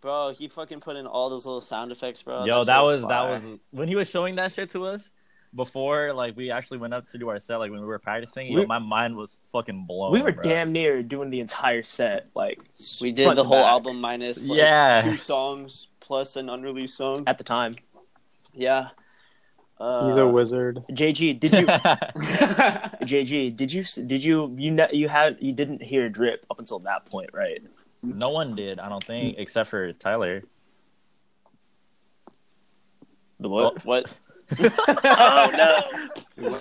S4: Bro, he fucking put in all those little sound effects, bro.
S1: Yo,
S4: Oh, shit
S1: that was that
S4: fire.
S1: was when he was showing that shit to us before. Like we actually went up to do our set. Like when we were practicing, yo,
S6: We-
S1: my mind was fucking blown.
S6: we were
S1: bro.
S6: damn near doing the entire set. Like
S4: We did
S6: front
S4: the
S6: to
S4: whole
S6: back
S4: album minus like,
S1: Yeah.
S4: two songs plus an unreleased song.
S6: at the time.
S4: Yeah. Uh,
S3: He's a wizard.
S6: JG, did you?
S4: <laughs>
S6: JG, did you did you you ne- you had you didn't hear drip up until that point, right?
S1: <laughs> no one did, I don't think, except for Tyler.
S6: The
S4: what?
S6: oh no!